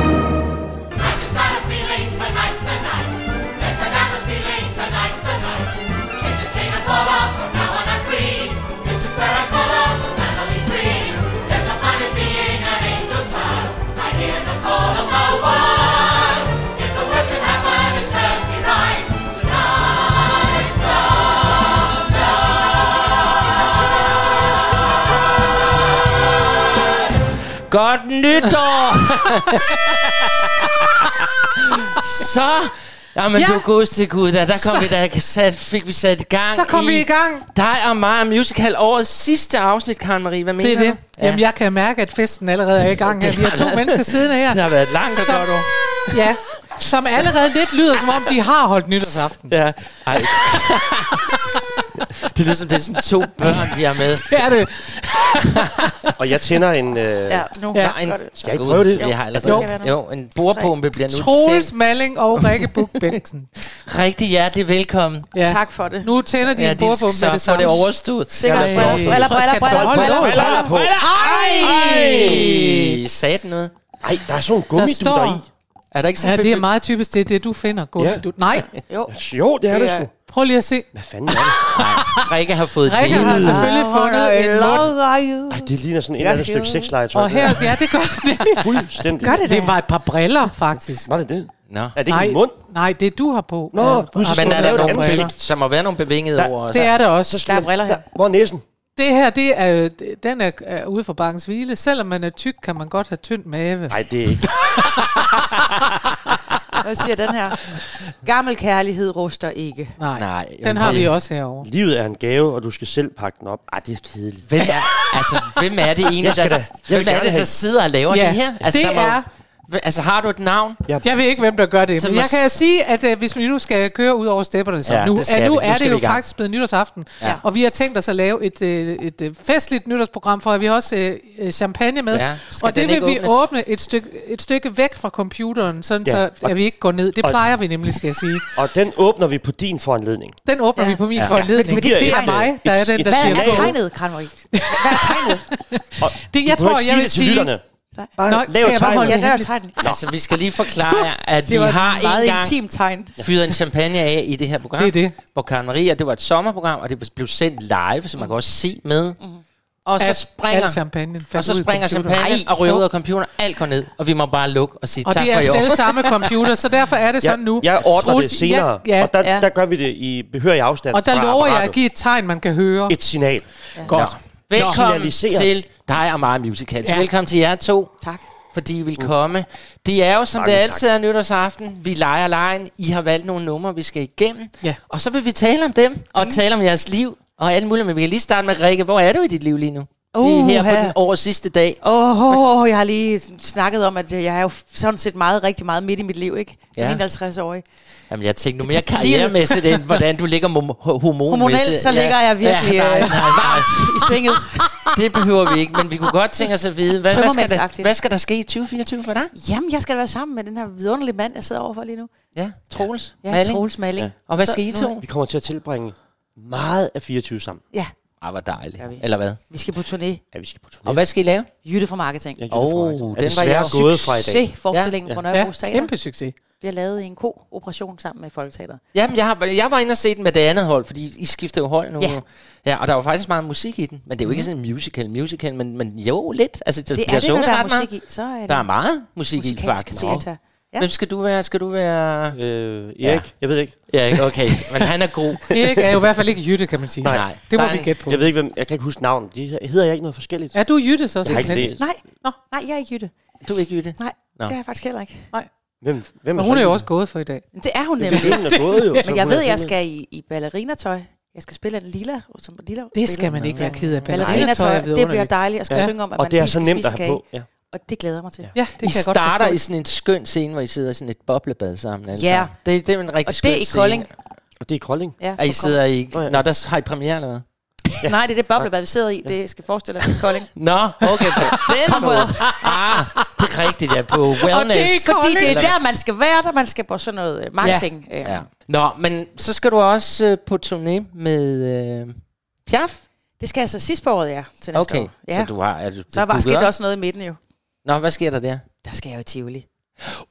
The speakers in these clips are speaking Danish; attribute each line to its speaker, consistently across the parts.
Speaker 1: It's not a feeling, tonight's the night. There's another ceiling, tonight's the night. Take the chain and pull up, from now on I'm free. This is where I call up the family tree. There's a fun in being an angel child. I hear the call of the wild. If the worst should happen, it serves me right. Tonight's the
Speaker 2: Godt nytår! så, jamen
Speaker 3: Ja.
Speaker 2: ja. du godeste gud, da, der kom så. vi, da sat, fik vi sat i gang
Speaker 3: Så kom vi i gang.
Speaker 2: Dig og mig og musical årets sidste afsnit, Karen Marie. Hvad
Speaker 3: Det
Speaker 2: mener
Speaker 3: er det.
Speaker 2: du?
Speaker 3: Jamen, jeg kan mærke, at festen allerede er i gang her. Vi har to mennesker siden her.
Speaker 2: Det har været et langt og
Speaker 3: Så-
Speaker 2: godt år.
Speaker 3: Ja. Som allerede lidt lyder, som om de har holdt nytårsaften.
Speaker 2: Ja. Ej. det lyder som, det er sådan to børn, vi har med.
Speaker 3: Det er det.
Speaker 4: Og jeg tænder en... Øh, ja.
Speaker 5: Ja, nu
Speaker 3: Ja.
Speaker 5: ja.
Speaker 2: Der er en,
Speaker 5: Godt.
Speaker 2: jeg
Speaker 4: ikke prøve det?
Speaker 2: Vi har allerede.
Speaker 5: Jo.
Speaker 2: Jo. jo, en bordpumpe bliver nu
Speaker 3: Troels
Speaker 2: sendt.
Speaker 3: Malling og Rikke Buk Bengtsen.
Speaker 2: Rigtig hjertelig velkommen.
Speaker 3: Ja.
Speaker 5: Tak for det.
Speaker 3: Nu tænder de
Speaker 2: Ja,
Speaker 3: en
Speaker 2: de skal
Speaker 3: bordbom med
Speaker 2: så
Speaker 3: det
Speaker 2: få
Speaker 3: samme.
Speaker 2: det overstået.
Speaker 5: Sikkert
Speaker 3: Ej,
Speaker 5: briller, briller,
Speaker 3: så skal
Speaker 5: briller,
Speaker 3: du
Speaker 5: briller,
Speaker 3: holde
Speaker 5: briller,
Speaker 3: briller
Speaker 5: briller.
Speaker 4: på.
Speaker 2: Ej! Sagde den noget?
Speaker 4: Ej, der er sådan en
Speaker 3: Der
Speaker 4: gummidutter
Speaker 3: står...
Speaker 4: i.
Speaker 2: Er der ikke
Speaker 3: Ja,
Speaker 2: sådan
Speaker 3: det er meget typisk det, er det du finder. Gå,
Speaker 4: Ja.
Speaker 3: du, nej,
Speaker 5: Jo.
Speaker 4: Jo, det er det,
Speaker 5: Det er-
Speaker 4: sgu.
Speaker 3: prøv lige at se.
Speaker 4: Hvad fanden er det?
Speaker 2: Rikke har fået
Speaker 3: Rikke
Speaker 2: det.
Speaker 3: har selvfølgelig fundet en mund.
Speaker 4: Ej, det ligner sådan et eller andet
Speaker 5: Ja,
Speaker 4: stykke
Speaker 5: jo.
Speaker 4: sexlegetøj.
Speaker 3: Og her, ja, det gør det. nemlig.
Speaker 4: Fuldstændig.
Speaker 5: Gør det da.
Speaker 3: Det var et par briller, faktisk.
Speaker 4: Var det det?
Speaker 2: Nå.
Speaker 4: Er det ikke en mund?
Speaker 3: nej, det du har på.
Speaker 4: Nå,
Speaker 3: er-
Speaker 4: gud, så
Speaker 3: er
Speaker 2: Men
Speaker 4: skulle
Speaker 2: er der
Speaker 4: lave
Speaker 3: nogle
Speaker 2: nogle
Speaker 4: et
Speaker 3: briller.
Speaker 4: ansigt.
Speaker 2: som må være nogle bevingede
Speaker 4: Der-
Speaker 2: ord. altså.
Speaker 3: Det er det også.
Speaker 5: Der er briller her.
Speaker 4: Hvor er næsen?
Speaker 3: Det her, det er, øh, d- den er, er ude for bakkens hvile. Selvom man er tyk, kan man godt have tynd mave.
Speaker 4: Nej, det er ikke.
Speaker 5: Hvad siger den her? Gammel kærlighed ruster ikke.
Speaker 3: Nej,
Speaker 2: Nej,
Speaker 3: den
Speaker 2: jamen,
Speaker 3: har
Speaker 2: det-
Speaker 3: vi også herovre.
Speaker 4: Livet er en gave, og du skal selv pakke den op. Ej, det er kedeligt.
Speaker 2: Hvem er, altså, hvem er det egentlig,
Speaker 4: Jeg
Speaker 2: der,
Speaker 4: skal da- jeg vil
Speaker 2: hvem er
Speaker 4: gerne
Speaker 2: det, der
Speaker 4: have-
Speaker 2: sidder og laver
Speaker 3: Ja,
Speaker 2: det her? Altså,
Speaker 3: det
Speaker 2: der må,
Speaker 3: er-
Speaker 2: Hv- Altså, har du et navn?
Speaker 3: Jeg ved ikke, hvem der gør det.
Speaker 2: Så
Speaker 3: Men
Speaker 2: må
Speaker 3: jeg kan
Speaker 2: s-
Speaker 3: sige, at øh, hvis vi nu skal køre ud over stepperne, så
Speaker 2: Ja,
Speaker 3: nu,
Speaker 2: det skal
Speaker 3: at nu
Speaker 2: vi. Nu
Speaker 3: er
Speaker 2: skal
Speaker 3: det
Speaker 2: vi
Speaker 3: jo
Speaker 2: i gang.
Speaker 3: faktisk blevet nytårsaften.
Speaker 2: Ja.
Speaker 3: Og vi har tænkt os at lave et, øh, et øh, festligt nytårsprogram, for at vi har også øh, øh, champagne med.
Speaker 2: Ja, skal
Speaker 3: og det
Speaker 2: den
Speaker 3: vil
Speaker 2: ikke
Speaker 3: vi
Speaker 2: åbnes?
Speaker 3: åbne et stykke, et stykke væk fra computeren, sådan
Speaker 4: Ja,
Speaker 3: så
Speaker 4: og-
Speaker 3: at vi ikke går ned. Det
Speaker 4: og-
Speaker 3: plejer vi nemlig, skal jeg sige.
Speaker 4: Og den åbner vi på din foranledning.
Speaker 3: Den åbner
Speaker 5: Ja.
Speaker 3: vi på min
Speaker 2: Ja.
Speaker 3: foranledning.
Speaker 5: Men
Speaker 3: Det,
Speaker 5: det er
Speaker 3: det er
Speaker 5: tegnet.
Speaker 3: mig, der er
Speaker 4: Et-
Speaker 3: den,
Speaker 4: et
Speaker 3: der
Speaker 5: Hvad
Speaker 3: siger
Speaker 5: er
Speaker 4: signal.
Speaker 3: gå.
Speaker 5: tegnet, Kranmøg? Hvad er tegnet?
Speaker 4: Og
Speaker 3: Det,
Speaker 4: du behøver
Speaker 3: jeg tror,
Speaker 4: ikke
Speaker 3: jeg
Speaker 4: sige
Speaker 3: vil
Speaker 4: det til
Speaker 3: sige...
Speaker 4: lytterne. Bare
Speaker 3: Nå,
Speaker 4: lav
Speaker 3: skal jeg bare
Speaker 4: tegnet.
Speaker 3: holde
Speaker 5: Ja,
Speaker 3: det
Speaker 5: der er
Speaker 3: hemmeligt.
Speaker 5: tegnet.
Speaker 2: Altså, vi skal lige forklare jer, at vi
Speaker 5: Det var
Speaker 2: har
Speaker 5: et meget
Speaker 2: en gang
Speaker 5: intimt tegn.
Speaker 2: fyret en champagne af i det her program.
Speaker 3: Det er det.
Speaker 2: Hvor Karen Maria, det var et sommerprogram, og det blev sendt live, så man kan også se med. Og så
Speaker 3: Al-
Speaker 2: springer,
Speaker 3: al champagnen faldt
Speaker 2: og så
Speaker 3: ud i
Speaker 2: springer
Speaker 3: computeren.
Speaker 2: champagnen
Speaker 3: Ej,
Speaker 2: og ryger
Speaker 3: jo.
Speaker 2: ud af computeren. Alt går ned, og vi må bare lukke og sige
Speaker 3: Og
Speaker 2: tak
Speaker 3: det er
Speaker 2: for i år.
Speaker 3: selv samme computer, så derfor er det
Speaker 4: Jeg,
Speaker 3: sådan nu.
Speaker 4: jeg ordner det
Speaker 3: Troels,
Speaker 4: senere,
Speaker 3: Ja, ja,
Speaker 4: og der,
Speaker 5: ja.
Speaker 4: der gør vi det i behørig afstand
Speaker 3: og der
Speaker 4: fra
Speaker 3: lover jeg at
Speaker 4: apparatet.
Speaker 3: give et tegn, man kan høre.
Speaker 4: Et signal.
Speaker 3: godt.
Speaker 2: Velkommen
Speaker 4: Signaliseret.
Speaker 2: til dig og mig Musicals.
Speaker 3: Ja.
Speaker 2: Ja. Mm. Velkommen til jer to,
Speaker 5: Tak.
Speaker 2: fordi I vil komme. Det er jo, som
Speaker 4: Mange
Speaker 2: det
Speaker 4: tak.
Speaker 2: altid er nytårsaften. Vi leger lejen. I har valgt nogle numre, vi skal igennem.
Speaker 3: Ja.
Speaker 2: Og så vil vi tale om dem, og mm. tale om jeres liv og alt muligt. Men vi kan lige starte med, Rikke, hvor er du i dit liv lige nu? det er her på
Speaker 5: Uha.
Speaker 2: den over sidste dag.
Speaker 5: Åh, oh, jeg har lige snakket om, at jeg er jo sådan set meget, rigtig meget midt i mit liv, ikke? Som
Speaker 2: Ja.
Speaker 5: 51-årig.
Speaker 2: Jamen, jeg tænkte nu mere
Speaker 5: Det er
Speaker 2: karrieremæssigt, end hvordan du ligger mom- ho- hormonmæssigt.
Speaker 5: Hormonelt, så ligger jeg virkelig,
Speaker 2: Ja, nej,
Speaker 5: øh,
Speaker 2: nej, nej.
Speaker 5: I svinget.
Speaker 2: Det behøver vi ikke, men vi kunne godt tænke os at vide, hvad, hvad, skal, der,
Speaker 5: Tømmermændsagtigt.
Speaker 2: hvad skal der ske i 2024 for dig?
Speaker 5: Jamen, jeg skal da være sammen med den her vidunderlige mand, jeg sidder overfor lige nu.
Speaker 2: Ja, Troels.
Speaker 5: Ja,
Speaker 2: Malling.
Speaker 5: Troels Malling. Ja.
Speaker 2: Og hvad skal I to?
Speaker 4: Vi kommer til at tilbringe meget af 24 sammen.
Speaker 5: Ja,
Speaker 2: Ah, hvor dejligt.
Speaker 5: Ja, vi-
Speaker 2: Eller hvad?
Speaker 5: vi skal på turné.
Speaker 4: Ja, vi skal på turné.
Speaker 2: Og hvad skal I lave?
Speaker 5: Jytte fra Marketing.
Speaker 4: Jeg
Speaker 2: Åh,
Speaker 4: oh,
Speaker 2: den
Speaker 4: er
Speaker 2: var
Speaker 4: desværre
Speaker 2: jeg-
Speaker 4: gået fra i dag.
Speaker 5: Se forestillingen ja. fra Nørrebro
Speaker 3: Ja,
Speaker 5: ja. Teater
Speaker 3: kæmpe succes.
Speaker 5: bliver lavet i en ko-operation sammen med Folketeateret.
Speaker 2: Jamen, jeg, har, jeg var inde og se den med det andet hold, fordi I skifter jo hold nu.
Speaker 5: Ja. Mhm.
Speaker 2: ja og der var faktisk meget musik i den. Men det er jo ikke sådan en musical, musical, men, men jo, lidt. Altså, der
Speaker 5: Det
Speaker 2: bliver
Speaker 5: er det, når
Speaker 2: sunget
Speaker 5: der er
Speaker 2: ret meget.
Speaker 5: musik i. Så er det
Speaker 2: Der er meget musik i,
Speaker 5: musikalsk
Speaker 2: faktisk.
Speaker 5: teater. Ja.
Speaker 2: Hvem skal du være? Skal du være...
Speaker 4: Øh, Erik, jeg ved det ikke.
Speaker 2: Ja, ikke? okay. Men han er god.
Speaker 3: Erik er jo i hvert fald ikke Jytte, kan man sige.
Speaker 2: Nej. Nej.
Speaker 3: Det må
Speaker 2: Der er
Speaker 3: vi
Speaker 2: en-
Speaker 3: gætte på.
Speaker 4: Jeg ved ikke, hvem, jeg kan ikke huske navnet. De hedder jeg ikke noget forskelligt.
Speaker 3: Er du Jytte så?
Speaker 4: Jeg har ikke
Speaker 3: simpelthen?
Speaker 4: læst.
Speaker 5: Nej, nå, nej, jeg er ikke Jytte.
Speaker 2: Du er ikke Jytte.
Speaker 5: Nej,
Speaker 2: Nå.
Speaker 5: no. det er jeg faktisk heller ikke.
Speaker 4: Hvem, hvem
Speaker 3: Men hun er jo også gået for i dag.
Speaker 5: Men det er hun
Speaker 4: Jamen,
Speaker 5: nemlig.
Speaker 4: det er den, der er gået jo. Så
Speaker 5: Men jeg
Speaker 4: må
Speaker 5: ved, jeg
Speaker 4: finde
Speaker 5: skal i, i ballerinatøj. Jeg skal spille en lilla, som lilla
Speaker 3: Det skal man ikke være ked af. Ballerinatøj
Speaker 5: Ballerinatøj,
Speaker 3: er
Speaker 5: det bliver
Speaker 3: vidunderligt.
Speaker 5: dejligt. Jeg skal
Speaker 4: Ja.
Speaker 5: ja. synge om,
Speaker 4: ud.
Speaker 5: at
Speaker 4: Og
Speaker 5: man
Speaker 4: det er
Speaker 5: lige
Speaker 4: så
Speaker 5: skal
Speaker 4: nemt
Speaker 5: spise
Speaker 4: at have
Speaker 5: kage.
Speaker 4: på. Ja.
Speaker 5: Og det glæder jeg mig til. Ja.
Speaker 3: Ja, det
Speaker 2: I
Speaker 3: kan jeg godt
Speaker 2: starter
Speaker 3: forstå.
Speaker 2: i sådan en skøn scene, hvor I sidder i sådan et boblebad sammen. alle
Speaker 5: Ja.
Speaker 2: sammen. Det, det er en rigtig
Speaker 5: Og
Speaker 2: skøn
Speaker 5: det er i Kolding.
Speaker 2: Scene.
Speaker 4: Og det er Kolding.
Speaker 5: Ja,
Speaker 2: Er I
Speaker 5: og kom.
Speaker 2: sidder i...
Speaker 4: Nå, ja.
Speaker 2: Nå, der har I premiere eller hvad?
Speaker 5: Nej, det er det boblebad, vi sidder i. Det skal forestille dig, Kolding.
Speaker 2: Nå, okay. På den måde. Ah, Det er rigtigt, ja, på wellness.
Speaker 5: Og det er fordi, det er
Speaker 2: Eller-
Speaker 5: der, man skal være, der man skal på sådan noget øh, marketing. Ja.
Speaker 2: Ja. Nå, men så skal du også øh, på turné med øh, Piaf.
Speaker 5: Det skal jeg så sidst på året, ja. Til næste
Speaker 2: Okay,
Speaker 5: år. Ja.
Speaker 2: så du har... Er du,
Speaker 5: Så var
Speaker 2: du
Speaker 5: sket
Speaker 2: gør-
Speaker 5: også noget i midten jo.
Speaker 2: Nå, hvad sker der der?
Speaker 5: Der skal jeg jo i Tivoli.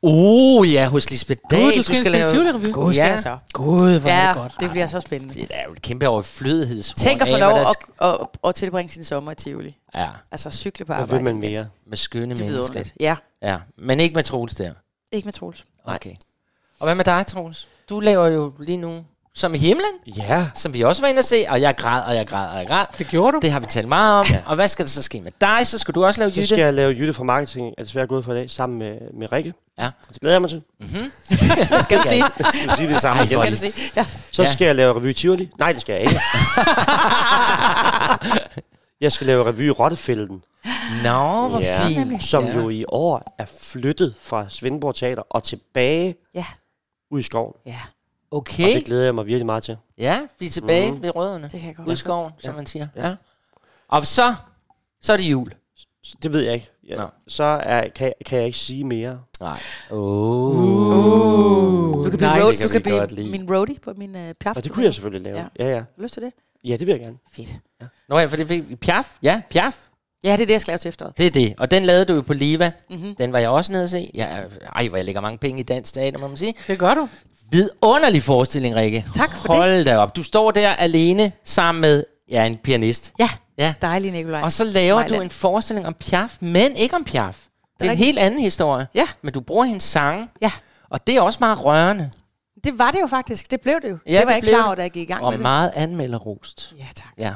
Speaker 2: Uh, ja, hos Lisbeth Dahl.
Speaker 3: Gud, du skal indspille Tivoli-revy.
Speaker 2: God,
Speaker 5: skal
Speaker 2: ja.
Speaker 5: jeg så.
Speaker 2: God, hvor
Speaker 5: Ja,
Speaker 2: er det godt. altså.
Speaker 5: det bliver så spændende.
Speaker 2: Det er jo et kæmpe overflødighedshorn.
Speaker 5: Tænk at få
Speaker 2: af,
Speaker 5: lov
Speaker 2: hvad der
Speaker 5: at, at, at tilbringe sin sommer i Tivoli.
Speaker 2: sk- altså- Ja,
Speaker 5: Altså cykle på
Speaker 4: Hvad vil
Speaker 5: arbejde.
Speaker 4: man mere?
Speaker 2: med skønne
Speaker 5: Det er
Speaker 2: mennesker.
Speaker 5: vidunderligt. Ja,
Speaker 2: Ja, men ikke med Troels der.
Speaker 5: ikke med Troels.
Speaker 2: Okay. Og hvad med dig, Troels? Du laver jo lige nu Som i himlen,
Speaker 4: Ja.
Speaker 2: som vi også var inde at se, og jeg græd, og jeg græd, og jeg græd.
Speaker 3: Det gjorde du.
Speaker 2: Det har vi talt meget om. Ja. Og hvad skal der så ske med dig? Så skal du også lave
Speaker 4: Så
Speaker 2: Jytte.
Speaker 4: skal jeg lave Jytte fra Marketing, er desværre gået for i dag, sammen med, med Rikke.
Speaker 2: Ja. Mhm.
Speaker 4: Det glæder jeg mig til.
Speaker 5: Skal du sige?
Speaker 4: Jeg vil sige det samme. igen.
Speaker 5: Skal du sige? Ja.
Speaker 4: Så
Speaker 2: Ja.
Speaker 4: skal jeg lave revy i Tivoli. Nej, det skal jeg ikke. jeg skal lave revy i Rottefælden,
Speaker 2: Nå, hvor
Speaker 4: Ja.
Speaker 2: fint.
Speaker 4: som
Speaker 2: Ja.
Speaker 4: jo i år er flyttet fra Svendborg Teater og tilbage
Speaker 5: Ja.
Speaker 4: ud i skoven.
Speaker 5: ja,
Speaker 4: Og
Speaker 2: Okay.
Speaker 4: det glæder jeg mig virkelig meget til. Mhm.
Speaker 2: Ja, vi er tilbage mm. ved rødderne.
Speaker 5: det kan jeg godt.
Speaker 2: Ud i
Speaker 5: forstå.
Speaker 2: skoven, som man siger. Ja. Og så, så er det jul.
Speaker 4: Så Det ved jeg ikke. Ja.
Speaker 2: Nå.
Speaker 4: Så er, kan, kan jeg ikke sige mere.
Speaker 2: Nej. Oh.
Speaker 3: Uh,
Speaker 5: Du kan blive,
Speaker 3: Nice.
Speaker 5: road,
Speaker 4: Det kan
Speaker 5: du kan
Speaker 4: vi godt
Speaker 5: blive
Speaker 4: lide.
Speaker 5: min roadie på min uh, piaf.
Speaker 4: Og det kunne jeg selvfølgelig lave.
Speaker 5: Ja.
Speaker 4: Ja, ja. Ja,
Speaker 5: Har du Lyst til det?
Speaker 4: det vil jeg gerne.
Speaker 5: Fedt.
Speaker 2: Nå ja, for det fik Piaf. Ja, Piaf.
Speaker 5: Ja, det er det, jeg skal lave til efteråret.
Speaker 2: Det er det. Og den lavede du jo på Liva.
Speaker 5: Mhm.
Speaker 2: Mm-hmm. Den var jeg også nede at se. Jeg, er- ej, hvor jeg lægger mange penge i dansk teater, må man sige.
Speaker 3: Det gør du.
Speaker 2: Vidunderlig forestilling, Rikke.
Speaker 5: Tak for det.
Speaker 2: Hold det. da op. Du står der alene sammen med ja, en pianist.
Speaker 5: Ja,
Speaker 2: Ja.
Speaker 5: dejlig Nikolaj.
Speaker 2: Og så laver
Speaker 5: Mejland.
Speaker 2: du en forestilling om Piaf, men ikke om Piaf. Det er en
Speaker 5: rigtigt.
Speaker 2: helt anden historie.
Speaker 5: Ja.
Speaker 2: Men du bruger hendes sange.
Speaker 5: Ja.
Speaker 2: Og det er også meget rørende.
Speaker 5: Det var det jo faktisk. Det blev det jo.
Speaker 2: Ja,
Speaker 5: Ja, det var
Speaker 2: det
Speaker 5: jeg ikke
Speaker 2: blev
Speaker 5: klar
Speaker 2: det.
Speaker 5: over, da jeg gik i gang
Speaker 2: Og
Speaker 5: med
Speaker 2: meget anmelderrost.
Speaker 5: det. Ja, tak.
Speaker 2: Ja.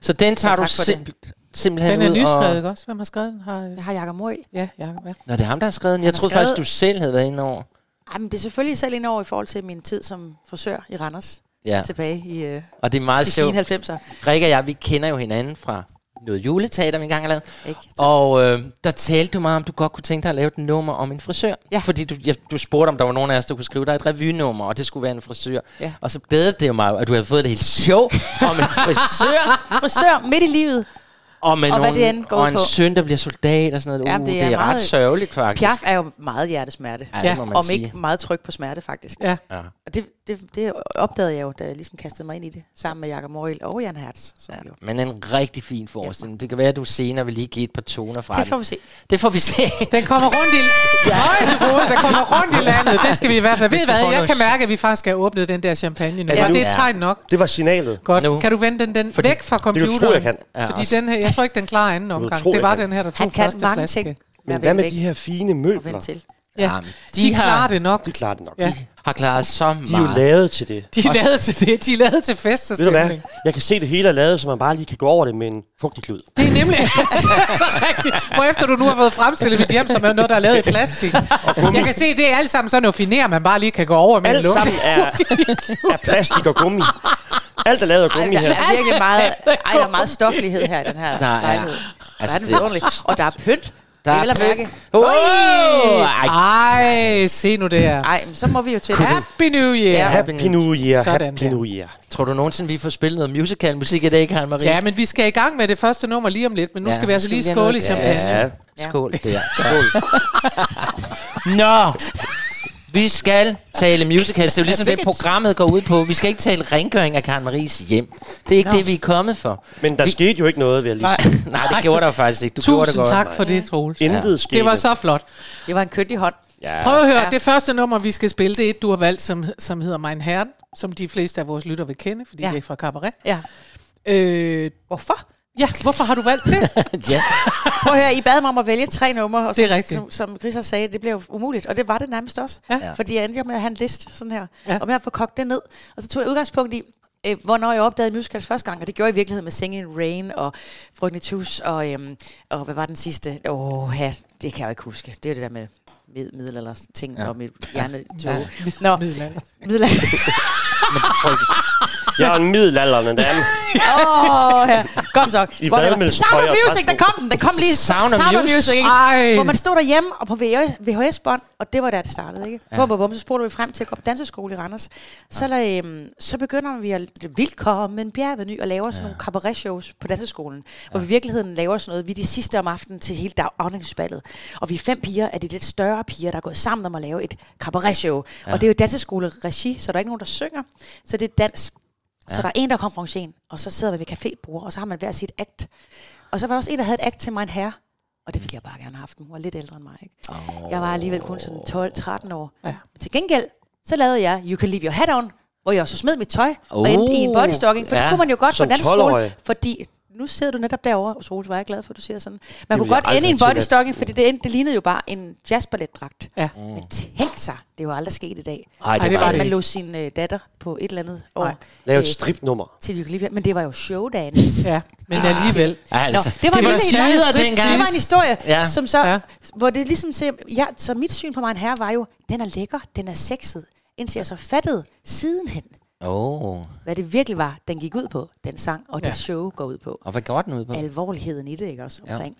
Speaker 2: Så den tager
Speaker 5: Ja,
Speaker 2: du
Speaker 5: tak for
Speaker 2: simp- simpelthen
Speaker 3: Den er
Speaker 2: ud
Speaker 3: nyskrevet,
Speaker 2: Og...
Speaker 3: ikke også? Hvem har skrevet den? Har, øh,
Speaker 5: Jeg har Jakob Møg.
Speaker 3: ja, Jacob, ja.
Speaker 2: Nå, det er ham, der har skrevet den. Jeg
Speaker 5: har
Speaker 2: troede
Speaker 5: skrevet-
Speaker 2: faktisk, du selv havde været inde over.
Speaker 5: Ej, men det er selvfølgelig selv ind over i forhold til min tid som frisør i Randers.
Speaker 2: Ja,
Speaker 5: Ja. Tilbage i øh,
Speaker 2: og det er meget
Speaker 5: de
Speaker 2: sjovt.
Speaker 5: fine 90'er.
Speaker 2: Rikke og jeg, vi kender jo hinanden fra noget juleteater, vi engang har lavet.
Speaker 5: Ikke?
Speaker 2: Og øh, der talte du meget om, du godt kunne tænke dig at lave et nummer om en frisør.
Speaker 5: Ja.
Speaker 2: Fordi du, ja, du spurgte, om der var nogen af os, der kunne skrive dig et revynummer, og det skulle være en frisør.
Speaker 5: Ja.
Speaker 2: Og så glædede det jo mig, at du havde fået det helt sjov om en frisør.
Speaker 5: Frisør midt i livet.
Speaker 2: Og, med
Speaker 5: Og hvad
Speaker 2: nogen,
Speaker 5: det end går
Speaker 2: og
Speaker 5: ud
Speaker 2: en
Speaker 5: på.
Speaker 2: søn, der bliver soldat og sådan noget.
Speaker 5: Jamen,
Speaker 2: uh, det
Speaker 5: det er
Speaker 2: er, ret
Speaker 5: meget-
Speaker 2: sørgeligt, faktisk.
Speaker 5: Piaf er jo meget hjertesmerte.
Speaker 2: Ja,
Speaker 3: Ja,
Speaker 2: det må man
Speaker 5: Om
Speaker 2: sige.
Speaker 5: ikke meget tryk på smerte, faktisk.
Speaker 3: Ja.
Speaker 2: Ja.
Speaker 5: Og det, det, det opdagede jeg jo, da jeg ligesom kastede mig ind i det, sammen med Jakob Morild og Jan Hertz. Som ja. jo.
Speaker 2: Men en rigtig fin forestilling. Det kan være, at du senere vil lige give et par toner fra
Speaker 5: Det får
Speaker 2: den.
Speaker 5: vi se.
Speaker 2: Det får vi se.
Speaker 3: Den kommer rundt i... Høj, du gode, den kommer rundt i landet. Det skal vi i hvert fald. Ved
Speaker 2: Hvis
Speaker 3: I
Speaker 2: du
Speaker 3: hvad?
Speaker 2: får
Speaker 3: Jeg
Speaker 2: noget-
Speaker 3: kan mærke, at vi faktisk har åbnet den der champagne nu.
Speaker 4: Ja.
Speaker 3: Og det er
Speaker 2: Ja.
Speaker 3: et tegn nok.
Speaker 4: Det var signalet.
Speaker 3: Godt.
Speaker 2: Nu.
Speaker 3: Kan du vende den, den
Speaker 2: Fordi-
Speaker 3: væk fra
Speaker 4: Det kan
Speaker 3: computeren?
Speaker 4: du tro, jeg kan.
Speaker 2: Ja,
Speaker 3: Fordi
Speaker 2: også.
Speaker 3: den her, jeg tror ikke, den klarer anden omgang.
Speaker 4: tro,
Speaker 3: det
Speaker 4: jeg
Speaker 3: var
Speaker 4: kan.
Speaker 3: den her, der tog
Speaker 5: Han kan
Speaker 3: første
Speaker 5: mange
Speaker 3: flaske.
Speaker 5: ting.
Speaker 4: Men
Speaker 5: Vær
Speaker 4: hvad
Speaker 5: væk,
Speaker 4: med
Speaker 5: væk
Speaker 4: de her fine
Speaker 5: og vend
Speaker 4: møbler?
Speaker 5: til.
Speaker 3: Ja.
Speaker 2: Jamen,
Speaker 3: De, de klarer det nok.
Speaker 4: De klarer det nok.
Speaker 3: Ja.
Speaker 4: Ja.
Speaker 2: har klaret så meget.
Speaker 4: De er jo lavet til det.
Speaker 3: De er lavet til det. De er lavet til fest og
Speaker 4: Ved du hvad?
Speaker 3: stemning.
Speaker 4: Jeg kan se det hele er lavet, så man bare lige kan gå over det med en fugtig klud.
Speaker 3: Det er nemlig så rigtigt. Hvorefter du nu har fået fremstillet mit hjem, som er noget, der er lavet i plastik. Jeg kan se, det er alt sammen sådan noget finere, man bare lige kan gå over med en
Speaker 4: Alt
Speaker 3: lukke.
Speaker 4: sammen er, er plastik og gummi. Alt er lavet af gummi
Speaker 5: Der
Speaker 4: her.
Speaker 5: er virkelig meget, ej, der er meget stoflighed her i den her
Speaker 2: Der er-
Speaker 5: lejlighed.
Speaker 2: altså,
Speaker 5: Altså, der er
Speaker 2: det-
Speaker 5: det ordentligt. Og der er pynt.
Speaker 2: Der
Speaker 5: Der det vil
Speaker 2: er
Speaker 5: jeg mærke.
Speaker 2: Wow! Ej,
Speaker 3: Ej, se nu der.
Speaker 5: Ej, men så må vi jo til det.
Speaker 3: Happy New Year.
Speaker 4: Happy New Year,
Speaker 3: Sådan
Speaker 4: Happy
Speaker 3: der.
Speaker 4: New Year.
Speaker 2: tror du nogensinde, vi får spillet noget musical musik i dag, Karen Marie?
Speaker 3: Ja, men vi skal i gang med det første nummer lige om lidt, men nu
Speaker 2: Ja,
Speaker 3: skal vi altså lige skåle i champagne.
Speaker 2: Ja.
Speaker 5: Ja.
Speaker 2: Skål der. Skål. Nå, vi skal tale musicals. Det er jo ligesom det, programmet går ud på. Vi skal ikke tale rengøring af Karen Maries hjem. Det er ikke det, vi er kommet for.
Speaker 4: Men der skete jo ikke noget, vil jeg lige sige.
Speaker 2: Nej, det gjorde der jo faktisk ikke. Du gjorde det
Speaker 3: Tusind
Speaker 2: godt.
Speaker 3: tak for det, Troels.
Speaker 4: Intet skete.
Speaker 3: Det var så flot.
Speaker 5: Det var en kødlig hånd.
Speaker 3: Prøv at høre,
Speaker 5: Ja.
Speaker 3: det første nummer, vi skal spille, det er et, du har valgt, som, som hedder Mein Herren, som de fleste af vores lytter vil kende, fordi
Speaker 5: Ja.
Speaker 3: ja. det er fra Cabaret.
Speaker 5: Ja.
Speaker 3: Øh,
Speaker 5: Hvorfor?
Speaker 3: ja, hvorfor har du valgt det?
Speaker 2: Ja.
Speaker 5: Prøv at høre, I bad mig om at vælge tre numre. Og
Speaker 3: Det er
Speaker 5: som-
Speaker 3: rigtigt.
Speaker 5: Som, som Grisser sagde, det blev umuligt, og det var det nærmest også.
Speaker 3: Ja.
Speaker 2: Ja.
Speaker 5: Fordi jeg endte jo med at have en liste sådan her,
Speaker 3: Ja.
Speaker 5: ja. og med at få kogt det ned. Og så tog jeg udgangspunkt i, øh, hvornår jeg opdagede musicals første gang, og det gjorde jeg i virkeligheden med Singing in the Rain og Frygten i Tus, og, øhm, og hvad var den sidste? Åh, ja, det kan jeg jo ikke huske. Det er det der med mid- middelalders ting ja. og mit hjernetog. Ja. Nå,
Speaker 3: Middelalder.
Speaker 5: middelalder.
Speaker 2: Frygten-
Speaker 4: Jeg er en middelalderne dame.
Speaker 5: Åh, ja. Godt nok.
Speaker 4: I
Speaker 5: Hvor det var-
Speaker 4: vadmelstøj
Speaker 5: Sound of
Speaker 4: og
Speaker 5: Music, der kom den. Den kom lige.
Speaker 2: Sound of Music.
Speaker 5: ikke?
Speaker 3: Ej.
Speaker 5: Hvor man stod derhjemme og på VHS-bånd, og det var der, det startede, ikke? Ja. Bum, bum, bum, så spurgte vi frem til at gå på danseskole i Randers. Så, ja. øhm, så begynder vi at velkommen bjergveny og laver sådan ja. nogle cabaret-shows på danseskolen, ja. hvor vi i virkeligheden laver sådan noget. Vi er de sidste om aftenen til hele dag afningsballet. Og vi er fem piger af de lidt større piger, der er gået sammen om at lave et cabaret-show. Ja. Og det er jo danseskole-regi, så der er ikke nogen, der synger. Så det er dans. Så der er en, der kom fra og så sidder man ved cafébord, og så har man hver sit act. Og så var der også en, der havde et act til min herre. Og
Speaker 6: Mm.
Speaker 5: det ville jeg bare gerne have haft. Hun var lidt ældre end mig. Ikke? Oh. Jeg var alligevel kun sådan 12-13 år. Ja. Men til gengæld, så lavede jeg You Can Leave Your Hat On, hvor jeg også smed mit tøj oh. og endte i en bodystocking. For ja.
Speaker 2: ja.
Speaker 5: det kunne man jo godt
Speaker 4: Som
Speaker 5: på danseskole.
Speaker 4: 12-årig.
Speaker 5: Fordi nu sidder du netop derovre, og Troels, var jeg glad for, at du siger sådan. Man kunne
Speaker 4: ville jeg
Speaker 5: godt ende i en
Speaker 4: aldrig have
Speaker 5: bodystocking, fordi det, endte, det lignede jo bare en jazzballetdragt.
Speaker 3: Ja.
Speaker 5: Men tænk sig, det var aldrig sket i dag.
Speaker 2: Nej,
Speaker 3: Ej,
Speaker 2: det,
Speaker 3: det var
Speaker 5: At
Speaker 3: det
Speaker 5: man
Speaker 3: ikke.
Speaker 5: lå sin øh, datter på et eller andet år.
Speaker 4: Lav et
Speaker 5: øh,
Speaker 4: stripnummer.
Speaker 5: til Jykke Men det var jo showdance.
Speaker 3: Ja, men alligevel.
Speaker 5: Nå,
Speaker 2: Altså,
Speaker 5: det var,
Speaker 2: det
Speaker 5: en
Speaker 2: var
Speaker 5: lille
Speaker 2: sider
Speaker 5: historie.
Speaker 2: dengang.
Speaker 5: Det var en historie, ja.
Speaker 2: Ja.
Speaker 5: som så, ja.
Speaker 3: Ja.
Speaker 5: hvor det ligesom ser, ja, så mit syn på mig en herre var jo, den er lækker, den er sexet, indtil jeg så fattede sidenhen,
Speaker 2: Åh,
Speaker 5: hvad det virkelig var, den gik ud på, den sang, og ja. det show går ud på.
Speaker 2: og hvad går den ud på?
Speaker 5: Alvorligheden i det, ikke også, omkring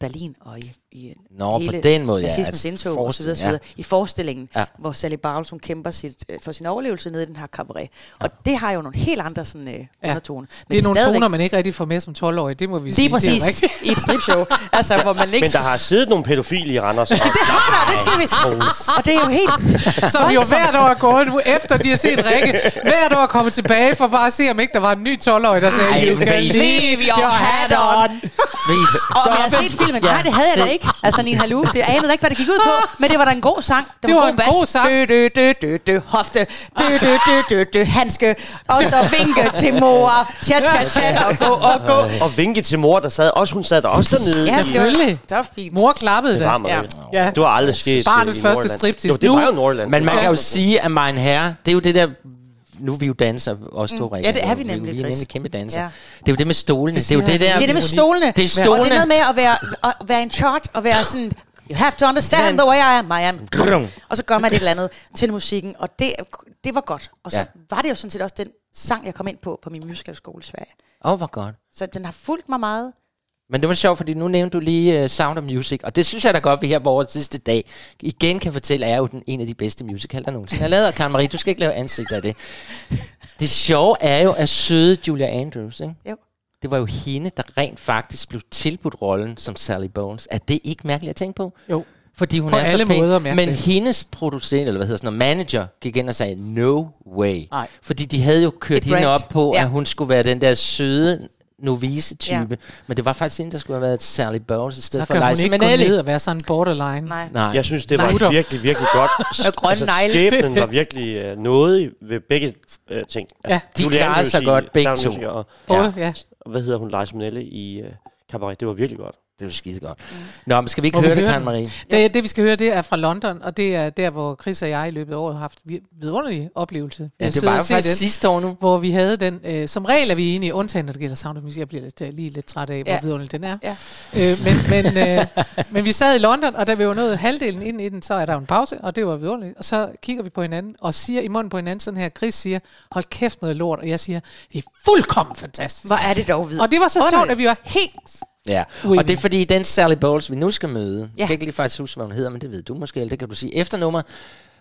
Speaker 5: Berlin og i, i
Speaker 2: Nå, på den måde, ja.
Speaker 5: nazismens
Speaker 2: Altså,
Speaker 5: indtog og så videre, så
Speaker 2: forestil- ja.
Speaker 5: videre, i forestillingen, ja.
Speaker 2: Ja.
Speaker 5: hvor Sally Barnes, hun kæmper sit, øh, for sin overlevelse nede i den her cabaret. Og det har jo nogle helt andre sådan, øh, undertoner. Men
Speaker 3: Det er nogle
Speaker 5: stadigvæk-
Speaker 3: toner, man ikke rigtig får med som 12-årig. Det må vi sige.
Speaker 5: Lige
Speaker 3: Det
Speaker 5: præcis,
Speaker 3: er rigtigt.
Speaker 5: i et stripshow. Altså, hvor man ikke...
Speaker 4: Men der har siddet nogle pædofile i Randers. Og
Speaker 5: Det har der, det skal vi tage. Og det er jo helt...
Speaker 3: Som jo hvert år er gået nu, efter de har set Rikke. Hvert år kommer tilbage for bare at se, om ikke der var en ny 12-årig, der sagde,
Speaker 2: Ej,
Speaker 3: you
Speaker 2: men
Speaker 3: can
Speaker 2: I-
Speaker 3: leave your hat on.
Speaker 2: Vil I
Speaker 5: Og om jeg
Speaker 2: stoppe?
Speaker 5: havde set filmen, nej, det havde jeg da ikke. Altså, Nina Halu, det anede jeg ikke, hvad det gik ud på. Men det var da en god sang. Det var,
Speaker 3: Det var
Speaker 5: en
Speaker 3: en
Speaker 5: god,
Speaker 3: god
Speaker 5: bas.
Speaker 3: sang.
Speaker 5: Dø, dø, dø, dø, dø, hofte. Dø, dø, dø, dø, dø, handske. Og så vinke til mor. Tja, tja, tja, og gå, og gå.
Speaker 4: og vinke til mor, der sad også. Hun sad der også dernede.
Speaker 5: Ja,
Speaker 3: Selvfølgelig.
Speaker 5: Det var fint.
Speaker 3: Mor klappede
Speaker 4: Det var
Speaker 3: det.
Speaker 4: meget.
Speaker 3: Ja.
Speaker 4: Ja. Du har aldrig sket
Speaker 3: Barnets
Speaker 4: øh, i
Speaker 3: første
Speaker 4: Nordjylland.
Speaker 3: striptease.
Speaker 4: Jo, det var jo
Speaker 3: Nu-
Speaker 4: Nordjylland.
Speaker 2: Men man
Speaker 4: Det
Speaker 2: kan
Speaker 4: var-
Speaker 2: jo sige, at min herre, det er jo det der... Nu er vi jo danser, også to mm.
Speaker 5: Ja, det er vi nemlig,
Speaker 2: Vi er
Speaker 5: Chris.
Speaker 2: nemlig kæmpe danser.
Speaker 5: Ja.
Speaker 2: Ja. Det er jo det med stolene. Det, det er jo
Speaker 3: siger
Speaker 2: det der...
Speaker 5: Det er det med
Speaker 2: Det
Speaker 5: stolene.
Speaker 2: er
Speaker 5: Og det er
Speaker 2: stolene.
Speaker 5: noget med at være, at være en chart og være sådan... You have to understand the way I am, I am.
Speaker 2: Grum.
Speaker 5: Og så gør man et eller andet til musikken, og det, det var godt. Og så ja.
Speaker 2: Ja.
Speaker 5: var det jo sådan set også den sang, jeg kom ind på på min musicalskole i Sverige.
Speaker 2: Åh, oh, hvor godt.
Speaker 5: Så den har fulgt mig meget.
Speaker 2: Men det var sjovt, fordi nu nævnte du lige uh, Sound of Music, og det synes jeg da godt, vi her på vores sidste dag igen kan fortælle, at jeg er jo den, en af de bedste musical, der nogensinde er lavet. Og Karen Marie, du skal ikke lave ansigter af det. Det sjove er jo, at søde Julia Andrews, ikke?
Speaker 5: Jo.
Speaker 2: det var jo hende, der rent faktisk blev tilbudt rollen som Sally Bones. Er det ikke mærkeligt at tænke på?
Speaker 3: Jo.
Speaker 2: Fordi hun
Speaker 3: På
Speaker 2: er
Speaker 3: alle
Speaker 2: så pæn.
Speaker 3: måder
Speaker 2: men
Speaker 3: mærkeligt.
Speaker 2: hendes producent, eller hvad hedder sådan noget, manager, gik ind og sagde, no way.
Speaker 3: Nej.
Speaker 2: Fordi de havde jo kørt
Speaker 5: Et
Speaker 2: hende
Speaker 5: brand.
Speaker 2: op på,
Speaker 5: Ja.
Speaker 2: at hun skulle være den der søde novice-type.
Speaker 5: Ja.
Speaker 2: Ja. Men det var faktisk hende, der skulle have været Sally Bones i stedet
Speaker 3: Så
Speaker 2: for
Speaker 3: kan hun
Speaker 2: Liza
Speaker 3: ikke gå
Speaker 2: Minnelli.
Speaker 3: ned og være sådan borderline.
Speaker 5: Nej.
Speaker 2: Nej.
Speaker 4: Jeg synes, det var
Speaker 3: Lutter.
Speaker 4: virkelig, virkelig godt. Altså,
Speaker 5: Og grønne negle.
Speaker 4: skæbnen var virkelig øh, noget ved begge øh, ting.
Speaker 3: Ja,
Speaker 2: de
Speaker 4: Julie
Speaker 2: klarede
Speaker 4: Andrews
Speaker 2: sig
Speaker 4: i
Speaker 2: godt, begge
Speaker 4: Sound
Speaker 2: to.
Speaker 4: Music Og,
Speaker 3: Både, ja.
Speaker 4: og hvad hedder hun, Liza Minnelli i øh, Cabaret. Det var virkelig godt.
Speaker 2: Det var skide godt.
Speaker 5: Mm.
Speaker 2: Nå, men skal vi ikke
Speaker 3: Må vi
Speaker 2: høre det,
Speaker 3: høre
Speaker 2: Karen
Speaker 3: den?
Speaker 2: Marie?
Speaker 3: Det, det, vi skal høre, det er fra London, og det er der, hvor Chris og jeg i løbet af året har haft vi- vidunderlig oplevelse. Vi
Speaker 2: Ja,
Speaker 3: har
Speaker 2: det
Speaker 3: siddet
Speaker 2: var jo
Speaker 3: og set
Speaker 2: faktisk
Speaker 3: den.
Speaker 2: sidste år nu.
Speaker 3: hvor vi havde den, øh, som regel er vi enige, undtagen når det gælder Sound of Music, jeg bliver lidt, øh, lige lidt træt af, hvor
Speaker 5: Ja.
Speaker 3: ja. vidunderlig den er.
Speaker 5: Ja.
Speaker 3: Øh, men, men, øh, men vi sad i London, og da vi var nået halvdelen ind i den, så er der jo en pause, og det var vidunderligt. Og så kigger vi på hinanden og siger i munden på hinanden sådan her, Chris siger, hold kæft noget lort, og jeg siger, det er fuldkommen fantastisk.
Speaker 5: Hvor er det dog videre.
Speaker 3: Og det var så sjovt, at vi var helt...
Speaker 2: Ja,
Speaker 3: Uenig.
Speaker 2: og det er fordi den Sally Bowles, vi nu skal møde, ja.
Speaker 5: Ja.
Speaker 2: jeg kan ikke lige faktisk huske, hvad hun hedder, men det ved du måske, eller det kan du sige efter nummer.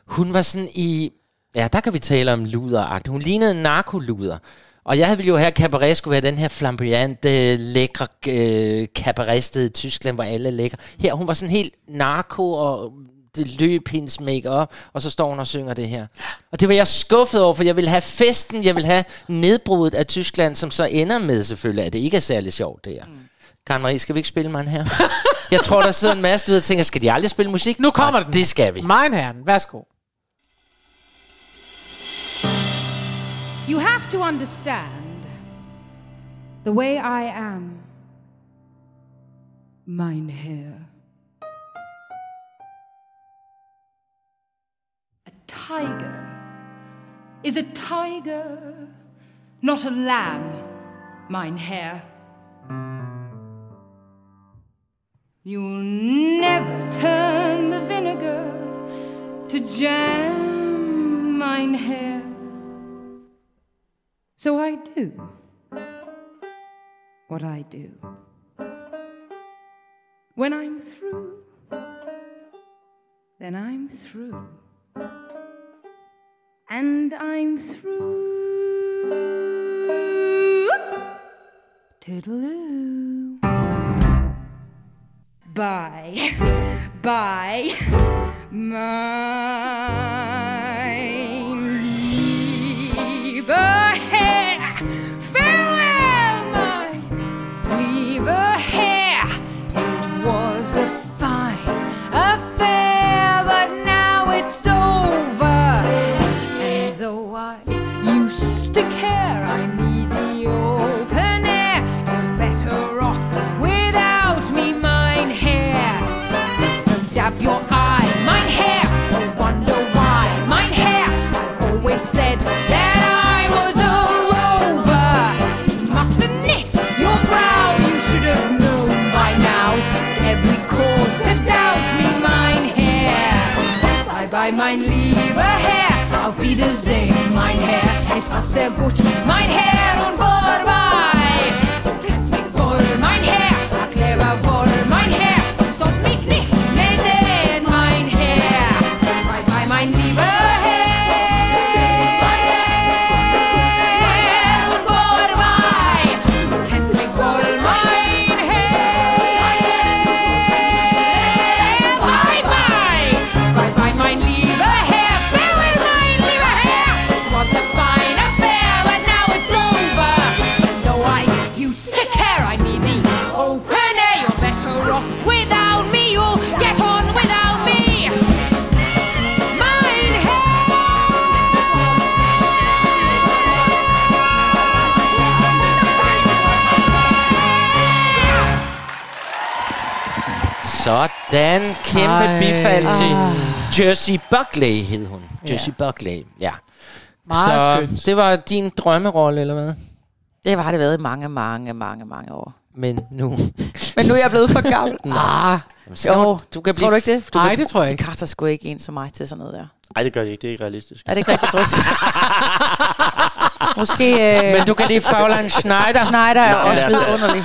Speaker 2: Hun var sådan i, ja, der kan vi tale om luderagt. Hun lignede en narkoluder. Og jeg ville jo her, cabaret skulle være den her flamboyante, lækre øh, cabaret-sted i Tyskland, hvor alle er lækre. Her, hun var sådan helt narko, og det løb hendes make-up, og så står hun og synger det her. Og det var jeg skuffet over, for jeg ville have festen, jeg ville have nedbruddet af Tyskland, som så ender med selvfølgelig, at det ikke er særlig sjovt, det her. Mm. Karen Marie, skal vi ikke spille mig her? jeg tror, der sidder en masse du ved, og tænker, skal de aldrig spille musik?
Speaker 3: Nu kommer
Speaker 2: Nej,
Speaker 3: den.
Speaker 2: Det skal vi.
Speaker 3: Meinherren, værsgo.
Speaker 6: You have to understand the way I am, mine hair. A tiger is a tiger, not a lamb, mine hair. You'll never turn the vinegar to jam, mine hair. So do what I do. When I'm through, then I'm through. And I'm through. Toodaloo. Bye. Bye. Mein lieber Herr, farewell, mein lieber Herr. It was a fine affair, but now it's over. And though I used to care, I need the open air. You're better off without me, mine hair dab your eye. Mine hair, no wonder why. Mine hair, I've always said that I was a rover. You mustn't knit your brow, you should have known by now. Every cause to doubt me, mine hair. Bye bye, mein lieber Herr. Auf Wiedersehen, mein Herr. Es war sehr gut, mein Herr, und vorbei. Du kennst mich wohl, mein Herr, war clever wohl, mein Herr. Du sollst mich nicht mehr sehen, mein Herr. Bye, bye, mein lieber Herr. Und vorbei. Du kennst mich wohl, mein Herr. Bye, bye. Bye bye, mein lieber Herr, farewell, mein lieber Herr. It was a fine affair, but now it's over. And though I used to care, I need the open air. You're better off without me. You'll get on without me. Mein Herr.
Speaker 2: Sådan, kæmpe
Speaker 3: Ej.
Speaker 2: Ej. bifald til
Speaker 5: Ah.
Speaker 2: Jersey Buckley hed hun. Jersey ja. Buckley, ja.
Speaker 3: Meget
Speaker 2: så
Speaker 3: skønt.
Speaker 2: det var din drømmerolle, eller hvad?
Speaker 5: Det har det været i mange, mange, mange, mange år.
Speaker 2: Men nu...
Speaker 5: Men nu er jeg blevet for gammel. ah,
Speaker 2: Så kan man- du kan blive, altså
Speaker 5: tror du ikke det?
Speaker 3: Nej, det tror jeg
Speaker 5: De
Speaker 3: ikke.
Speaker 5: kaster sgu ikke en som mig til sådan noget der.
Speaker 4: Nej, det gør det ikke. Det er ikke realistisk.
Speaker 5: Er det ikke rigtigt, Drus? Måske øh,
Speaker 2: Men du kan lide Fagland Schneider.
Speaker 5: Schneider er
Speaker 4: Nej,
Speaker 5: også
Speaker 4: lad os da-
Speaker 5: vidunderlig.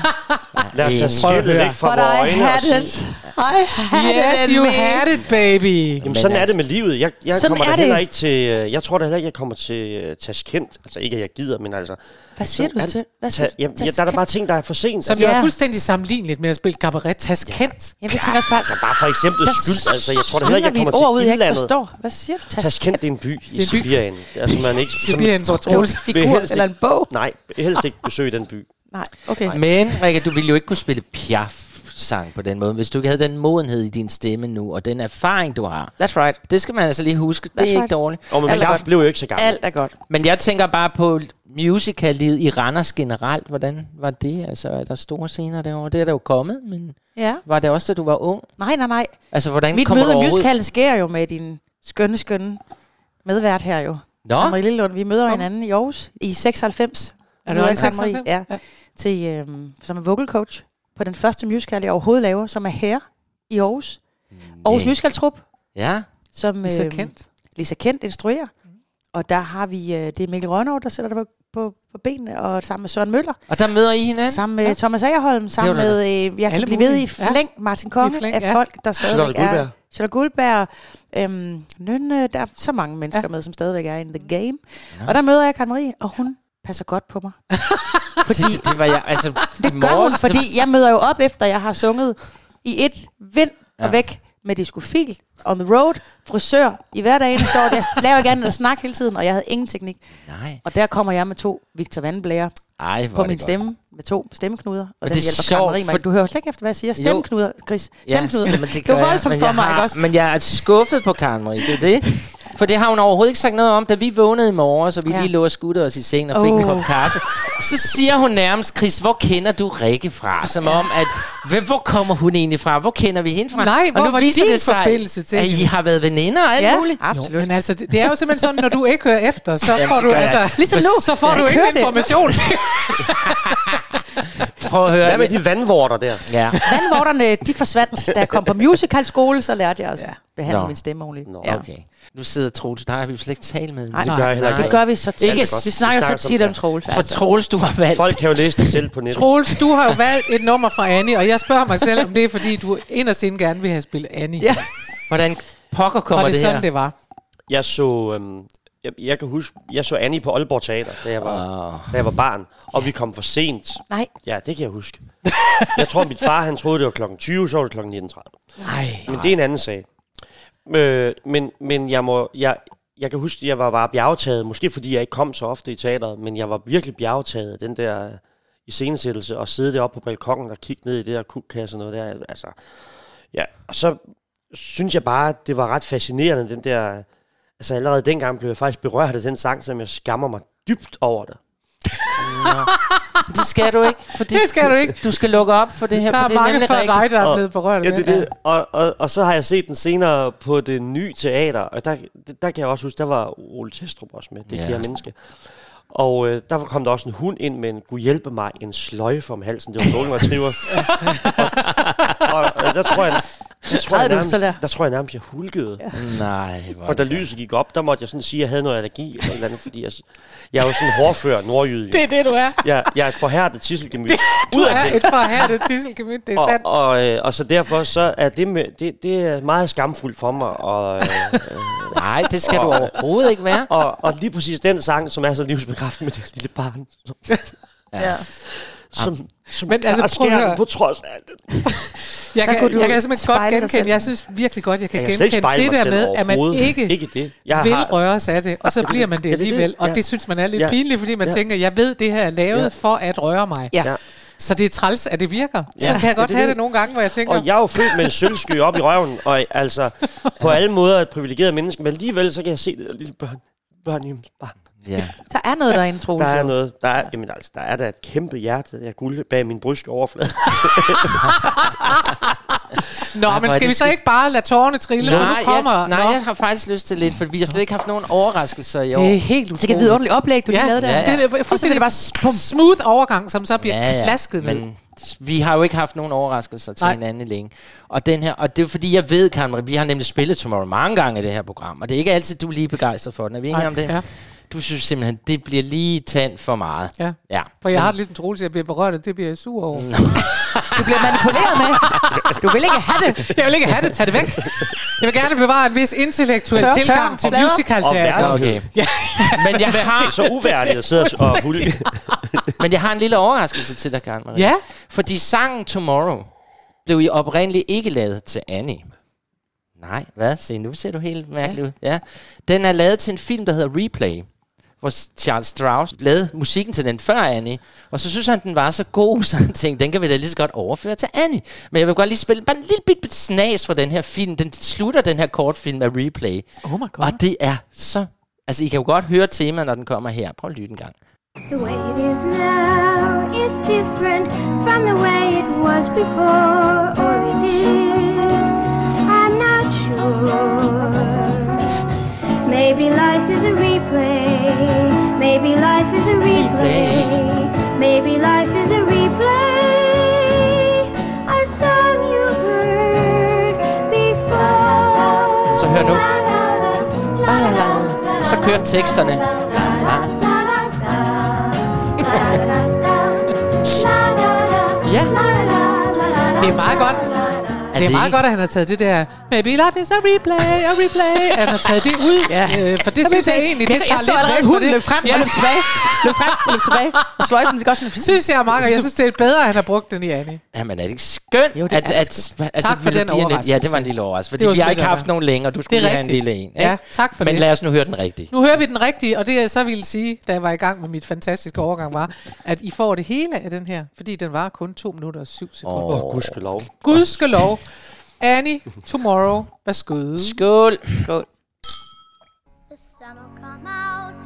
Speaker 4: Lad os da
Speaker 2: Prøv at
Speaker 4: skille
Speaker 3: høre.
Speaker 4: væk fra
Speaker 5: But
Speaker 4: vores
Speaker 5: I
Speaker 4: øjne og
Speaker 5: had
Speaker 4: sige,
Speaker 5: it. I had
Speaker 3: Yes,
Speaker 5: it in
Speaker 3: you
Speaker 5: me.
Speaker 3: had it, baby.
Speaker 4: Jamen,
Speaker 2: Men
Speaker 4: sådan er
Speaker 2: altså-
Speaker 4: det med livet. Jeg, jeg
Speaker 5: Sådan
Speaker 4: kommer da
Speaker 5: er
Speaker 4: heller
Speaker 5: det.
Speaker 4: ikke til... øh, Jeg tror da heller ikke, jeg kommer til uh, Tashkent. Altså, ikke at jeg gider, men altså...
Speaker 5: Hvad siger
Speaker 4: sådan er det.
Speaker 5: du til? Hvad
Speaker 4: Ta-
Speaker 5: siger du?
Speaker 4: jamen, ja, der er da bare ting, der er for sent.
Speaker 3: Som
Speaker 4: Altså,
Speaker 3: jo er
Speaker 5: Ja.
Speaker 3: fuldstændig sammenligneligt med at spille cabaret Taskendt.
Speaker 5: Jamen, jeg tænker også bare,
Speaker 4: altså, bare for eksempel skyld. Altså, jeg tror da heller ikke, jeg
Speaker 5: vi
Speaker 4: kommer
Speaker 5: et ord ud,
Speaker 4: til
Speaker 5: jeg ikke
Speaker 4: indlandet.
Speaker 5: forstår. Hvad siger du? Tas-
Speaker 4: Tashkent, det er en by
Speaker 3: er
Speaker 4: i
Speaker 3: en by.
Speaker 4: Sibirien. Altså, man ikke... som-
Speaker 3: Sibirien, hvor Troels
Speaker 5: en figur
Speaker 4: helst
Speaker 5: eller en bog?
Speaker 4: oh, Nej, helst ikke besøge den by.
Speaker 5: Nej, okay.
Speaker 2: Men, Rikke, du ville jo ikke kunne spille Piaf-sang på den måde, hvis du ikke havde den modenhed i din stemme nu, og den erfaring, du har.
Speaker 5: That's right.
Speaker 2: Det skal man altså lige huske. Det er
Speaker 5: That's
Speaker 2: ikke
Speaker 5: right.
Speaker 2: dårligt.
Speaker 4: Og men
Speaker 5: Alt er
Speaker 4: jeg
Speaker 5: godt.
Speaker 4: blev jo ikke så gammel.
Speaker 5: Alt er godt.
Speaker 2: Men jeg tænker bare på musicallivet i Randers generelt. Hvordan var det? Altså, er der store scener derovre? Det er der jo kommet, men
Speaker 5: Ja.
Speaker 2: var det også, da du var ung?
Speaker 5: Nej, nej, nej.
Speaker 2: Altså, hvordan
Speaker 5: Mit
Speaker 2: kommer
Speaker 5: møde
Speaker 2: du
Speaker 5: med
Speaker 2: overhovedet-
Speaker 5: musicalen sker jo med din skønne, skønne medvært her jo.
Speaker 2: Nå,
Speaker 5: Marie Lillelund, vi møder hinanden i Aarhus i 96.
Speaker 3: Er
Speaker 5: Vi
Speaker 3: det
Speaker 5: møder
Speaker 3: også
Speaker 5: Karen Marie,
Speaker 3: 96?
Speaker 5: Ja, til, øhm, som er vocal coach på den første musical, jeg overhovedet laver, som er her i Aarhus. Aarhus
Speaker 2: Nej.
Speaker 5: Musical Trup,
Speaker 2: Mm. ja.
Speaker 5: som
Speaker 3: Så
Speaker 5: øhm,
Speaker 3: kendt.
Speaker 5: Lisa Kent instruerer. Og der har vi, øh, det er Mikkel Rønnow, der sætter det på, på, på benene, og sammen med Søren Møller,
Speaker 2: Og der møder I hinanden?
Speaker 5: sammen med Thomas Agerholm,
Speaker 2: Det
Speaker 5: sammen
Speaker 2: var da-
Speaker 5: med, øh, jeg kan
Speaker 3: Alle
Speaker 5: blive ved i
Speaker 3: mulige. Ja.
Speaker 5: flæng, Martin Konge,
Speaker 3: flæng,
Speaker 5: af
Speaker 3: ja.
Speaker 5: folk, der stadigvæk
Speaker 4: Charlotte
Speaker 5: er...
Speaker 4: Guldberg.
Speaker 5: Charlotte Guldberg. Øhm, Nynne, der er så mange mennesker ja. med, som stadigvæk er in the game. Ja. Og der møder jeg Karen Marie, og hun passer godt på mig.
Speaker 2: Fordi... Ah, Det var jeg, altså, det i
Speaker 5: Gør hun,
Speaker 2: morges, fordi...
Speaker 5: fordi jeg møder jo op, efter jeg har sunget i et vind ja.
Speaker 2: Ja.
Speaker 5: og væk med diskofil, on the road, frisør. I hverdagen står det, jeg laver gerne at snakke hele tiden, og jeg havde ingen teknik.
Speaker 2: Nej,
Speaker 5: Og der kommer jeg med to Victor Vandblære
Speaker 2: ej, hvor
Speaker 5: på
Speaker 2: er det
Speaker 5: min
Speaker 2: godt.
Speaker 5: stemme, med to stemmeknuder. Og
Speaker 2: Men
Speaker 5: den
Speaker 2: det er
Speaker 5: hjælper
Speaker 2: sjovt,
Speaker 5: Karen Marie mig.
Speaker 2: for-
Speaker 5: Du hører slet ikke efter, hvad jeg siger. Stemmeknuder, Chris. Stemmeknuder.
Speaker 2: jamen,
Speaker 5: det,
Speaker 2: gør
Speaker 5: var
Speaker 2: jeg,
Speaker 5: voldsomt
Speaker 2: men
Speaker 5: for
Speaker 2: jeg
Speaker 5: mig,
Speaker 2: har,
Speaker 5: ikke også?
Speaker 2: Men jeg er skuffet på Karen Marie, det er det. For det har hun overhovedet ikke sagt noget om, da vi vågnede i morges, og vi
Speaker 5: Ja.
Speaker 2: ja. lige lå og skudte os i sengen og fik oh. en
Speaker 5: Åh.
Speaker 2: kop kaffe. Så siger hun nærmest, Chris, hvor kender du Rikke fra? Som om, at hvem, hvor kommer hun egentlig fra? Hvor kender vi hende fra?
Speaker 3: Nej, hvor
Speaker 2: og nu
Speaker 3: var
Speaker 2: viser
Speaker 3: din
Speaker 2: det sig,
Speaker 3: forbindelse til
Speaker 2: at
Speaker 3: hende?
Speaker 2: I har været veninder og alt
Speaker 5: Ja,
Speaker 2: muligt.
Speaker 3: Jo,
Speaker 5: absolut.
Speaker 3: men altså, det, det er jo simpelthen sådan, når du ikke hører efter, så får
Speaker 2: det
Speaker 3: du
Speaker 2: gør jeg.
Speaker 3: altså...
Speaker 5: Ligesom nu.
Speaker 3: Så får
Speaker 5: Jeg
Speaker 3: du
Speaker 5: kan
Speaker 3: ikke
Speaker 5: høre det.
Speaker 3: information.
Speaker 2: prøv at høre.
Speaker 4: Hvad med de vandvorter der?
Speaker 2: Ja.
Speaker 5: Vandvorterne, øh, de forsvandt, da jeg kom på musicalskole, så lærte jeg også ja. behandle
Speaker 2: Nå.
Speaker 5: min stemme ordentligt.
Speaker 4: Nå,
Speaker 5: ja.
Speaker 2: Okay. Nu sidder Troels, der har vi jo slet ikke talt med.
Speaker 5: Nej,
Speaker 4: Det gør jeg heller
Speaker 5: Det
Speaker 4: ikke.
Speaker 5: gør vi så tit.
Speaker 4: Ikke-
Speaker 5: Ikke, vi snakker
Speaker 4: snakker
Speaker 5: så
Speaker 4: som-
Speaker 5: tit om Troels. altså.
Speaker 2: For Troels, du har valgt.
Speaker 4: Folk kan jo læse det selv på nettet.
Speaker 3: Troels, du har jo valgt et nummer fra Annie, og jeg spørger mig selv, om det er, fordi du inderst inden gerne vil have spillet Annie.
Speaker 5: Ja.
Speaker 2: Hvordan pokker
Speaker 3: Var
Speaker 2: kommer
Speaker 3: det,
Speaker 2: det,
Speaker 3: det
Speaker 2: her?
Speaker 3: sådan, det var?
Speaker 4: Jeg så, øhm, jeg, jeg kan huske, jeg så Annie på Aalborg Teater, da jeg var,
Speaker 2: Åh.
Speaker 4: da jeg var barn. Og vi kom for sent.
Speaker 5: Nej,
Speaker 4: Ja, det kan jeg huske. jeg tror, min far han troede, det var klokken 20, så var det klokken 19.30.
Speaker 2: Nej.
Speaker 4: Men det er en anden sag. Øh, men, men jeg må... Jeg, jeg kan huske, at jeg var bare bjergtaget. Måske fordi jeg ikke kom så ofte i teateret, men jeg var virkelig bjergtaget. af Den der i scenesættelse og sidde deroppe på balkongen og kigge ned i det der kukkasse og noget der. Altså, ja, og så synes jeg bare, at det var ret fascinerende, den der... Altså allerede dengang blev jeg faktisk berørt af den sang, som jeg skammer mig dybt over det.
Speaker 2: Det skal du ikke. Fordi
Speaker 3: Det skal du ikke.
Speaker 2: Du skal lukke op for det her.
Speaker 3: Der
Speaker 2: for
Speaker 3: er
Speaker 2: det
Speaker 3: mange
Speaker 2: nemlig
Speaker 3: før
Speaker 2: rigtigt.
Speaker 3: dig, der er
Speaker 4: Og-
Speaker 3: blevet berørt
Speaker 4: Ja,
Speaker 3: af
Speaker 4: det, er det. Og, og, og så har jeg set den senere på det nye teater, og der, der kan jeg også huske, der var Ole Testrup også med, det
Speaker 2: Ja.
Speaker 4: ja. kære menneske. Og øh, der kom der også en hund ind med en, gud hjælpe mig, en sløjfe om halsen, det var en golden retriever. og, og, og der tror jeg, der tror jeg,
Speaker 5: Græd du
Speaker 4: nærmest,
Speaker 5: så der?
Speaker 4: der tror jeg nærmest, jeg hulkede. Ja.
Speaker 2: Nej, hvor
Speaker 4: Og da lyset gik op, der måtte jeg sådan sige, at jeg havde noget allergi eller et eller andet, fordi jeg, jeg er jo sådan en hårdfør nordjyde.
Speaker 3: Det
Speaker 4: jo.
Speaker 3: er det, du er.
Speaker 4: Jeg, jeg er et forhærdet tisselgemyt.
Speaker 3: Du er et forhærdet tisselgemyt, det er sandt.
Speaker 4: Og, og, øh, og så derfor så er det, med, det, det er meget skamfuldt for mig. Og, øh,
Speaker 2: Nej, det skal du overhovedet ikke være.
Speaker 4: og, og lige præcis den sang, som er så livsbekræftende med det lille barn. Som,
Speaker 5: Ja.
Speaker 4: som, som
Speaker 3: Men
Speaker 4: Men
Speaker 3: altså,
Speaker 4: altså,
Speaker 3: prøv at høre.
Speaker 4: skærmen på trods af det.
Speaker 3: Jeg kan,
Speaker 5: kunne du
Speaker 3: jeg kan simpelthen godt
Speaker 5: spejle dig
Speaker 3: genkende,
Speaker 5: selv.
Speaker 3: jeg synes virkelig godt, jeg kan
Speaker 4: Jeg kan slet ikke
Speaker 3: genkende
Speaker 4: spejle
Speaker 3: det
Speaker 4: mig
Speaker 3: der
Speaker 4: selv
Speaker 3: med, at man
Speaker 4: overhovedet.
Speaker 3: ikke,
Speaker 4: Ikke det. Jeg
Speaker 3: vil
Speaker 4: har-
Speaker 3: røre sig af det, og så bliver man
Speaker 4: Ja,
Speaker 3: det
Speaker 4: det er det.
Speaker 3: alligevel. Og
Speaker 4: Ja.
Speaker 3: det synes man er lidt
Speaker 4: Ja.
Speaker 3: pinligt, fordi man
Speaker 4: Ja.
Speaker 3: tænker, jeg ved, det her er lavet
Speaker 4: Ja.
Speaker 3: for at røre mig.
Speaker 5: Ja.
Speaker 4: Ja.
Speaker 3: Så det er træls, at det virker. Så
Speaker 4: Ja.
Speaker 3: kan jeg godt
Speaker 4: Ja, det er
Speaker 3: have
Speaker 4: det.
Speaker 3: det nogle gange, hvor jeg tænker,
Speaker 4: Og jeg er jo født med en sølvsky op i røven, og altså på alle måder et privilegeret menneske, men alligevel så kan jeg se det der lille børn. Børn, jamen, barn.
Speaker 2: Ja.
Speaker 5: Der er noget derinde, Troels.
Speaker 4: Der er noget. Der er, jamen, altså, der er da et kæmpe hjerte, jeg guld bag min bryske overflade.
Speaker 3: Nå,
Speaker 2: hvor
Speaker 3: men
Speaker 2: er
Speaker 3: skal
Speaker 2: det
Speaker 3: vi så
Speaker 2: skidt."
Speaker 3: ikke bare lade tårerne trille, for nu
Speaker 2: Nej,
Speaker 3: kommer...
Speaker 2: jeg, nej
Speaker 3: Nå.
Speaker 2: jeg har faktisk lyst til lidt, for vi har slet ikke haft nogen overraskelser i år.
Speaker 3: Det er helt utroligt.
Speaker 5: Det kan vide ordentligt oplæg, du
Speaker 3: Ja,
Speaker 5: lige lavede der.
Speaker 2: ja, ja.
Speaker 3: det er
Speaker 5: Og så er
Speaker 3: fuldstændig
Speaker 5: det
Speaker 3: bare spum.
Speaker 5: bare
Speaker 3: smooth overgang, som så bliver ja, ja. klasket med.
Speaker 2: men vi har jo ikke haft nogen overraskelser til
Speaker 3: Nej.
Speaker 2: Nej. hinanden længe. Og, den her, og det er jo fordi, jeg ved, Karen, Marie, vi har nemlig spillet Tomorrow mange gange i det her program, og det er ikke altid, du er lige begejstret for den. Er vi enige om det?
Speaker 3: ja.
Speaker 2: Du synes simpelthen, det bliver lige tændt for meget.
Speaker 3: Ja.
Speaker 2: ja.
Speaker 3: For jeg har lidt en troelse, jeg bliver berørt, og det bliver jeg sur over.
Speaker 5: Du bliver manipuleret med. Du vil ikke have det.
Speaker 3: Jeg vil ikke have det, tag det væk. Jeg vil gerne bevare en vis intellektuel
Speaker 5: Tør, tør,
Speaker 3: tilgang til
Speaker 5: flader.
Speaker 4: Og
Speaker 3: musicalteater.
Speaker 4: verden.
Speaker 2: Okay. men, jeg
Speaker 4: Det er
Speaker 2: har,
Speaker 4: så uværdigt at sidde og hulke.
Speaker 2: men jeg har en lille overraskelse til dig, Karen Marie.
Speaker 3: Ja,
Speaker 2: Fordi sangen Tomorrow blev i oprindeligt ikke lavet til Annie. Nej, hvad? Se, nu ser du helt mærkelig ud. Ja. Den er lavet til en film, der hedder Replay, hvor Charles Strauss lavede musikken til den før Annie, og så synes han, den var så god, så han tænkte, den kan vi da lige så godt overføre til Annie. Men jeg vil godt lige spille bare en lille bit, bit snas fra den her film. Den slutter den her kortfilm af Replay,
Speaker 3: Oh my god.
Speaker 2: og det er så... Altså, I kan jo godt høre temaet, når den kommer her. Prøv at lytte en gang.
Speaker 7: The way it is now is different from the way it was before, or is it? I'm not sure. Maybe life is a replay. Maybe life is a replay. Maybe life is a replay. A song you heard before.
Speaker 2: Så hør nu.
Speaker 7: La, la, la, la, la.
Speaker 2: Så kører teksterne. Ja.
Speaker 3: Det er meget godt.
Speaker 2: Er
Speaker 3: Det er
Speaker 2: det
Speaker 3: meget
Speaker 2: ikke-
Speaker 3: godt, at han har taget det der Maybe life is a replay, a replay At han har taget det ud ja. øh, For det synes jeg egentlig, det
Speaker 5: jeg, jeg
Speaker 3: tager
Speaker 5: så allerede
Speaker 3: lidt væk fra
Speaker 5: hunden
Speaker 3: det.
Speaker 5: løb frem
Speaker 3: ja.
Speaker 5: og løb tilbage. Løb frem og løb tilbage. Og sløjfen skal også sådan...
Speaker 3: synes jeg er meget godt. Jeg synes, det er bedre, at han har brugt den i Annie.
Speaker 2: Jamen, er det ikke skønt?
Speaker 3: Jo, det
Speaker 2: at,
Speaker 3: er
Speaker 2: at,
Speaker 3: skønt.
Speaker 2: at, altså,
Speaker 3: Tak for den
Speaker 2: melodierne-
Speaker 3: overraskelse.
Speaker 2: Ja, det var en lille overraskelse, fordi
Speaker 3: Det var
Speaker 2: vi har
Speaker 3: sødt
Speaker 2: ikke
Speaker 3: af
Speaker 2: haft
Speaker 3: dig.
Speaker 2: nogen længe, og du skulle
Speaker 3: Det er
Speaker 2: lige have en
Speaker 3: rigtigt.
Speaker 2: lille en. Ikke?
Speaker 3: Ja, tak for
Speaker 2: Men
Speaker 3: det.
Speaker 2: lad os nu høre den rigtige.
Speaker 3: Nu hører vi den rigtige, og det jeg så ville sige, da jeg var i gang med mit fantastiske overgang, var, at I får det hele af den her, fordi den var kun 2 minutter og 7 sekunder. Oh.
Speaker 4: Åh, oh, gudskelov.
Speaker 3: Gudskelov. Annie, tomorrow, hvad skøde.
Speaker 2: Skål!
Speaker 7: The sun will come out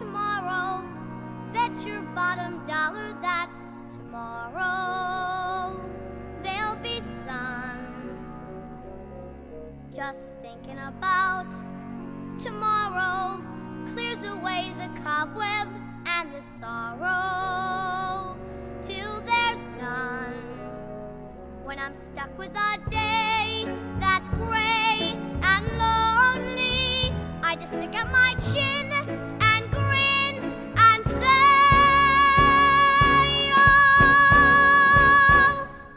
Speaker 7: tomorrow. Bet your bottom dollar that tomorrow there'll be sun. Just thinking about tomorrow clears away the cobwebs and the sorrow till there's when I'm stuck with a day that's grey and lonely. I just stick out my chin and grin and say, Oh,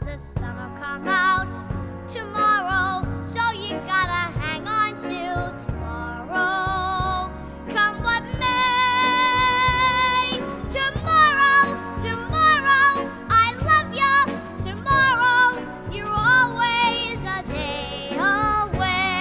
Speaker 7: the sun will come out tomorrow, so you gotta hang on till tomorrow. Come what may, tomorrow, tomorrow, I love you. Tomorrow, you're always a day away.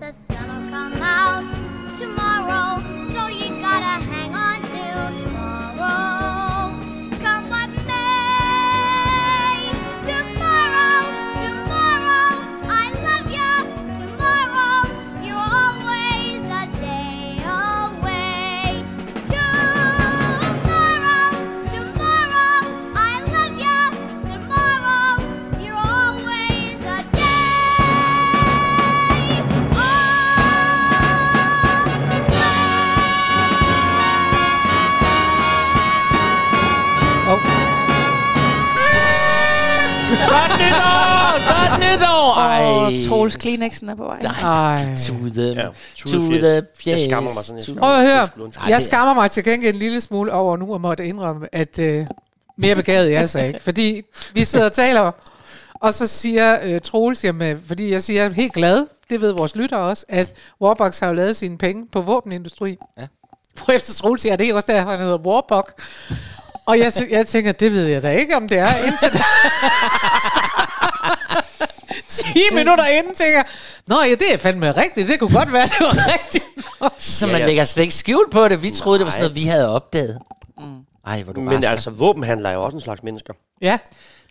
Speaker 7: The sun'll come out tomorrow, so you gotta hang on till tomorrow. Come what may, tomorrow, tomorrow, I love you. Tomorrow, you're always a day away. Tomorrow, tomorrow, I love you. Tomorrow, you're always a day.
Speaker 3: Oh,
Speaker 2: Godt nytår! Godt nytår! Ej.
Speaker 5: Og Troels Kleenexen er på vej.
Speaker 2: Ej. To the,
Speaker 4: Ja,
Speaker 2: to
Speaker 4: to the
Speaker 2: the
Speaker 4: fjes.
Speaker 2: fjes.
Speaker 4: Jeg skammer mig sådan, jeg
Speaker 2: To-
Speaker 4: skammer
Speaker 3: prøv at høre.
Speaker 4: Undskyld, undskyld.
Speaker 2: Ej,
Speaker 3: Jeg
Speaker 2: det-
Speaker 3: skammer mig til gengæld en lille smule over nu, og måtte indrømme, at øh, mere begavet er jeg så ikke. Fordi vi sidder og taler, og så siger øh, Troels, jamen, fordi jeg siger helt glad, det ved vores lytter også, at Warbucks har jo lavet sine penge på våbenindustri.
Speaker 2: Ja.
Speaker 3: Efter Troels siger, at det er også der, han hedder Warbuck. Og jeg, tæ- jeg tænker, det ved jeg da ikke, om det er indtil da. 10 minutter inden tænker jeg, Nå ja, det er fandme rigtigt. Det kunne godt være, det var rigtigt.
Speaker 2: Så
Speaker 4: Ja,
Speaker 2: man
Speaker 4: ja.
Speaker 2: lægger slet ikke skjul på det. Vi troede, det var sådan
Speaker 4: Nej.
Speaker 2: noget, vi havde opdaget.
Speaker 5: Mm.
Speaker 2: Ej, hvor du
Speaker 4: Men
Speaker 2: rasker.
Speaker 4: altså, våbenhandler er jo også en slags mennesker.
Speaker 3: Ja,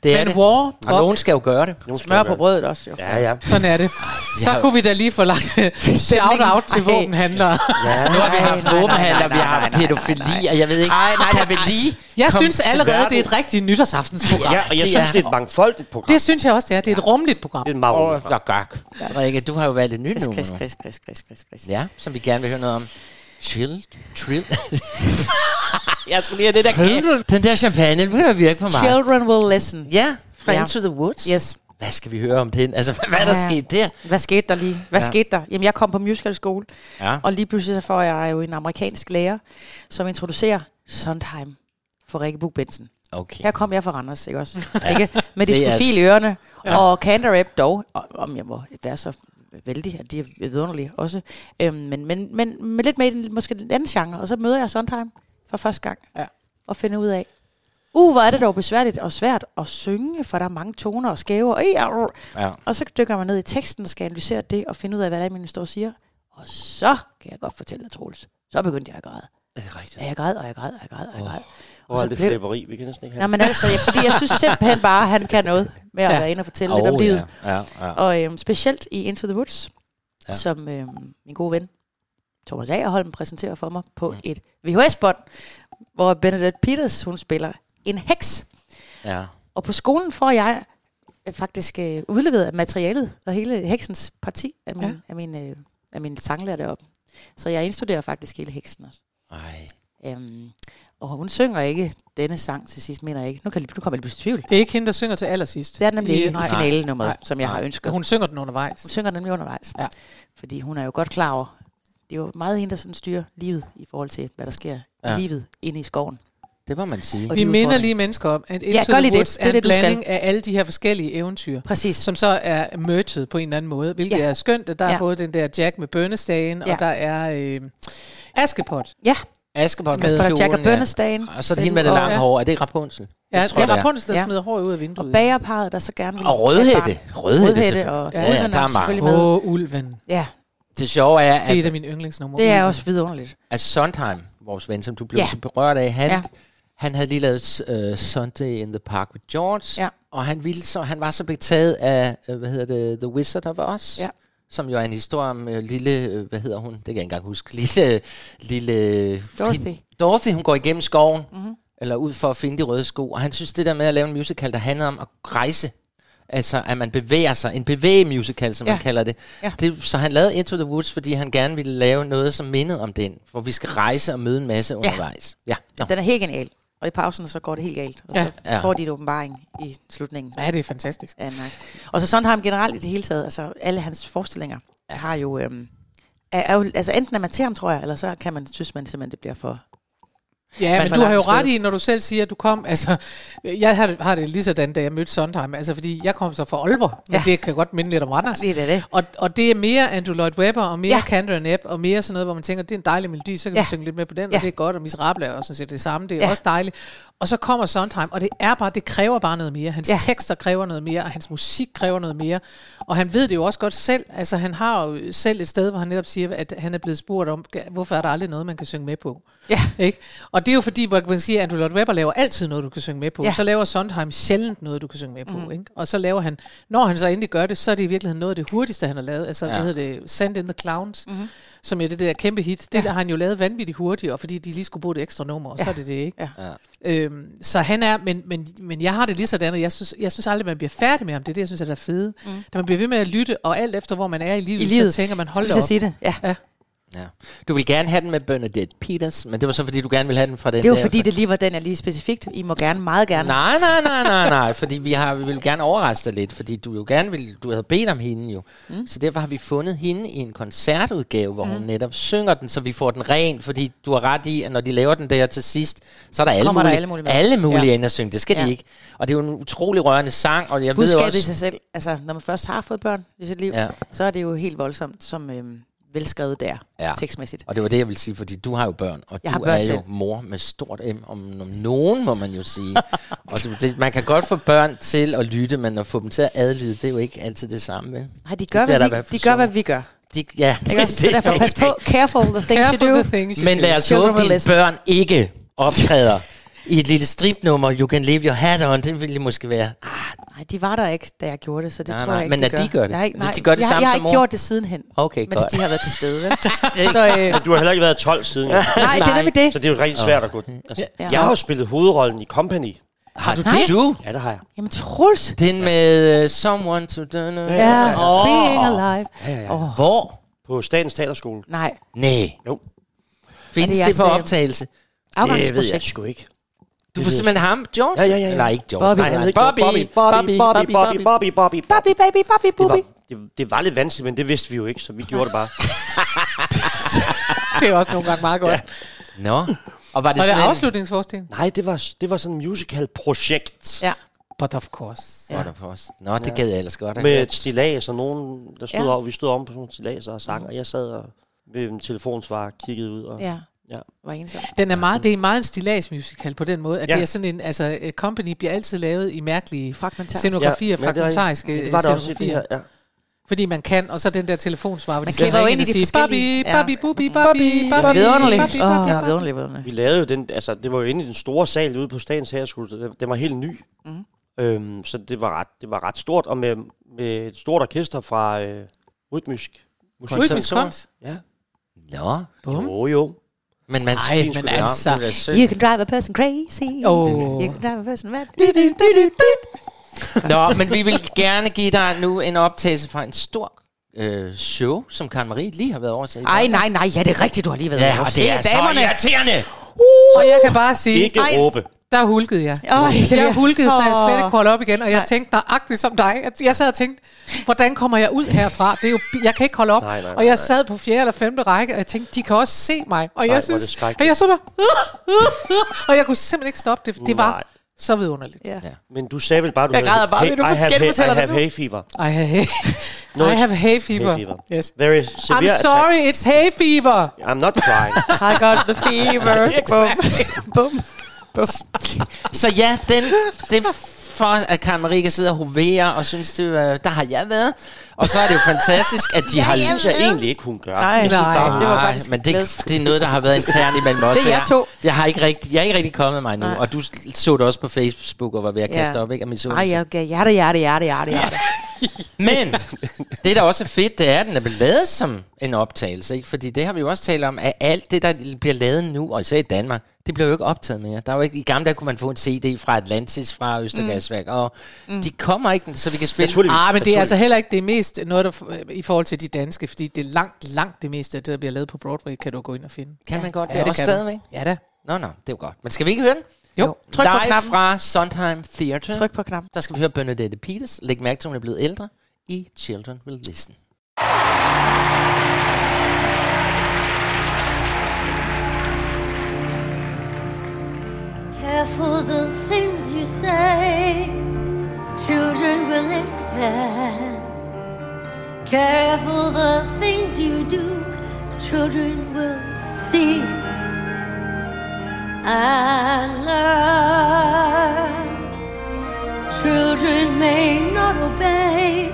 Speaker 2: det er
Speaker 3: men
Speaker 2: det.
Speaker 3: war,
Speaker 2: Og nogen skal jo gøre det.
Speaker 4: Nogen skal
Speaker 5: Smør
Speaker 4: jo
Speaker 5: på
Speaker 4: gøre det.
Speaker 5: brødet også, jo.
Speaker 4: Ja, ja.
Speaker 3: Sådan er det. Så
Speaker 2: Jeg har-
Speaker 3: kunne vi da lige få lagt øh, shout-out til
Speaker 5: Ej.
Speaker 3: våbenhandlere.
Speaker 2: Altså, nu har vi haft våbenhandler, vi har haft pædofili, og jeg ved ikke,
Speaker 5: Ej, nej, nej,
Speaker 2: pædoli.
Speaker 3: Jeg
Speaker 2: kom
Speaker 3: synes
Speaker 2: til
Speaker 3: allerede,
Speaker 2: verden.
Speaker 3: det er et rigtigt nytårsaftensprogram.
Speaker 4: ja og jeg
Speaker 2: det
Speaker 4: synes,
Speaker 2: er-
Speaker 4: det er et mangfoldigt program. Det,
Speaker 3: Det synes jeg også, det er. Det er et rummeligt program.
Speaker 4: er et meget
Speaker 2: Åh, så gak. Rikke, du har jo valgt et nyt
Speaker 5: Chris,
Speaker 2: nummer.
Speaker 5: Chris, Chris, Chris, Chris, Chris, Chris.
Speaker 2: Ja, som vi gerne vil høre noget om. Chill, trill.
Speaker 5: Jeg skal lige have det der
Speaker 2: Den der champagne, den begynder at virke på mig.
Speaker 5: Children will listen.
Speaker 2: Ja, fra
Speaker 5: Ja.
Speaker 2: Into the Woods.
Speaker 5: Yes.
Speaker 2: Hvad skal vi høre om den? Altså, hvad, hvad er der
Speaker 5: Ja.
Speaker 2: sket der?
Speaker 5: Hvad skete der lige? Hvad
Speaker 2: Ja.
Speaker 5: ja. skete der? Jamen, jeg kom på musicalskole,
Speaker 2: Ja.
Speaker 5: og lige pludselig så får jeg jo en amerikansk lærer, som introducerer Sondheim for Rikke Bug Benson.
Speaker 2: Okay.
Speaker 5: Her kom jeg fra Randers, ikke også? Ja. Ikke? Med de
Speaker 2: Det er
Speaker 5: profil
Speaker 2: s-
Speaker 5: i ørerne. Ja. Og Canderap dog, og- om jeg må være så vældig, at de er vidunderlige også. Øhm, men, men, men med lidt med i den, måske den anden genre. Og så møder jeg Sondheim for første gang.
Speaker 3: Ja.
Speaker 5: Og finder ud af, uh, hvor er det dog besværligt og svært at synge, for der er mange toner og skæve. Og, ja,
Speaker 2: Ja.
Speaker 5: og så dykker man ned i teksten og skal analysere det og finde ud af, hvad der er, min står og siger. Og så kan jeg godt fortælle dig, Troels. Så begyndte jeg at græde.
Speaker 2: Er det rigtigt?
Speaker 5: Ja, jeg græd, og jeg græd, og jeg græd, og jeg græd.
Speaker 4: Hvor er det flæberi? Vi kan næsten ikke
Speaker 5: Nej,
Speaker 4: have
Speaker 5: men altså, jeg, fordi jeg synes simpelthen bare, at han kan noget med at
Speaker 3: Ja.
Speaker 5: være inde og fortælle oh, lidt om
Speaker 2: Åh,
Speaker 5: livet.
Speaker 2: ja. ja, ja.
Speaker 5: Og øhm, specielt i Into the Woods,
Speaker 2: Ja.
Speaker 5: ja. som øhm, min gode ven Thomas Agerholm præsenterer for mig på mm. et VHS-bånd, hvor Benedict Peters, hun spiller en heks.
Speaker 2: ja.
Speaker 5: Og på skolen får jeg øh, faktisk øh, udleveret materialet og hele heksens parti af min,
Speaker 3: Ja.
Speaker 5: ja. af min, øh, af min sanglærer deroppe. Så jeg indstuderer faktisk hele heksen også.
Speaker 2: Ej.
Speaker 5: Øhm, og hun synger ikke denne sang til sidst, mener jeg ikke. Nu, kan, jeg lige- nu kommer jeg lige pludselig i tvivl.
Speaker 3: Det er ikke hende, der synger til allersidst.
Speaker 5: Det er nemlig ikke
Speaker 3: nej.
Speaker 5: finalenummeret,
Speaker 3: Nej.
Speaker 5: som jeg har
Speaker 2: Nej.
Speaker 5: ønsket. Hun
Speaker 3: Hun synger den undervejs.
Speaker 5: synger nemlig undervejs.
Speaker 3: Ja.
Speaker 5: Fordi hun er jo godt klar over, det er jo meget hende, der sådan styrer livet i forhold til, hvad der sker
Speaker 2: Ja. Mm.
Speaker 5: ja. i livet inde i skoven.
Speaker 2: Det må man sige.
Speaker 5: Og
Speaker 3: Vi
Speaker 5: de
Speaker 3: minder
Speaker 5: udfordringer.
Speaker 3: lige mennesker om, at Into
Speaker 5: Ja, gør
Speaker 3: the
Speaker 5: lige det.
Speaker 3: Woods
Speaker 5: Det er
Speaker 3: er en
Speaker 5: det, du skal.
Speaker 3: blanding af alle de her forskellige eventyr.
Speaker 5: Præcis.
Speaker 3: Som så er merged på en eller anden måde, hvilket
Speaker 5: Ja.
Speaker 3: er skønt, at der er
Speaker 5: Ja.
Speaker 3: både den der Jack med bønnestagen,
Speaker 5: Ja.
Speaker 3: og der er øh, Askepot.
Speaker 5: Ja,
Speaker 2: Askepot med
Speaker 3: Altså,
Speaker 5: så er der Jack og
Speaker 2: kjolen, ja.
Speaker 5: Bønnestagen.
Speaker 2: Og så er det hende med det
Speaker 5: og-
Speaker 2: lange
Speaker 3: Ja.
Speaker 2: hår. Er det Rapunzel?
Speaker 3: Ja,
Speaker 2: tror,
Speaker 3: det
Speaker 2: det
Speaker 3: er
Speaker 2: er.
Speaker 3: Rapunzel, der
Speaker 5: Ja.
Speaker 3: smider håret ud af vinduet.
Speaker 5: Og bagerparet, der så gerne vil...
Speaker 2: Og rødhætte.
Speaker 5: have
Speaker 2: Rødhætte,
Speaker 5: Rødhætte
Speaker 2: selvfølgelig.
Speaker 5: og-
Speaker 2: ja, ja,
Speaker 5: Ulven
Speaker 2: der
Speaker 5: er
Speaker 2: er mange.
Speaker 5: selvfølgelig-
Speaker 3: Åh,
Speaker 5: med.
Speaker 3: oh, ulven.
Speaker 5: barn. Ja,
Speaker 2: Det sjove er,
Speaker 3: Det er et
Speaker 2: at,
Speaker 3: af mine yndlingsnumre.
Speaker 5: det er
Speaker 3: Ulven.
Speaker 5: også vidunderligt.
Speaker 2: at Sondheim, vores ven, som du blev
Speaker 5: Ja.
Speaker 2: så berørt af, han,
Speaker 5: Ja.
Speaker 2: han havde lige lavet uh, Sunday in the Park with George,
Speaker 5: Ja.
Speaker 2: og han, ville så, han var så betaget af, øh, hvad hedder det, The Wizard of Oz,
Speaker 5: Ja.
Speaker 2: som jo er en historie om øh, lille, øh, hvad hedder hun, det kan jeg ikke engang huske, lille, lille
Speaker 5: Dorothy.
Speaker 2: Pin- Dorothy, hun går igennem
Speaker 3: Mhm.
Speaker 2: skoven, mm-hmm. eller ud for at finde de røde sko, og han synes det der med at lave en musical, der handlede om at rejse, Altså, at man bevæger sig. En bevægemusical, som
Speaker 5: Ja.
Speaker 2: man kalder det.
Speaker 5: Ja.
Speaker 2: det. Så han lavede Into the Woods, fordi han gerne ville lave noget, som mindede om den. Hvor vi skal rejse og møde en masse undervejs. Ja. Nå.
Speaker 5: Den er helt genial. Og i pausen, så går det helt galt. Og så
Speaker 2: Ja.
Speaker 5: ja. får de et åbenbaring i slutningen.
Speaker 3: Ja, det er fantastisk.
Speaker 5: Ja, nej. Og så Sondheim generelt i det hele taget, altså alle hans forestillinger har jo, øhm, er, er jo, altså enten er man til ham, tror jeg, eller så kan man, synes man simpelthen, det bliver for...
Speaker 3: Ja,
Speaker 5: Man
Speaker 3: men
Speaker 5: får
Speaker 3: du har jo
Speaker 5: langt
Speaker 3: ret
Speaker 5: spil.
Speaker 3: i, når du selv siger, at du kom. Altså, jeg har, har det lige sådan, da jeg mødte Sondheim. Altså, fordi jeg kom så fra Aalborg, men
Speaker 5: Ja.
Speaker 3: det kan godt minde lidt om Randers.
Speaker 5: Det er det.
Speaker 3: Og, og det er mere Andrew Lloyd Webber, og mere
Speaker 5: Ja.
Speaker 3: ja. Cantor and Ebb, og mere sådan noget, hvor man tænker, det er en dejlig melodi, så kan ja.
Speaker 5: Ja.
Speaker 3: du synge lidt med på den, og
Speaker 5: Ja.
Speaker 3: det er godt, og Miserable er også sådan set det samme, det er
Speaker 5: Ja.
Speaker 3: ja. også dejligt. Og så kommer Sondheim, og det er bare, det kræver bare noget mere. Hans
Speaker 5: Ja.
Speaker 3: ja. tekster kræver noget mere, og hans musik kræver noget mere. Og han ved det jo også godt selv. Altså, han har jo selv et sted, hvor han netop siger, at han er blevet spurgt om, hvorfor er der aldrig noget, man kan synge med på?
Speaker 5: Ja.
Speaker 3: Ikke? Og det er jo fordi, hvor man siger, at Andrew Lloyd Webber laver altid noget, du kan synge med på.
Speaker 5: Ja.
Speaker 3: Ja. Så laver Sondheim sjældent noget, du kan synge med på.
Speaker 5: Mhm.
Speaker 3: Mm. Ikke? Og så laver han, når han så endelig gør det, så er det i virkeligheden noget af det hurtigste, han har lavet. Altså,
Speaker 2: Ja.
Speaker 3: ja. hvad hedder det? Send in the Clowns,
Speaker 5: Mhm.
Speaker 3: mm-hmm. som er det der kæmpe hit. Det har han jo lavet vanvittigt hurtigt, og fordi de lige skulle bruge et ekstra nummer, og ja. så er det det, ikke?
Speaker 5: Ja.
Speaker 3: Øhm, så han er, men, men, men jeg har det lige sådan, og jeg synes, jeg synes aldrig, man bliver færdig med ham. Det er det, jeg synes er det fede. Mm. Da man bliver ved med at lytte, og alt efter, hvor man er i livet,
Speaker 5: Mhm. I livet.
Speaker 3: så tænker man, hold
Speaker 5: Hold
Speaker 3: da
Speaker 5: så
Speaker 3: op.
Speaker 5: sige det. Ja.
Speaker 3: Ja.
Speaker 2: Ja. Du vil gerne have den med Bernadette Peters, men det var så, fordi du gerne vil have den fra den
Speaker 5: Det er
Speaker 2: der-
Speaker 5: jo fordi, det lige var den, jeg lige specifikt. I må gerne, meget gerne.
Speaker 2: Nej, nej, nej, nej, nej, fordi vi, har, vi vil gerne overraske dig lidt, fordi du jo gerne vil, du havde bedt om hende jo. Mm. Så derfor har vi fundet hende i en koncertudgave, hvor mm. hun netop synger den, så vi får den ren, fordi du har ret i, at når de laver den der til sidst, så er der alle
Speaker 5: Kommer der
Speaker 2: mulige,
Speaker 5: alle mulige med.
Speaker 2: alle mulige
Speaker 5: Ja.
Speaker 2: inde og synge, det skal ja.
Speaker 5: Ja.
Speaker 2: de ikke. Og det er jo en utrolig rørende sang, og jeg ved
Speaker 5: Budskabet i
Speaker 2: også...
Speaker 5: sig selv. Altså, når man først har fået børn i sit liv,
Speaker 2: Ja.
Speaker 5: ja. så er det jo helt voldsomt, som øhm, velskrevet der,
Speaker 2: Ja.
Speaker 5: ja. tekstmæssigt.
Speaker 2: Og det var det, jeg ville sige, fordi du har jo børn, og
Speaker 5: Jeg
Speaker 2: du
Speaker 5: har børn
Speaker 2: er jo
Speaker 5: selv.
Speaker 2: mor med stort M, om, om nogen må man jo sige. og du, det, man kan godt få børn til at lytte, men at få dem til at adlyde, det er jo ikke altid det samme, vel?
Speaker 5: Nej, de gør,
Speaker 2: Det er der i
Speaker 5: hvad
Speaker 2: hvert fald
Speaker 5: vi, de gør,
Speaker 2: så.
Speaker 5: hvad vi gør.
Speaker 2: De, ja,
Speaker 5: Ikke også? Så derfor pas på. Careful the things
Speaker 3: Careful
Speaker 5: you do.
Speaker 3: the things you
Speaker 2: Men
Speaker 3: do.
Speaker 2: lad os
Speaker 5: Children
Speaker 2: håbe, at
Speaker 5: will
Speaker 2: dine
Speaker 5: listen.
Speaker 2: børn ikke optræder i et lille stripnummer, You Can Leave Your Hat On, det ville det måske være.
Speaker 5: Nej, de var der ikke, da jeg gjorde det, så det
Speaker 2: Nej,
Speaker 5: tror
Speaker 2: nej,
Speaker 5: jeg ikke,
Speaker 2: men at de gør det.
Speaker 5: Jeg har ikke,
Speaker 2: Hvis
Speaker 5: nej,
Speaker 2: de gør det
Speaker 5: jeg,
Speaker 2: samme
Speaker 5: jeg har
Speaker 2: som
Speaker 5: ikke
Speaker 2: mor.
Speaker 5: gjort det sidenhen,
Speaker 2: Okay,
Speaker 5: mens
Speaker 2: godt.
Speaker 5: de har været til stede. Vel? så, øh,
Speaker 4: Du har heller ikke været 12 siden. jo.
Speaker 5: nej, det er nemlig det.
Speaker 4: Så det er jo rigtig svært at gå. Altså, jeg har jo spillet hovedrollen i Company.
Speaker 2: Har du det? Du?
Speaker 4: Ja, det har jeg.
Speaker 5: Ah, Jamen, Truls.
Speaker 2: Den med uh, Someone to... Dun, dun.
Speaker 5: Ja,
Speaker 2: Åh.
Speaker 5: being alive.
Speaker 2: Hvor?
Speaker 4: På Statens Teaterskole.
Speaker 5: Nej,
Speaker 2: Nej.
Speaker 4: Jo.
Speaker 2: Findes
Speaker 5: Er
Speaker 2: det, det
Speaker 5: det
Speaker 2: på
Speaker 5: jeres, øh,
Speaker 2: optagelse?
Speaker 4: Det ved jeg
Speaker 5: afgangsprojekt.
Speaker 4: sgu ikke.
Speaker 2: Du får simpelthen ham, George?
Speaker 4: Ja, ja, ja, ja.
Speaker 2: Nej, ikke George.
Speaker 4: Bobby.
Speaker 2: Nej, han hedder
Speaker 4: Bobby, Bobby, Bobby, Bobby, Bobby, Bobby, Bobby, Bobby.
Speaker 5: Bobby, baby, Bobby,
Speaker 4: Det
Speaker 5: Bobby.
Speaker 4: var, det, det var lidt vanskeligt, men det vidste vi jo ikke, så vi gjorde det bare.
Speaker 3: Det er også nogle gange meget godt. Ja.
Speaker 2: Nå. Og var det,
Speaker 3: Og det
Speaker 2: sådan
Speaker 3: er
Speaker 2: en-
Speaker 3: afslutningsforskning.
Speaker 4: Nej, det var, det var sådan et musical-projekt.
Speaker 5: Ja.
Speaker 3: But of course.
Speaker 2: Nå, der på os. Nå, det gad jeg ellers godt.
Speaker 4: Med
Speaker 2: Med...
Speaker 4: et stilas, og nogen, der stod
Speaker 5: Ja.
Speaker 4: ja. over, vi stod om på sådan nogle stilaser og
Speaker 3: Mm.
Speaker 4: sang, og jeg sad og ved min telefonsvar kiggede ud. Og,
Speaker 5: Ja,
Speaker 4: Ja.
Speaker 5: var ensom.
Speaker 3: Den er meget, det er meget en stillagsmusical på den måde, at ja.
Speaker 4: Ja.
Speaker 3: det er sådan en, altså øh, Company bliver altid lavet i mærkelige
Speaker 5: Fragmentarisk.
Speaker 3: scenografier,
Speaker 4: men
Speaker 3: ja,
Speaker 4: det var-
Speaker 3: fragmentariske
Speaker 4: Det var det også i det
Speaker 3: scenografier,
Speaker 4: her, ja.
Speaker 3: fordi man kan, og så den der telefonsvar, hvor
Speaker 5: Man
Speaker 3: de skal
Speaker 5: klipper jo
Speaker 3: ringe
Speaker 5: ind i
Speaker 3: ind og
Speaker 5: de
Speaker 3: sige,
Speaker 5: forskellige-
Speaker 3: Bobby,
Speaker 5: ja.
Speaker 3: Bobby, Bobby, Bobby, Bobby,
Speaker 5: Vidunderligt.
Speaker 3: Bobby,
Speaker 5: Åh,
Speaker 3: Bobby, Bobby.
Speaker 5: vidunderligt, vidunderligt.
Speaker 4: Vi lavede jo den, altså det var jo inde i den store sal ude på Statens Herreskole, så den- den var helt ny.
Speaker 5: Mm-hmm.
Speaker 4: Mm. Øhm, så det var, ret, det var ret stort, og med, med et stort orkester fra øh, rytmisk musik.
Speaker 3: Rytmisk kunst.
Speaker 4: Ja.
Speaker 2: Nå.
Speaker 3: Bum.
Speaker 4: Jo, jo.
Speaker 2: Men man
Speaker 3: Ej, men altså.
Speaker 5: You can drive a person crazy.
Speaker 2: Oh.
Speaker 3: Åh.
Speaker 5: You can drive a person mad.
Speaker 2: Nå, men vi vil gerne give dig nu en optagelse fra en stor øh, show, som Karen Marie lige har været over til.
Speaker 5: Ej, nej, nej, ja, det er rigtigt, du har lige været
Speaker 2: Ja,
Speaker 5: der.
Speaker 2: og
Speaker 5: Se
Speaker 2: det er
Speaker 5: damerne.
Speaker 2: så irriterende.
Speaker 3: Og jeg kan bare sige,
Speaker 4: Ikke
Speaker 5: Ej,
Speaker 4: råbe.
Speaker 3: der hulkede jeg.
Speaker 5: Øj, det
Speaker 3: Jeg
Speaker 5: er-
Speaker 3: hulkede, så jeg slet
Speaker 5: Åh.
Speaker 3: ikke kunne holde op igen, og jeg tænkte nøjagtigt som dig. Jeg- Jeg sad og tænkte, hvordan kommer jeg ud herfra? Det er jo, jeg kan ikke holde op.
Speaker 4: Nej, nej, nej,
Speaker 3: og
Speaker 4: nej.
Speaker 3: jeg sad på fjerde eller femte række, og jeg tænkte, de kan også se mig. Og
Speaker 4: hvor er
Speaker 3: jeg
Speaker 4: det
Speaker 3: synes,
Speaker 4: skrækkeligt.
Speaker 3: og jeg stod der, og jeg kunne simpelthen ikke stoppe det. for Det var
Speaker 4: Nej.
Speaker 3: så vidunderligt.
Speaker 5: Ja.
Speaker 4: Men du sagde vel bare, du
Speaker 5: Jeg græder bare, vil du
Speaker 4: I have, I
Speaker 5: genfortæller det
Speaker 4: have
Speaker 5: nu?
Speaker 4: hay fever.
Speaker 3: I have hay,
Speaker 4: No,
Speaker 3: I
Speaker 4: it's
Speaker 3: have hay
Speaker 4: Hay
Speaker 3: fever.
Speaker 4: fever.
Speaker 3: Yes.
Speaker 4: Very severe
Speaker 3: I'm sorry, it's hay fever.
Speaker 4: attack. I'm not crying.
Speaker 5: I got the fever. Bum. Bum.
Speaker 2: Så ja, den, det er for, at Karen Marie kan sidde og hovere og synes, det, øh, der har jeg været. Og så er det jo fantastisk, at de har...
Speaker 4: Det synes jeg egentlig ikke, hun gør.
Speaker 5: Nej,
Speaker 3: Nej.
Speaker 5: nej, det var
Speaker 2: Nej,
Speaker 5: faktisk
Speaker 2: men
Speaker 5: glædes-
Speaker 2: det, det er noget, der har været internt imellem os.
Speaker 3: Det er jer
Speaker 2: Jeg-
Speaker 3: to.
Speaker 2: Jeg, har ikke rigtig, jeg er ikke rigtig kommet mig nu,
Speaker 5: Nej.
Speaker 2: og du så det også på Facebook og var ved at
Speaker 5: Ja.
Speaker 2: kaste op, ikke? Af min
Speaker 5: Ej, jeg gav hjerte, hjerte, hjerte, hjerte, hjerte.
Speaker 2: Men det, der også er fedt, det er, at den er blevet lavet som en optagelse. Ikke? Fordi det har vi jo også talt om, at alt det, der bliver lavet nu, og især i Danmark, det bliver jo ikke optaget mere. Der er jo ikke, I gamle dage kunne man få en CD fra Atlantis, fra Østergasværk, mm. og mm. de kommer ikke, så vi kan spille
Speaker 4: Naturligvis.
Speaker 3: Ah, men det er
Speaker 4: Naturligvis.
Speaker 3: altså heller ikke det mest noget, der, f- øh, i forhold til de danske, fordi det er langt, langt det meste af det, der bliver lavet på Broadway, kan du gå ind og finde.
Speaker 2: Kan man godt?
Speaker 3: Ja,
Speaker 2: det er også
Speaker 3: kan du.
Speaker 2: stadigvæk.
Speaker 3: Ja da.
Speaker 2: Nå, nå, det er jo godt. Men skal vi ikke høre den?
Speaker 3: Jo,
Speaker 5: Tryk på
Speaker 2: Live
Speaker 5: knappen.
Speaker 2: fra Sondheim Theatre.
Speaker 5: Tryk på knappen.
Speaker 2: Der skal vi høre Bernadette Peters. Læg mærke til, at hun er blevet ældre i Children Will Listen.
Speaker 8: Careful the things you say, children will listen. Careful the things you do, children will see. And learn. Children may not obey,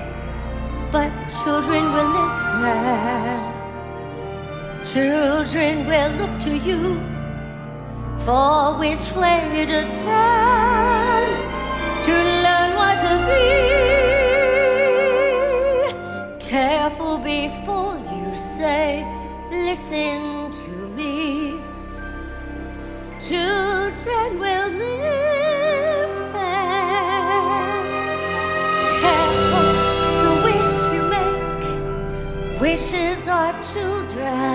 Speaker 8: but children will listen. Children will look to you for which way to turn to learn what to be. Careful before you say, Listen to me. Children will listen. Careful the wish you make. Wishes are children.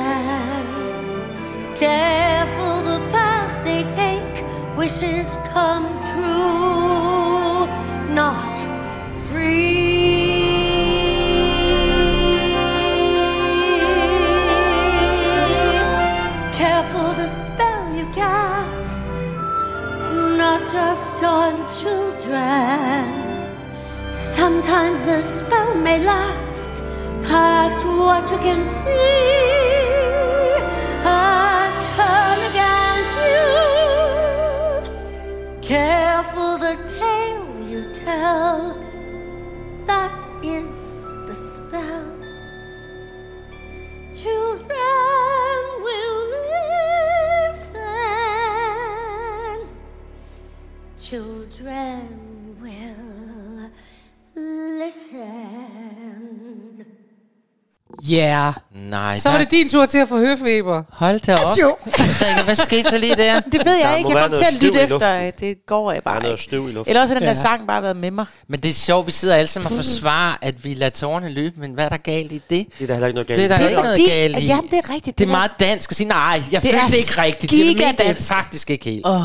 Speaker 8: Careful the path they take, wishes come true, not free. Careful the spell you cast, not just on children. Sometimes the spell may last past what you can see. I turn against you. Careful the tale you tell. That is the spell. Children will listen. Children will listen.
Speaker 3: Ja. Yeah.
Speaker 2: Nej,
Speaker 3: Så var det din tur til at få høfeber.
Speaker 2: Hold da op. Rikke, hvad skete der lige der?
Speaker 5: Det ved jeg
Speaker 4: Der
Speaker 5: ikke.
Speaker 4: må
Speaker 5: Jeg
Speaker 4: være
Speaker 5: kommer
Speaker 4: noget
Speaker 5: til at lytte
Speaker 4: støv i
Speaker 5: efter.
Speaker 4: luften.
Speaker 5: øh, Det går jeg
Speaker 4: Der er
Speaker 5: bare
Speaker 4: noget
Speaker 5: ikke.
Speaker 4: støv i luften.
Speaker 5: Eller også har den der
Speaker 3: Ja.
Speaker 5: sang bare været med mig.
Speaker 2: Men det er sjovt, vi sidder alle sammen og forsvarer, at vi lader tårerne løbe, men hvad er der galt i det?
Speaker 4: Det er der heller ikke noget
Speaker 2: Det er
Speaker 4: galt.
Speaker 2: der
Speaker 4: i.
Speaker 5: Det
Speaker 2: ikke
Speaker 5: er
Speaker 2: noget
Speaker 5: fordi,
Speaker 2: galt
Speaker 5: at-
Speaker 2: i.
Speaker 5: jamen, det er rigtigt.
Speaker 2: Det er
Speaker 5: Det er-
Speaker 2: meget dansk at sige, nej, jeg
Speaker 5: Det
Speaker 2: følte
Speaker 5: er
Speaker 2: det ikke rigtigt. Det er men det er
Speaker 5: gigadansk.
Speaker 2: faktisk ikke helt. Oh.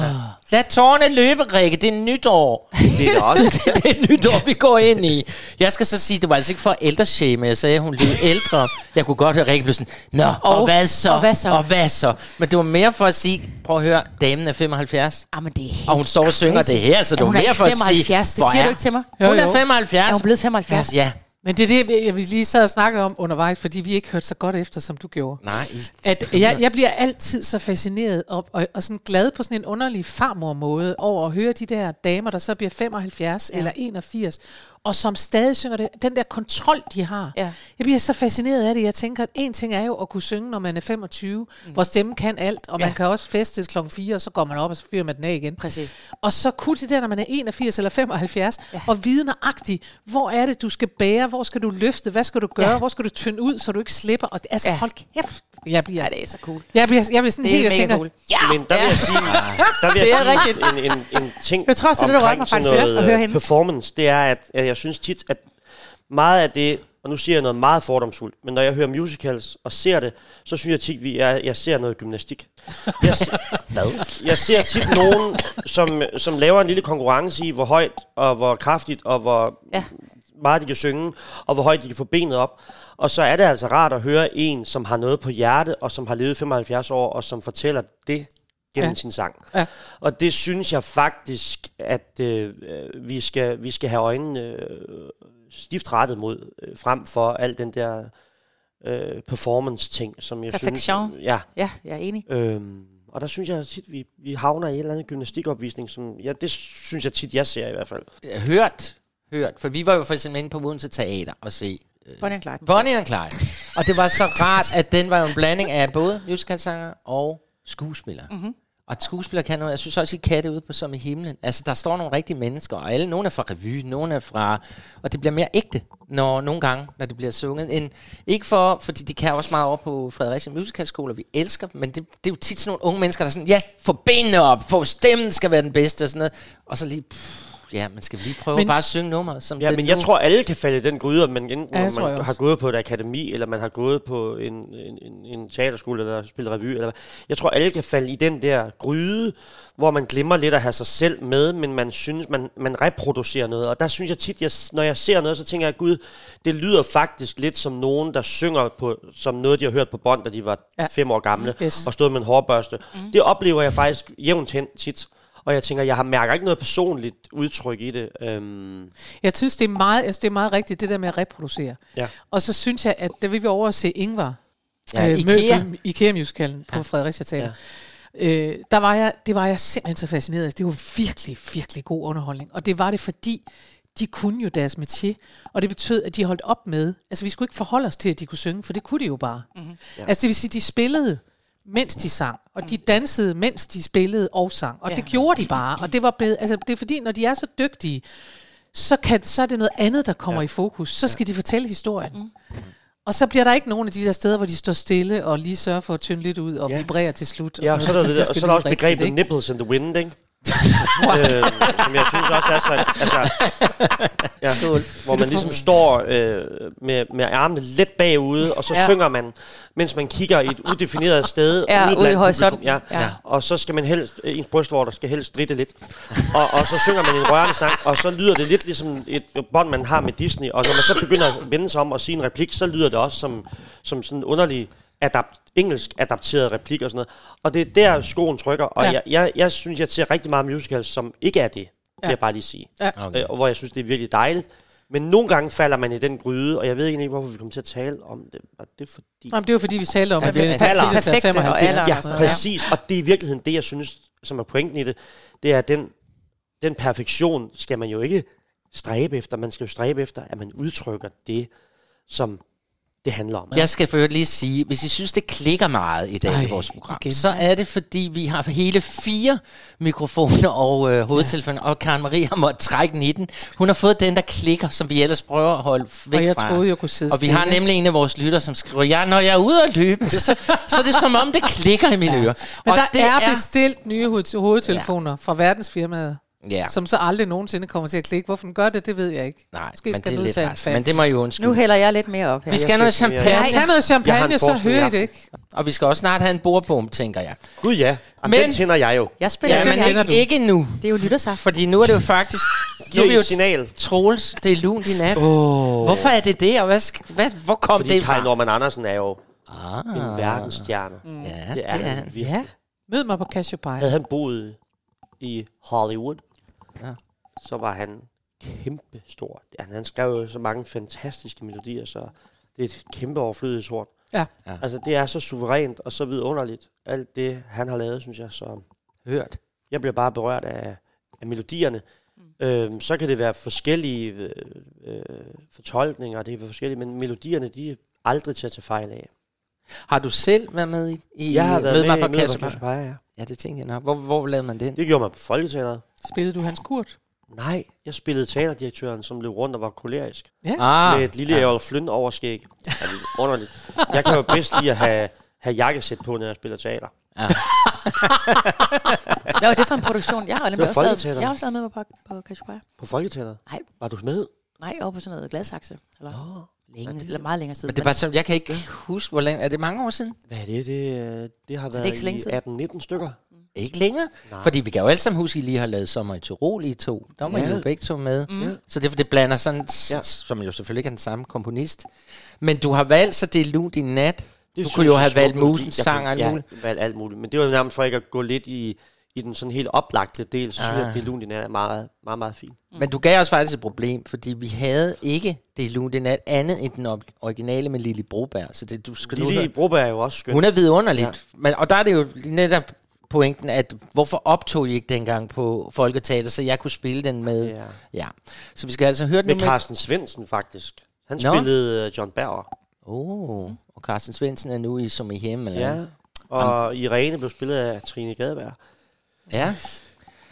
Speaker 2: Lad tårerne løbe, Rikke. Det er nytår.
Speaker 4: Det er der også.
Speaker 2: det er nytår, vi går ind i. Jeg skal så sige, det var altså ikke for ældreshame. Jeg sagde, at hun lød ældre. Jeg kunne godt høre Rikke blive sådan, nå, og, og,
Speaker 5: Og-
Speaker 2: hvad så?
Speaker 5: og hvad så?
Speaker 2: Og hvad så? Men det var mere for at sige, prøv at høre, damen er 75.
Speaker 5: Ah, men det er helt
Speaker 2: Og hun står og synger
Speaker 5: crazy.
Speaker 2: det her, så
Speaker 5: Ja,
Speaker 2: det var
Speaker 5: hun er
Speaker 2: mere
Speaker 5: ikke
Speaker 2: for at sige,
Speaker 5: 75. Det
Speaker 2: hvor
Speaker 5: siger
Speaker 2: er-
Speaker 5: du ikke til mig.
Speaker 3: Jo,
Speaker 2: Hun er
Speaker 3: jo.
Speaker 2: 75.
Speaker 5: Er hun blevet 75?
Speaker 2: Ja.
Speaker 3: Men det er det, jeg- vi lige sad og snakkede om undervejs, fordi vi ikke hørte så godt efter, som du gjorde.
Speaker 2: Nej, I-
Speaker 3: At jeg, jeg bliver altid så fascineret og, og, og sådan glad på sådan en underlig farmor-måde over at høre de der damer, der så bliver 75 ja. eller 81, og som stadig synger det, den der kontrol, de har.
Speaker 5: Ja.
Speaker 3: Jeg bliver så fascineret af det. Jeg tænker, at en ting er jo at kunne synge, når man er 25, mm. hvor stemmen kan alt, og ja. man kan også feste til klokken 4, og så går man op, og så fyrer man den af igen.
Speaker 5: Præcis.
Speaker 3: Og så kunne det der, når man er 81 eller 75, ja. og vidneragtig, hvor er det, du skal bære, hvor skal du løfte, hvad skal du gøre, ja. hvor skal du tynde ud, så du ikke slipper. Og, det- altså, ja.
Speaker 5: Ja.
Speaker 3: hold kæft, jeg bliver,
Speaker 5: Ja, det er så cool.
Speaker 3: jeg bliver, jeg bliver sådan
Speaker 5: Det er
Speaker 3: helt, jeg
Speaker 5: mega
Speaker 3: tænker,
Speaker 5: cool.
Speaker 4: Men der vil jeg sige, der vil
Speaker 5: Det er
Speaker 4: jeg sige en, en, en ting
Speaker 5: Jeg tror også, det er det, du rørte mig
Speaker 4: sådan øh,
Speaker 5: faktisk ved at høre hende.
Speaker 4: performance, det er, at, at jeg synes tit, at meget af det, og nu siger jeg noget meget fordomsfuldt, men når jeg hører musicals og ser det, så synes jeg tit, at jeg, jeg ser noget gymnastik. Jeg, se- jeg ser tit nogen, som, som laver en lille konkurrence i, hvor højt og hvor kraftigt og hvor
Speaker 5: Ja.
Speaker 4: meget de kan synge, og hvor højt de kan få benet op. Og så er det altså rart at høre en, som har noget på hjerte, og som har levet 75 år, og som fortæller det gennem
Speaker 3: Ja.
Speaker 4: ja. sin sang.
Speaker 3: Ja.
Speaker 4: Og det synes jeg faktisk, at øh, vi, skal, vi skal have øjnene øh, stift rettet mod, øh, frem for al den der øh, performance-ting, som jeg
Speaker 5: Perfektion.
Speaker 4: synes... Ja.
Speaker 5: Ja, jeg er enig.
Speaker 4: Øhm, og der synes jeg tit, vi, vi havner i en eller anden gymnastikopvisning, som ja, det synes jeg tit, jeg ser i hvert fald.
Speaker 2: Øh, hørt, hørt, for vi var jo for eksempel inde på Odense Teater og se øh,
Speaker 5: Bonnie and Clyde.
Speaker 2: Bonnie and Clyde.
Speaker 5: Mhm.
Speaker 2: Og det var så rart, at den var jo en blanding af både musicalsanger og skuespiller. Mm-hmm. Og at skuespillere kan noget. Jeg synes også, I kan det ude på som i himlen. Altså, der står nogle rigtige mennesker, og alle, nogle er fra revy, nogle er fra... Og det bliver mere ægte, når nogle gange, når det bliver sunget. End, ikke for, fordi de kan også meget over på Fredericia Musicalskole, og vi elsker dem, men det, det, er jo tit sådan nogle unge mennesker, der er sådan, ja, få benene op, få stemmen skal være den bedste, og sådan noget. Og så lige, pff, ja, man skal lige prøve men,
Speaker 3: Men-
Speaker 2: bare at synge nummer. Som
Speaker 4: Ja,
Speaker 2: det
Speaker 4: men jeg
Speaker 2: nu-
Speaker 4: tror, alle kan falde i den gryde, om man enten
Speaker 3: Ja,
Speaker 4: ja,
Speaker 3: det tror jeg
Speaker 4: man har
Speaker 3: også.
Speaker 4: gået på et akademi, eller man har gået på en, en, en, en teaterskole, eller spillet revy. Eller hvad. jeg tror, alle kan falde i den der gryde, hvor man glemmer lidt at have sig selv med, men man synes, man, man reproducerer noget. Og der synes jeg tit, jeg, når jeg ser noget, så tænker jeg, gud, det lyder faktisk lidt som nogen, der synger på, som noget, de har hørt på bånd, da de var
Speaker 3: Ja.
Speaker 4: ja. fem år gamle,
Speaker 3: Yes. Mhm.
Speaker 4: yes. og stod med en hårbørste. Mm. Det oplever jeg faktisk jævnt hen tit. Og jeg tænker, jeg har mærker ikke noget personligt udtryk i det. Øhm,
Speaker 3: Jeg synes, det er meget, altså, det er meget rigtigt, det der med at reproducere.
Speaker 4: ja.
Speaker 3: Og så synes jeg, at der vil vi over og se Ingvar.
Speaker 2: Ja,
Speaker 3: øh,
Speaker 2: Ikea.
Speaker 3: Møbel- IKEA-musicalen på ja. Fredericia Teater. Ja. Øh, der var jeg, det var jeg simpelthen så fascineret af. Det var virkelig, virkelig god underholdning. Og det var det, fordi de kunne jo deres métier, og det betød, at de holdt op med, altså vi skulle ikke forholde os til, at de kunne synge, for det kunne de jo bare. Mm-hmm. Ja. Altså det vil sige, de spillede, mens de sang, og de dansede, mens de spillede og sang, og ja. det gjorde de bare, og det var blevet, altså det er fordi, når de er så dygtige, så, kan, så er det noget andet, der kommer ja. i fokus. Så skal ja. de fortælle historien. Mm. Og så bliver der ikke nogen af de der steder, hvor de står stille og lige sørger for at tynde lidt ud og ja. vibrere til slut.
Speaker 4: Ja, og så
Speaker 3: sådan
Speaker 4: er der,
Speaker 3: noget,
Speaker 4: det
Speaker 3: fordi
Speaker 4: der,
Speaker 3: det
Speaker 4: og så er
Speaker 3: skal
Speaker 4: der også
Speaker 3: lyde rigtigt,
Speaker 4: begrebet
Speaker 3: ikke?
Speaker 4: nipples in the wind, ikke? øh, som jeg synes også er så... Altså, ja, hvor man ligesom står øh, med, med armene lidt bagude, og så
Speaker 5: Ja.
Speaker 4: ja. synger man, mens man kigger i et udefineret sted.
Speaker 5: Ja,
Speaker 4: ude
Speaker 5: ude i
Speaker 4: blandt
Speaker 5: horisonten.
Speaker 4: publikum, Ja.
Speaker 5: Ja.
Speaker 4: ja. Og så skal man helst, øh, ens brystvorter skal helst dritte lidt. Og, og så synger man en rørende sang, og så lyder det lidt ligesom et bånd, man har med Disney. Og når man så begynder at vende sig om og sige en replik, så lyder det også som, som sådan en underlig adapt, engelsk adapteret replik og sådan noget. Og det er der, skoen trykker. Og
Speaker 3: Ja.
Speaker 4: ja. jeg, jeg, jeg synes, jeg ser rigtig meget musicals, som ikke er det, vil
Speaker 3: Ja.
Speaker 4: jeg bare lige sige.
Speaker 2: Okay.
Speaker 4: Øh, og hvor jeg synes, det er virkelig dejligt. Men nogle gange falder man i den gryde, og jeg ved egentlig ikke, hvorfor vi kommer til at tale om det. Var det fordi...
Speaker 3: Jamen, det var fordi, vi talte om,
Speaker 2: Ja,
Speaker 3: at det er
Speaker 2: det er
Speaker 3: en
Speaker 5: perfekte
Speaker 3: perfekte
Speaker 5: og alderen
Speaker 4: Ja,
Speaker 5: og sådan noget, ja.
Speaker 4: præcis. Og det er i virkeligheden det, jeg synes, som er pointen i det, det er, at den, den perfektion skal man jo ikke stræbe efter. Man skal jo stræbe efter, at man udtrykker det, som det handler om.
Speaker 2: Jeg skal for øvrigt lige sige, hvis I synes, det klikker meget i dag Ej,
Speaker 3: Ej,
Speaker 2: i vores program, igen.
Speaker 3: igen.
Speaker 2: så er det, fordi vi har hele fire mikrofoner og øh, hovedtelefoner, og Karen Marie har måttet trække den i den. Hun har fået den, der klikker, som vi ellers prøver at holde væk
Speaker 3: Og jeg
Speaker 2: fra.
Speaker 3: troede, jeg kunne sidde
Speaker 2: og vi har
Speaker 3: stille.
Speaker 2: nemlig en af vores lytter, som skriver, ja, når jeg er ude at løbe, så, så er det som om, det klikker i mine ja. ører.
Speaker 3: Men
Speaker 2: og
Speaker 3: der
Speaker 2: det
Speaker 3: er, er bestilt nye ho- hovedtelefoner ja. fra verdensfirmaet,
Speaker 2: Ja,
Speaker 3: ja. som så aldrig nogensinde kommer til at klikke. Hvorfor den gør det, det ved jeg ikke.
Speaker 2: nej,
Speaker 3: Måske
Speaker 2: men
Speaker 3: skal
Speaker 2: det er
Speaker 3: den
Speaker 2: lidt
Speaker 3: udtage en
Speaker 2: rest.
Speaker 3: fat.
Speaker 2: Men det må I undskylde.
Speaker 5: Nu hælder jeg lidt mere op her.
Speaker 2: vi skal have noget champagne,
Speaker 3: Tag noget
Speaker 4: Jeg har
Speaker 3: champagne,
Speaker 4: en
Speaker 3: så
Speaker 4: forestilling
Speaker 3: hører
Speaker 4: i
Speaker 3: I det ikke.
Speaker 2: og vi skal også snart have en bordbom, tænker jeg.
Speaker 4: Gud ja, Jamen,
Speaker 2: Men-
Speaker 4: den tænder jeg jo.
Speaker 5: Jeg spiller
Speaker 2: Ja,
Speaker 5: den
Speaker 2: men
Speaker 5: her.
Speaker 3: tænder
Speaker 2: ikke,
Speaker 3: du.
Speaker 2: ikke nu,
Speaker 5: Det er jo nytårsaften.
Speaker 2: fordi nu er det jo faktisk... nu
Speaker 4: Giver
Speaker 2: er vi
Speaker 4: I
Speaker 2: jo
Speaker 4: et signal?
Speaker 2: Troels, det er lunt i nat. Oh. Hvorfor er det det, og hvad, sk- hvad, hvor kom
Speaker 4: Fordi
Speaker 2: det fra?
Speaker 4: Kai Norman Andersen er jo
Speaker 2: Ah, Mm.
Speaker 4: en verdensstjerne.
Speaker 2: ja,
Speaker 4: Det er han virkelig.
Speaker 2: ja.
Speaker 3: Mød mig på Cassiopeia.
Speaker 4: Havde han boet i Hollywood,
Speaker 2: Ja.
Speaker 4: ja. så var han kæmpe stor. Han, han skrev jo så mange fantastiske melodier, så det er et kæmpe overflødighedshorn.
Speaker 3: Ja.
Speaker 2: Ja.
Speaker 4: Altså, det er så suverænt og så vidunderligt. Alt det, han har lavet, synes jeg, så...
Speaker 2: hørt.
Speaker 4: Jeg bliver bare berørt af, af melodierne. Mm. Øhm, så kan det være forskellige øh, øh, fortolkninger, det er forskellige, men melodierne, de er aldrig til at tage fejl af.
Speaker 2: Har du selv været med i, i
Speaker 4: Jeg har været
Speaker 2: med,
Speaker 4: med,
Speaker 2: mig på
Speaker 4: i Møde
Speaker 2: Kasper?
Speaker 4: Kassepaja, ja.
Speaker 2: Ja, det tænkte jeg nok. Hvor, hvor lavede man den?
Speaker 4: Det gjorde man på Folketeateret.
Speaker 3: Spillede du Hans Kurt?
Speaker 4: Nej, jeg spillede teaterdirektøren, som løb rundt og var kolerisk.
Speaker 2: Ah,
Speaker 4: med et lille ja. Errol Flynn overskæg. Altså, underligt. Jeg kan jo bedst lide at have, have jakkesæt på, når jeg spiller teater.
Speaker 5: Hvad var det for en produktion? Jeg har nemlig
Speaker 4: var
Speaker 5: også lavet,
Speaker 4: Folketeateren.
Speaker 5: jeg har også lavet med mig på, på Cassiopeia.
Speaker 4: På Folketeateret?
Speaker 5: Nej.
Speaker 4: Var du med?
Speaker 5: Nej, over på sådan noget gladsakse. Eller, længe, eller meget længere siden.
Speaker 2: men det var sådan, jeg kan ikke huske, hvor længe. Er det mange år siden?
Speaker 4: Hvad er det? Det, øh, det har været
Speaker 5: ikke så længe siden.
Speaker 4: i 18-19 stykker.
Speaker 2: Mm. Ikke længere. Nej. Fordi vi kan jo alle sammen huske, at I lige har lavet Sommer i Tirol i to. Der var ja. I jo begge to med. Mm. Så det, det blander sådan, ja.
Speaker 4: Ja.
Speaker 2: som jo selvfølgelig ikke er den samme komponist. Men du har valgt, så det er lunt i nat.
Speaker 4: Det
Speaker 2: du
Speaker 4: synes
Speaker 2: kunne jo
Speaker 4: jeg
Speaker 2: have
Speaker 4: sjovt
Speaker 2: valgt
Speaker 4: melodi.
Speaker 2: musens
Speaker 4: Jeg
Speaker 2: sang
Speaker 4: kunne-
Speaker 2: og alt
Speaker 4: ja,
Speaker 2: muligt.
Speaker 4: valgt alt muligt. Men det var jo nærmest for ikke at gå lidt i, i den sådan helt oplagte del. Så synes
Speaker 2: Ah.
Speaker 4: jeg, at det lun, er meget, meget, meget fint.
Speaker 2: Men du gav os faktisk et problem, fordi vi havde ikke det er lunt i nat andet end den op- originale med Lili Broberg. Så det, du skal nu
Speaker 4: Lille
Speaker 2: høre.
Speaker 4: Broberg er jo også skøn.
Speaker 2: Hun er vidunderligt. Ja. Men, og der er det jo netop pointen, at hvorfor optog I ikke dengang på Folketeater, så jeg kunne spille den med... Ja.
Speaker 4: Ja.
Speaker 2: ja. Så vi skal altså høre den nu
Speaker 4: Med Carsten Svendsen, faktisk. Han
Speaker 2: Nå.
Speaker 4: spillede øh, John Berger.
Speaker 2: Oh, og Carsten Svendsen er nu i Som i Hjemme. Eller?
Speaker 4: Ja. Og Irene blev spillet af Trine Gadeberg.
Speaker 2: Ja.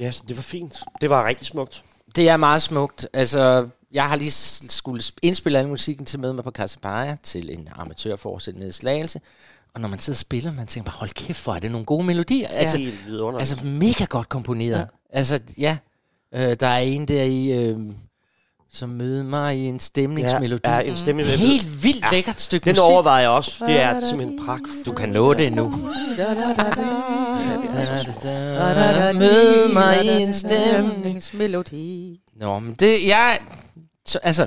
Speaker 4: Ja, så det var fint. Det var rigtig smukt.
Speaker 2: Det er meget smukt. Altså, jeg har lige s- skulle sp- indspille al musikken til med mig på Casabaya til en amatørforestilling nede i Slagelse. Og når man sidder og spiller, man tænker bare, hold kæft, hvor er det nogle gode melodier. Ja. Altså,
Speaker 4: Helt vidunderligt.
Speaker 2: altså mega godt komponeret. Ja. Altså, ja. Øh, der er en der i, øh, som mødte mig i en stemningsmelodi.
Speaker 4: Ja,
Speaker 2: Ja,
Speaker 4: ja, en stemme.
Speaker 2: ja. Helt vildt ja. lækkert stykke
Speaker 4: Den
Speaker 2: musik.
Speaker 4: overvejer jeg også. Det er simpelthen pragtfuldt.
Speaker 2: Du kan nå det nu. Mød mig i en stemning.
Speaker 5: Stemningsmelodi.
Speaker 2: Nå, men det, jeg... Så, altså,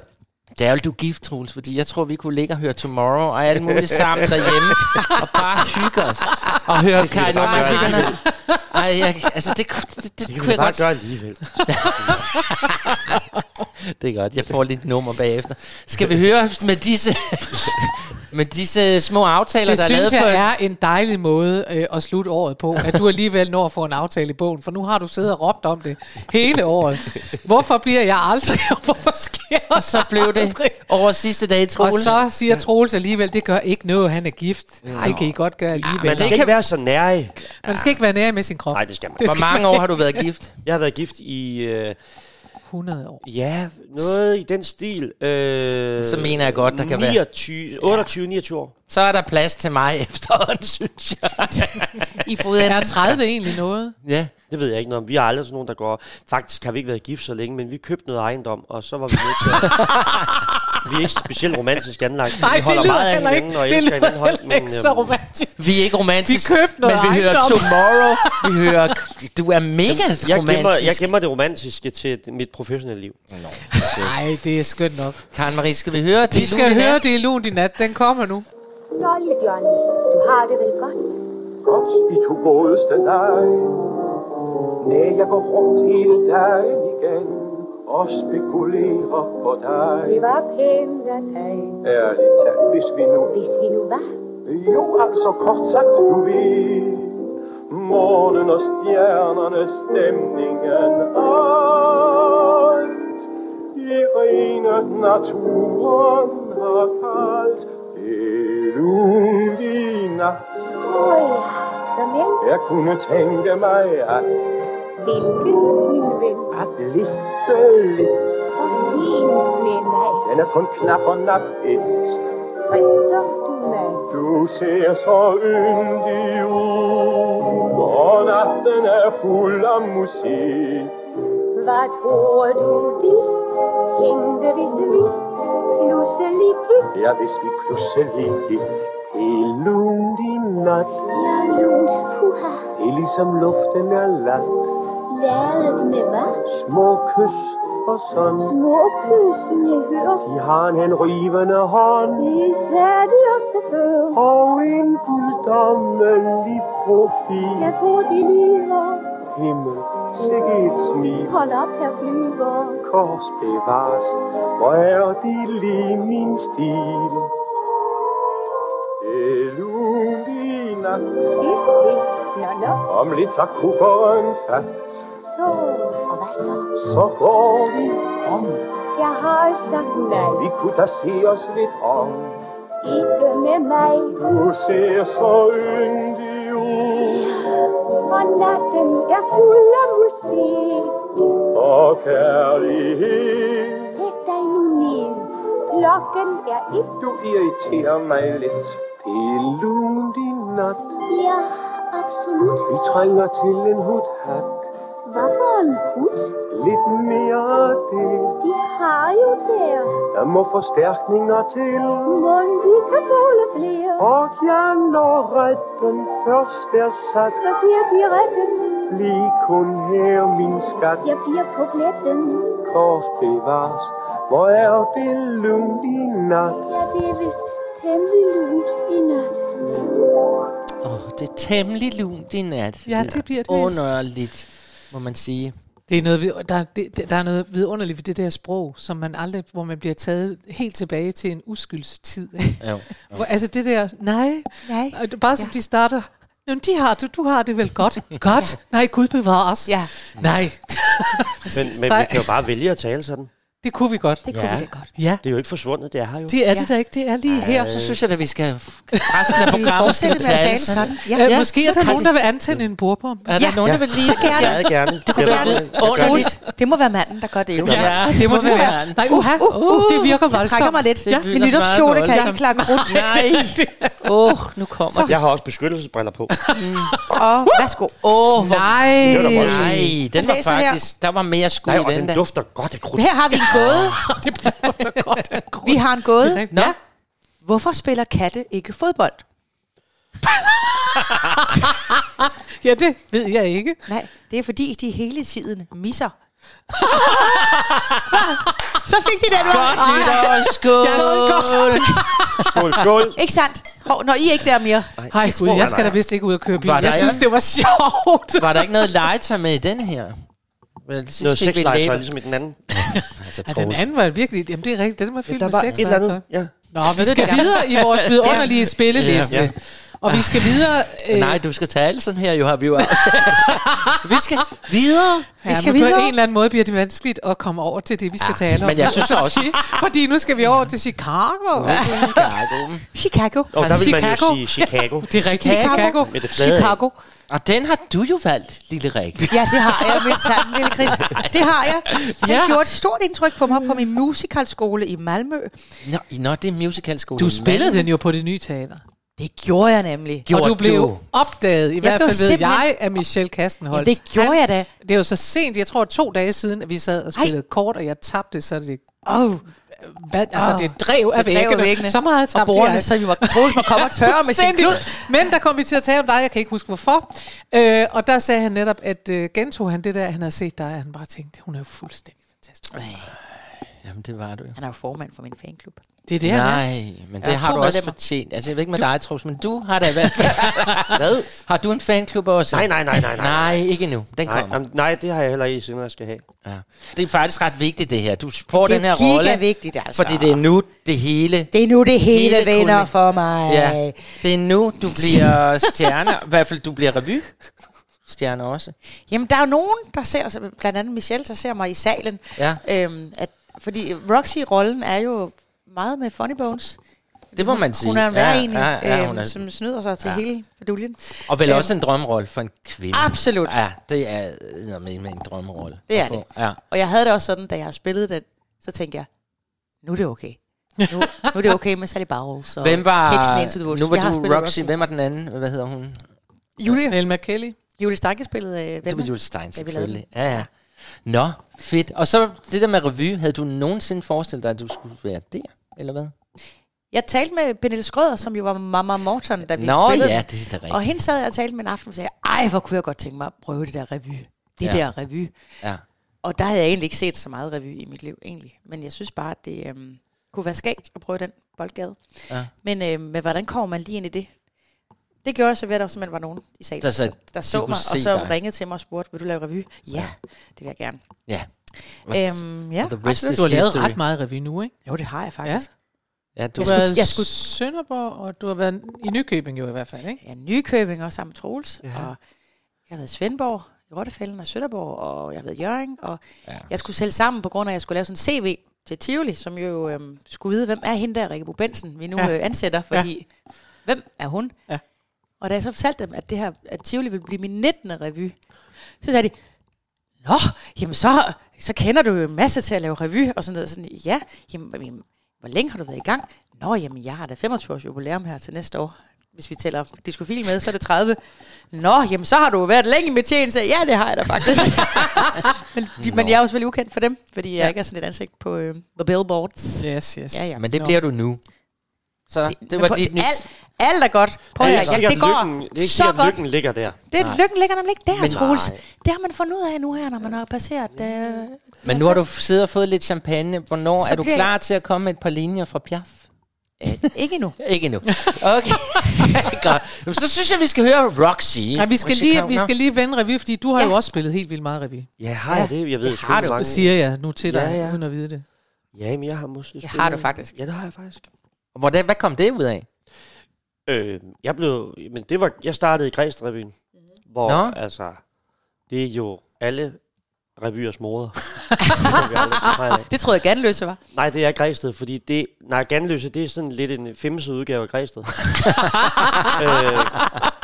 Speaker 2: det er jo du er gift, Troels, fordi jeg tror, vi kunne ligge og høre Tomorrow og alt muligt sammen derhjemme, og bare hygge os, og høre Kai Norman
Speaker 4: bare gøre
Speaker 2: Anders. Ej, jeg, altså, det, kunne- det,
Speaker 4: Det
Speaker 2: det, det
Speaker 4: kan
Speaker 2: kunne
Speaker 4: vi
Speaker 2: jeg
Speaker 4: bare
Speaker 2: godt...
Speaker 4: gøre alligevel.
Speaker 2: Det er godt, jeg får lidt nummer bagefter. Skal vi høre med disse, med disse små aftaler,
Speaker 3: Det
Speaker 2: der er lavet
Speaker 3: synes
Speaker 2: for...
Speaker 3: jeg er en dejlig måde øh, at slutte året på, at du alligevel når at få en aftale i bogen, for nu har du siddet og råbt om det hele året. Hvorfor bliver jeg aldrig, og hvorfor sker
Speaker 2: Og så blev det over sidste dag i
Speaker 3: Og
Speaker 2: Troels.
Speaker 3: så siger Troels alligevel, det gør ikke noget, han er gift. Det kan I godt gøre alligevel.
Speaker 4: Men det skal
Speaker 2: kan-
Speaker 4: ikke være så nærig.
Speaker 3: Man skal ikke være nær med sin krop.
Speaker 4: Nej, det skal man.
Speaker 3: Det
Speaker 2: Hvor
Speaker 3: skal
Speaker 2: mange år har du været gift?
Speaker 4: Jeg har været gift i, øh,
Speaker 3: 100 år.
Speaker 4: ja, noget i den stil. Øh,
Speaker 2: Så mener jeg godt, der kan være-
Speaker 4: 29, 28, 29 år.
Speaker 2: Så er der plads til mig efterhånden, synes jeg.
Speaker 5: I fodenden.
Speaker 3: Er 30 egentlig noget?
Speaker 2: Ja.
Speaker 4: Det ved jeg ikke noget om. Vi har aldrig sådan nogen, der går... Faktisk har vi ikke været gift så længe, men vi købte noget ejendom, og så var vi nødt til at... Vi er ikke specielt romantisk anlagt.
Speaker 3: Nej,
Speaker 4: Altså, vi
Speaker 3: det
Speaker 4: holder
Speaker 3: lyder
Speaker 4: meget af
Speaker 3: heller ikke,
Speaker 4: hinanden, og
Speaker 3: det
Speaker 4: elsker
Speaker 3: lyder
Speaker 4: hinanden højt.
Speaker 3: heller ikke så
Speaker 4: øhm,
Speaker 3: romantisk.
Speaker 2: Vi er ikke romantisk,
Speaker 3: Vi købte noget
Speaker 2: men vi hører
Speaker 3: ejendom.
Speaker 2: Tomorrow, vi hører... Du er mega romantisk.
Speaker 4: jeg gemmer, jeg gemmer det romantiske til d- mit professionelle liv.
Speaker 3: Nej, det er skønt nok.
Speaker 2: Karen Marie, skal vi høre?
Speaker 3: Vi skal høre det i lun i nat. Den kommer nu.
Speaker 8: Jolly Johnny, du har det vel godt?
Speaker 9: Godt i to godeste nej. Nej, jeg går rundt hele dagen igen og spekulerer på dig.
Speaker 8: Det var pænt af dig,
Speaker 9: Ærligt talt, hvis vi nu...
Speaker 8: hvis vi nu var.
Speaker 9: Jo, altså kort sagt, du ved. Månen og stjernerne, stemningen, alt. I rene naturen har kaldt. Det er lunt i nat.
Speaker 8: Åh ja, så men
Speaker 9: Jeg kunne tænke mig at,
Speaker 8: hvilken, min ven,
Speaker 9: at liste lidt.
Speaker 8: så sent med mig.
Speaker 9: Den er kun knap og nap et.
Speaker 8: Frister du mig?
Speaker 9: Du ser så yndig ud, og natten er fuld af musik.
Speaker 8: Hvad tror du vi tænkte, hvis vi pludselig gik?
Speaker 9: Ja, hvis vi er pludselig gik helt lunt i nat,
Speaker 8: Ja, lunt, puha,
Speaker 9: det er ligesom luften er lat.
Speaker 8: ladet med hvad?
Speaker 9: Små kys og sådan,
Speaker 8: Små kys med hør,
Speaker 9: de har en rivende hånd.
Speaker 8: det sagde de også før.
Speaker 9: Og en guddommelig profil.
Speaker 8: Jeg tror, de lyver.
Speaker 9: Himmel, sikke et smil.
Speaker 8: Hold op, her flyver.
Speaker 9: kors bevares, hvor er de lige min stil. Elulina,
Speaker 8: Sidst til. Nå, nå,
Speaker 9: om lidt så kupperen fat,
Speaker 8: så. Og hvad så?
Speaker 9: så går vi om.
Speaker 8: Jeg har sagt nej.
Speaker 9: Vi kunne da se os lidt om.
Speaker 8: Ikke med mig.
Speaker 9: Du ser så yndig ud,
Speaker 8: Og natten er fuld af musik.
Speaker 9: og kærlighed.
Speaker 8: Sæt dig nu ned. Klokken er et.
Speaker 9: Du irriterer mig lidt. Det er lunt i nat.
Speaker 8: Ja, absolut.
Speaker 9: Vi trænger til en hudhat.
Speaker 8: Hvad for en hund?
Speaker 9: Lidt mere af det.
Speaker 8: De har jo der.
Speaker 9: Der må forstærkninger til.
Speaker 8: Mon de kan tåle flere.
Speaker 9: Og ja, når retten først er sat,
Speaker 8: Hvad siger de retten?
Speaker 9: bliv kun her, min skat.
Speaker 8: Jeg bliver på pletten.
Speaker 9: Kors bevares, hvor er det lunt i nat.
Speaker 8: Ja, det er vist temmelig lunt i nat.
Speaker 2: Åh, oh, det er temmelig lunt i nat.
Speaker 3: Ja, det bliver det vist.
Speaker 2: Underligt, må man sige.
Speaker 3: Det er noget, vid- der, er- det, det- der er noget vidunderligt ved det der sprog, som man aldrig, hvor man bliver taget helt tilbage til en uskyldstid.
Speaker 2: Jo.
Speaker 3: Hvor, altså det der, nej,
Speaker 5: Nej.
Speaker 3: Og det- bare som de starter, Jamen, de har det, du har det vel godt. Godt? Nej, Gud bevarer os.
Speaker 5: Ja.
Speaker 3: Nej,
Speaker 4: Men, men vi
Speaker 3: Nej.
Speaker 4: kan jo bare vælge at tale sådan.
Speaker 3: Det kunne vi godt.
Speaker 5: Det kunne vi da godt.
Speaker 3: Ja.
Speaker 4: Det er jo ikke forsvundet, det er her jo.
Speaker 3: De er det der ikke, det er lige her.
Speaker 2: Så synes jeg, at vi skal resten af programmet
Speaker 5: fortsætte
Speaker 2: skal altså?
Speaker 5: med at
Speaker 2: tale
Speaker 5: tale sådan.
Speaker 2: sådan.
Speaker 5: Ja.
Speaker 3: Øh,
Speaker 5: Ja.
Speaker 3: måske er der nogen, der vil antænde en bordbom.
Speaker 2: Er der
Speaker 5: Ja.
Speaker 2: nogen, der vil lige...
Speaker 5: Så gerne.
Speaker 4: Meget gerne.
Speaker 5: Det
Speaker 4: Jeg
Speaker 5: kunne være
Speaker 4: gør det. Jeg gør det.
Speaker 5: Troels, det må være manden, der gør det jo.
Speaker 2: Ja, det må det være.
Speaker 3: Nej, uha, uh, uh, uh, det virker
Speaker 5: Jeg
Speaker 3: voldsomt.
Speaker 5: trækker mig lidt.
Speaker 2: Det
Speaker 5: Ja.
Speaker 2: lyder
Speaker 5: Min
Speaker 2: meget
Speaker 5: nytårskjole kan
Speaker 2: voldsomt.
Speaker 5: ikke klare krudt.
Speaker 2: Nej. Åh, oh, nu kommer det.
Speaker 4: Jeg har også beskyttelsesbriller på.
Speaker 5: Og værsgo.
Speaker 2: Åh, oh,
Speaker 3: Nej.
Speaker 4: Det var da voldsomt.
Speaker 2: Nej, den var
Speaker 5: læser her.
Speaker 2: faktisk... Der var mere skud
Speaker 4: Nej, og
Speaker 2: i den
Speaker 4: den
Speaker 2: der.
Speaker 4: dufter godt af krudt.
Speaker 5: Her har vi en gåde. Vi har en gåde.
Speaker 2: Nå,
Speaker 5: Hvorfor spiller katte ikke fodbold?
Speaker 3: Ja, det ved jeg ikke.
Speaker 5: Nej, det er fordi, de hele tiden misser. Så fik de den,
Speaker 2: godt
Speaker 5: var.
Speaker 2: nytårsskål.
Speaker 3: Ja,
Speaker 4: Skål,
Speaker 3: skål.
Speaker 4: skål.
Speaker 5: Ikke sandt? Hov, når I ikke der mere.
Speaker 3: Hej, Gud, jeg skal da vist ikke ud og køre bil.
Speaker 2: Var der
Speaker 3: Jeg synes,
Speaker 2: ikke-
Speaker 3: det var sjovt.
Speaker 2: Var der ikke noget legetøj med i den her? Vel, det
Speaker 4: Noget
Speaker 2: sidste fik vi
Speaker 4: sexlegetøj,
Speaker 2: læber.
Speaker 4: ligesom i den anden.
Speaker 2: Altså,
Speaker 3: Ja, den
Speaker 2: Troels.
Speaker 3: anden var virkelig... Jamen, det er rigtigt. Den var fyldt
Speaker 4: Der
Speaker 3: med
Speaker 4: var
Speaker 3: sex.
Speaker 4: et eller andet. Ja.
Speaker 3: Nå, vi skal videre i vores vidunderlige spilleliste.
Speaker 4: Ja.
Speaker 3: Og vi skal videre... Øh,
Speaker 2: Nej, du skal tale sådan her, jo har vi jo aftalt. Vi skal videre.
Speaker 3: Ja,
Speaker 5: skal
Speaker 3: men På
Speaker 5: videre.
Speaker 3: en eller anden måde bliver det vanskeligt at komme over til det, vi skal tale om.
Speaker 2: men jeg synes også-
Speaker 3: Fordi nu skal vi over til Chicago. Ja.
Speaker 2: Chicago.
Speaker 5: Chicago.
Speaker 4: Og der vil man jo
Speaker 3: Chicago.
Speaker 4: sige Chicago.
Speaker 3: Det er rigtigt.
Speaker 5: Chicago.
Speaker 3: Chicago.
Speaker 4: Med det flade.
Speaker 5: Chicago.
Speaker 2: Og den har du jo valgt, lille Rikke.
Speaker 5: Ja, det har jeg, min sande lille Chris. Det har jeg. Det
Speaker 2: Ja. Mm.
Speaker 5: gjorde et stort indtryk på mig på min musicalskole i Malmø.
Speaker 2: Nå, nå det er musicalskole.
Speaker 3: Du spillede den jo på det nye teater.
Speaker 5: Det gjorde jeg nemlig.
Speaker 2: Gjorde
Speaker 3: og du blev
Speaker 2: du?
Speaker 3: opdaget, i hvert
Speaker 5: blev
Speaker 3: fald ved
Speaker 5: simpelthen-
Speaker 3: jeg, af Michelle Kastenholz.
Speaker 5: Jamen, det gjorde jeg da.
Speaker 3: Det er jo så sent, jeg tror to dage siden, at vi sad og spillede kort, og jeg tabte, så det...
Speaker 5: Oh,
Speaker 3: Hvad? Altså,
Speaker 5: Åh,
Speaker 3: det drev af
Speaker 5: det drev af
Speaker 3: væggene.
Speaker 5: væggene.
Speaker 3: Så meget
Speaker 5: og
Speaker 3: tabte
Speaker 5: borgerne,
Speaker 3: jeg.
Speaker 5: så vi var troligt, man kommer tørre med sin
Speaker 3: Fuldstændig.
Speaker 5: klud.
Speaker 3: Men der kom vi til at tale om dig, jeg kan ikke huske hvorfor. Øh, og der sagde han netop, at øh, gentog han det der, han havde set dig, og han bare tænkte, hun er jo fuldstændig fantastisk.
Speaker 2: Jamen, det var du jo.
Speaker 5: Han er jo formand for min fanklub.
Speaker 3: Det er det, han er.
Speaker 2: Nej, men det
Speaker 5: Ja,
Speaker 2: har
Speaker 5: to
Speaker 2: du også
Speaker 5: medlemmer.
Speaker 2: fortjent. Altså, jeg ved ikke med dig, Troels, men du har da i hvert fald... Hvad? Har du en fanklub også?
Speaker 4: Nej, nej, nej, nej, nej.
Speaker 2: Nej, ikke nu. Den
Speaker 4: Nej,
Speaker 2: kommer.
Speaker 4: jamen, nej, det har jeg heller ikke siden, jeg skal have.
Speaker 2: Ja. Det er faktisk ret vigtigt, det her. Du får
Speaker 5: Det er
Speaker 2: den her
Speaker 5: giga
Speaker 2: rolle.
Speaker 5: vigtigt, altså.
Speaker 2: Fordi det er nu, det hele...
Speaker 5: Det er nu det hele,
Speaker 2: Hele
Speaker 5: venner
Speaker 2: kulmen.
Speaker 5: for mig.
Speaker 2: Ja, det er nu, du bliver stjerne. I hvert fald, du bliver revy. Stjerne også.
Speaker 5: Jamen, der er jo nogen, der ser, altså, blandt andet Michelle, der ser mig i salen.
Speaker 2: Ja.
Speaker 5: Øhm, at, fordi Roxy-rollen er jo meget med Funny Bones.
Speaker 2: Det må man sige.
Speaker 5: Hun er en
Speaker 2: ja,
Speaker 5: værre en,
Speaker 2: ja, ja, hun
Speaker 5: øhm,
Speaker 2: er,
Speaker 5: som snyder sig til
Speaker 2: Ja.
Speaker 5: hele beduljen.
Speaker 2: og vel
Speaker 5: øhm,
Speaker 2: også en drømrolle for en kvinde.
Speaker 5: Absolut.
Speaker 2: Ja, det er eddermame med en drømrolle.
Speaker 5: Det er
Speaker 2: at få.
Speaker 5: det.
Speaker 2: Ja.
Speaker 5: Og jeg havde det også sådan, da jeg spillede den, så tænkte jeg, nu er det okay. Nu, nu er det okay med Sally Barrows og
Speaker 2: Hvem var...
Speaker 5: Heksen into the Woods.
Speaker 2: Nu var
Speaker 5: Jeg har
Speaker 2: du
Speaker 5: spillet
Speaker 2: Roxy. Hvem var den anden? Hvad hedder hun?
Speaker 5: Julie,
Speaker 3: Velma Kelly.
Speaker 5: Julie Stanke spillede øh,
Speaker 2: Det var
Speaker 5: Velma.
Speaker 2: Jules Stein,
Speaker 5: Da vi lavede
Speaker 2: selvfølgelig. Ja, ja. Nå, fedt. Og så det der med revy. Havde du nogensinde forestillet dig, at du skulle være der? Eller hvad?
Speaker 5: Jeg talte med Pernille Skrøder, som jo var Mama Morton, da vi
Speaker 2: Nå
Speaker 5: spillede.
Speaker 2: ja,
Speaker 5: den.
Speaker 2: det er da rigtigt.
Speaker 5: Og hende sad jeg og talte med en aften og sagde, ej, hvor kunne jeg godt tænke mig at prøve det der revy. Det
Speaker 2: Ja.
Speaker 5: ja. der revy.
Speaker 2: Ja.
Speaker 5: Og der havde jeg egentlig ikke set så meget revy i mit liv, egentlig. Men jeg synes bare, at det øhm, kunne være skægt at prøve den boldgade.
Speaker 2: Ja.
Speaker 5: Men, øhm, men hvordan kommer man lige ind i det? Det gjorde jeg så ved, at der simpelthen var nogen i salen,
Speaker 2: Der
Speaker 5: der,
Speaker 2: så-
Speaker 5: der, der så
Speaker 2: kunne
Speaker 5: mig,
Speaker 2: se
Speaker 5: og så
Speaker 2: dig.
Speaker 5: ringede til mig og spurgte, vil du lave revy? Ja, det vil jeg gerne.
Speaker 2: Ja.
Speaker 5: Øhm, ja,
Speaker 2: The rest
Speaker 5: absolut.
Speaker 2: is
Speaker 3: Du har lavet
Speaker 2: history.
Speaker 3: ret meget revy nu, ikke?
Speaker 5: Jo, det har jeg faktisk.
Speaker 2: Ja,
Speaker 3: Du
Speaker 2: du
Speaker 5: Jeg
Speaker 3: har
Speaker 5: skulle-
Speaker 3: været i
Speaker 5: jeg skulle-
Speaker 3: Sønderborg, og du har været i Nykøbing jo i hvert fald, ikke?
Speaker 5: Ja. Jeg er Nykøbing også sammen med Troels, ja. og jeg har været i Svendborg, i Rottefælden og Sønderborg, og jeg har været i Jørgen, og
Speaker 2: Ja.
Speaker 5: ja. jeg skulle selv sammen på grund af, at jeg skulle lave sådan en CV til Tivoli, som jo øhm, skulle vide, hvem er hende der, Rikke Bo Bensen, vi nu
Speaker 3: Ja.
Speaker 5: ja. øh, ansætter, fordi ja. hvem er hun?
Speaker 3: Ja.
Speaker 5: Og da jeg så fortalte dem, at det her, at Tivoli ville blive min 19. revy, så sagde de, Nå, jamen så, så kender du jo en masse til at lave revy og sådan noget. Sådan, ja, jamen, jamen, hvor længe har du været i gang? Nå, jamen, jeg har da 25 års jubilæum her til næste år. Hvis vi tæller diskofil med, så er det 30. Nå, jamen, så har du jo været længe i mit tjeneste. Ja, det har jeg da faktisk. men, de, men jeg er jo selvfølgelig ukendt for dem, fordi jeg
Speaker 3: Ja.
Speaker 5: ja. ikke er sådan et ansigt på øh, The Billboards.
Speaker 3: Yes, yes.
Speaker 5: Ja, ja.
Speaker 2: Men det bliver du nu. Så det, det var
Speaker 5: Men på-
Speaker 2: dit nyt...
Speaker 5: Alt, alt er godt. Prøv at
Speaker 4: Det er
Speaker 5: høre,
Speaker 4: ikke
Speaker 5: ja,
Speaker 4: sikkert,
Speaker 5: det går
Speaker 4: lykken, det er ikke
Speaker 5: så
Speaker 4: sikkert,
Speaker 5: godt.
Speaker 4: lykken ligger der.
Speaker 5: Det, lykken ligger nemlig ikke der,
Speaker 2: Men-
Speaker 5: Troels.
Speaker 2: Nej.
Speaker 5: Det har man fundet ud af nu her, når man har passeret... Øh,
Speaker 2: Men nu har du siddet og fået lidt champagne. Hvornår
Speaker 5: Så
Speaker 2: er du
Speaker 5: bliver
Speaker 2: klar til at komme med et par linjer fra Piaf?
Speaker 5: øh, ikke endnu.
Speaker 2: Ikke endnu. Okay. Godt. Jamen, så synes jeg, vi skal høre Roxy.
Speaker 3: Nej, vi skal, lige, vi skal lige vende revy, fordi du har
Speaker 5: Ja.
Speaker 3: jo også spillet helt vildt meget revy.
Speaker 4: Ja, har jeg det? Jeg ved sgu ikke, hvor mange...
Speaker 3: Siger jeg nu til dig,
Speaker 4: Ja, ja.
Speaker 3: uden at vide det.
Speaker 4: Ja, men jeg har måske...
Speaker 5: Det
Speaker 4: spillet-
Speaker 5: har du faktisk.
Speaker 4: Ja, det har jeg faktisk.
Speaker 2: Hvordan, hvad kom det ud af?
Speaker 4: Øh, jeg blev... Men det var... Jeg startede i
Speaker 5: Mhm.
Speaker 4: Græsrevyen, hvor
Speaker 2: Nå.
Speaker 4: altså... Det er jo alle revyers moder.
Speaker 5: det troede jeg Ganløse var.
Speaker 4: Nej, det er Græsted, fordi det, nej, Ganløse, det er sådan lidt en femse udgave af Græsted. øh,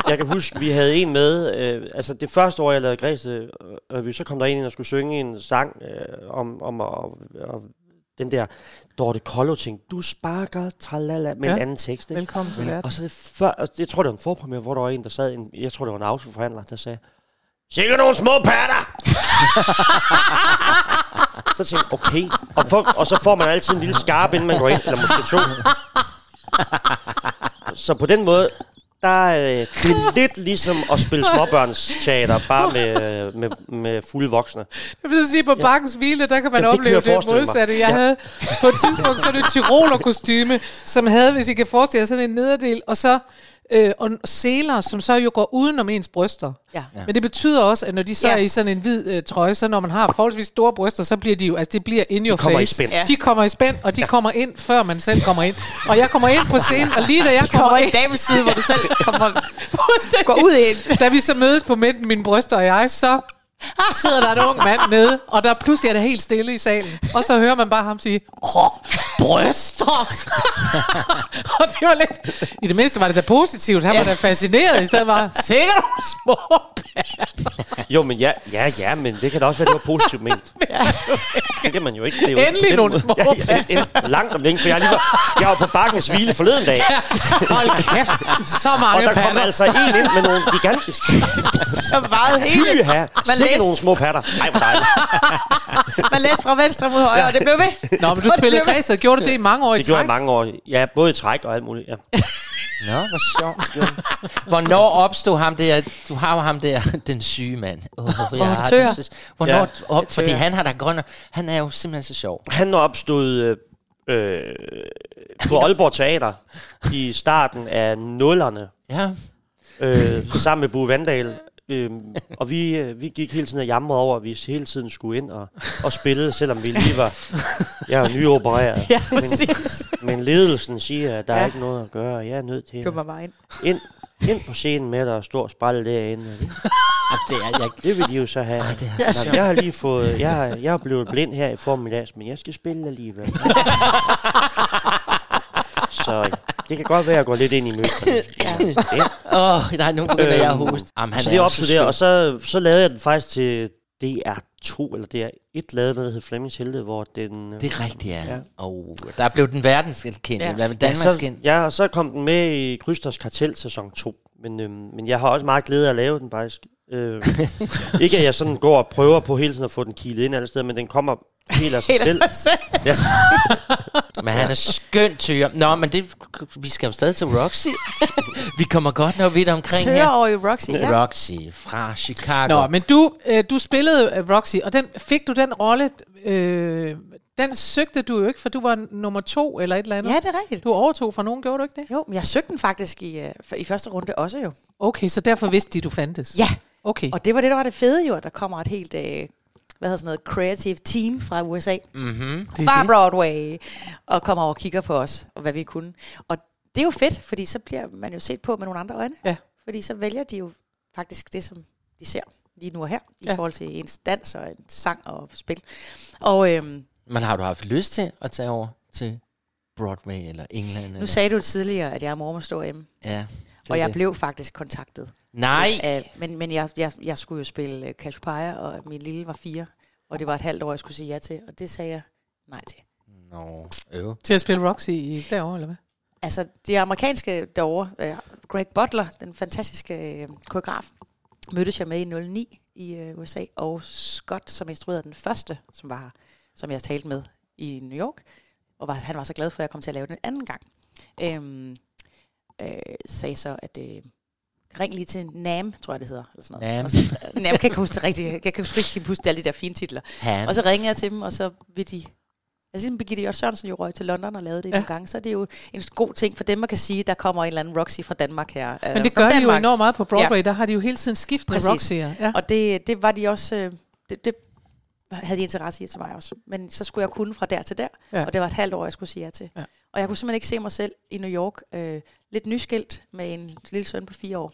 Speaker 4: jeg kan huske, vi havde en med, øh, altså det første år, jeg lavede Græsted, øh, så kom der en ind og skulle synge en sang øh, om, om, om, om den der Dorte Kollo-ting. Du sparker, tralala, med ja. en
Speaker 3: Ja.
Speaker 4: anden tekst. Ikke?
Speaker 3: Velkommen til verden.
Speaker 4: Og så det før, og det- jeg tror, det var en forpremiere, hvor der var en, der sad, en, jeg tror, det var en autoforhandler, der sagde, Sikke nogle små patter! så tænkte jeg, okay. Og, for, og så får man altid en lille skarp, inden man går ind, eller måske to. Så på den måde, der er øh, det er lidt ligesom at spille småbørnsteater, bare med, øh, med, med fulde voksne.
Speaker 3: Jeg vil så sige, på Bakkens Hvile, der kan man
Speaker 4: Jamen, det kan
Speaker 3: opleve
Speaker 4: jeg
Speaker 3: det, det
Speaker 4: forestille mig.
Speaker 3: modsatte. Jeg
Speaker 4: Ja.
Speaker 3: ja. havde på et tidspunkt sådan et tyrolerkostyme, som havde, hvis I kan forestille jer, sådan en nederdel, og så øh, og seler, som så jo går udenom ens bryster.
Speaker 5: Ja.
Speaker 3: Ja. Men det betyder også, at når de så
Speaker 5: Ja.
Speaker 3: ja. er i sådan en hvid øh, trøje, så når man har forholdsvis store bryster, så bliver de jo, altså det bliver in your
Speaker 4: kommer i
Speaker 3: face.
Speaker 4: spænd.
Speaker 5: Ja.
Speaker 3: De kommer i spænd, og de ja. kommer ind, før man selv kommer ind. Og jeg kommer ind på scenen, og lige da jeg kommer,
Speaker 5: Kommer
Speaker 3: ind,
Speaker 5: i dames side, hvor du selv kommer,
Speaker 3: Fuldstændig.
Speaker 5: går ud ind.
Speaker 3: da vi så mødes på midten, mine bryster og jeg, så sidder der en ung mand nede, og der pludselig er det helt stille i salen. Og så hører man bare ham sige, Åh, bryster! og det var lidt... I det mindste var det da positivt. Han var da fascineret, i stedet var, sikkert nogle små patter."
Speaker 4: Jo, men ja, ja, ja, men det kan da også være, det var positivt ment. Det kan man jo ikke. Det er jo
Speaker 3: Endelig
Speaker 4: på den
Speaker 3: nogle
Speaker 4: måde-
Speaker 3: små
Speaker 4: ja, ja, ja, Langt om længe, for jeg, er lige var, jeg var på bakkens hvile forleden dag,
Speaker 3: Hold kæft, så
Speaker 4: og
Speaker 3: mange
Speaker 4: der kom
Speaker 3: patter.
Speaker 4: altså en ind med nogle gigantiske
Speaker 5: så meget hele.
Speaker 4: pyha. Sikke
Speaker 5: læste.
Speaker 4: nogle små patter. Nej, hvor dejligt.
Speaker 5: Man læste fra venstre mod højre, og det blev ved.
Speaker 3: Nå, men du spillede græsset. Gjorde du det i mange år i
Speaker 4: Det gjorde jeg
Speaker 3: træk?
Speaker 4: mange år. Ja, både i træk og alt muligt. Ja.
Speaker 2: Nå, hvor sjovt. Jon. Hvornår opstod ham der, du har jo ham der, den syge mand. Oh, jeg har
Speaker 5: tør.
Speaker 2: det, synes- hvornår
Speaker 4: Ja.
Speaker 2: op, fordi han har da grønne, han er jo simpelthen så sjov.
Speaker 4: Han opstod øh, øh, på Aalborg Teater i starten af nullerne,
Speaker 2: Ja,
Speaker 4: øh, sammen med Bo Vandal. Øhm, og vi, øh, vi gik hele tiden og jamrede over, at vi hele tiden skulle ind og, og spille, selvom vi lige var jeg er nyopereret.
Speaker 5: Ja, præcis.
Speaker 4: Men ledelsen siger, at der ja. er
Speaker 5: Ja.
Speaker 4: ikke noget at gøre, og jeg er nødt til
Speaker 5: Du var
Speaker 4: at
Speaker 5: bare ind.
Speaker 4: ind, ind på scenen med dig og stå og sprælle derinde. og Det,
Speaker 2: og Ah, det er jeg.
Speaker 4: det vil de jo så have.
Speaker 2: Ej, det er så
Speaker 4: Nå,
Speaker 2: sjovt.
Speaker 4: jeg har lige fået, jeg, har- jeg er blevet blind her i formiddags, men jeg skal spille alligevel. så det kan godt være, at jeg går lidt ind i møblerne. Ja.
Speaker 2: Åh, oh, nej, nu begynder
Speaker 4: Øhm,
Speaker 2: jeg at hoste. Jamen, han
Speaker 4: så
Speaker 2: er
Speaker 4: det
Speaker 2: jo
Speaker 4: opstod der,
Speaker 2: skæg.
Speaker 4: og så, så lavede jeg den faktisk til DR2, eller DR1 lavede den, der hed Flemmings Helte, hvor den... øh,
Speaker 2: Det er rigtigt, ja.
Speaker 4: Ja.
Speaker 2: ja. Oh, der blev den verdenskendt,
Speaker 5: Ja.
Speaker 2: ja. eller
Speaker 4: Ja, så,
Speaker 2: Danmarkskendt.
Speaker 4: ja, og så kom den med i Krysters Kartel sæson 2. Men, øhm, men jeg har også meget glæde af at lave den faktisk. Øh, ikke at jeg sådan går og prøver på hele tiden at få den kilet ind alle steder, men den kommer helt af sig
Speaker 5: Helt af
Speaker 4: selv.
Speaker 5: sig selv.
Speaker 2: Men han er skøn tyr. Nå, men det, vi skal jo stadig til Roxy. vi kommer godt nok vidt omkring
Speaker 5: Tør
Speaker 2: her.
Speaker 5: over i Roxy, ja.
Speaker 2: Roxy fra Chicago.
Speaker 3: Nå, men du, øh, du spillede øh, Roxy, og den, fik du den rolle... Øh, den søgte du jo ikke, for du var nummer to eller et eller andet.
Speaker 5: Ja, det er rigtigt.
Speaker 3: Du overtog fra nogen, gjorde du ikke det?
Speaker 5: Jo, men jeg søgte den faktisk i, øh, f- i første runde også jo.
Speaker 3: Okay, så derfor vidste de, du fandtes?
Speaker 5: Ja,
Speaker 3: Okay.
Speaker 5: og det var det, der var det fede jo, at der kommer et helt, øh, hvad hedder sådan noget, creative team fra USA. Mm-hmm. Fra Broadway. Og kommer over og kigger på os, og hvad vi kunne. Og det er jo fedt, fordi så bliver man jo set på med nogle andre øjne.
Speaker 3: Ja.
Speaker 5: Fordi så vælger de jo faktisk det, som de ser lige nu og her, i
Speaker 3: Ja.
Speaker 5: forhold til ens dans og en sang og spil. Og øhm,
Speaker 2: Men har du haft lyst til at tage over til Broadway eller England?
Speaker 5: Nu
Speaker 2: eller?
Speaker 5: sagde du tidligere, at jeg er mor må stå hjemme,
Speaker 2: Ja, det
Speaker 5: og
Speaker 2: er
Speaker 5: jeg
Speaker 2: det.
Speaker 5: blev faktisk kontaktet.
Speaker 2: Nej,
Speaker 5: Af, men men jeg, jeg, jeg skulle jo spille øh, Cassiopeia, og min lille var fire, og det var et halvt år, jeg skulle sige ja til, og det sagde jeg nej til.
Speaker 2: Nå, øv.
Speaker 3: Til at spille Roxy i, derovre, eller hvad?
Speaker 5: Altså, det amerikanske derovre, øh, Greg Butler, den fantastiske øh, koreograf, mødtes jeg med i 09 i øh, USA, og Scott, som instruerede den første, som var her, som jeg talte med i New York, og var, han var så glad for, at jeg kom til at lave den anden gang, øhm, øh, sagde så, at øh, ring lige til NAM, tror jeg det hedder, eller sådan noget.
Speaker 2: Nam,
Speaker 5: Og så, NAM kan jeg ikke huske det rigtigt, jeg kan huske, ikke huske alle de der fine titler.
Speaker 2: ham.
Speaker 5: Og så ringede jeg til dem, og så vil de... Altså ligesom Birgitte Hjort Sørensen jo røg til London og lavede det ja.
Speaker 3: Ja.
Speaker 5: nogle gange, så er det jo en god ting for dem at kan sige, der kommer en eller anden Roxy Øh, fra Danmark her.
Speaker 3: Men det gør de jo enormt meget på Broadway.
Speaker 5: Ja.
Speaker 3: Ja. Der har de jo hele tiden skiftet
Speaker 5: Præcis.
Speaker 3: Roxy'er. Ja.
Speaker 5: Og det, det var de også... øh, Det, det havde de interesse i til mig også. Men så skulle jeg kunne fra der til der, ja.
Speaker 3: Ja.
Speaker 5: og det var et halvt år, jeg skulle sige ja til. Ja.
Speaker 3: Ja.
Speaker 5: Og jeg kunne simpelthen ikke se mig selv i New York, øh, lidt nyskilt med en lille søn på fire år.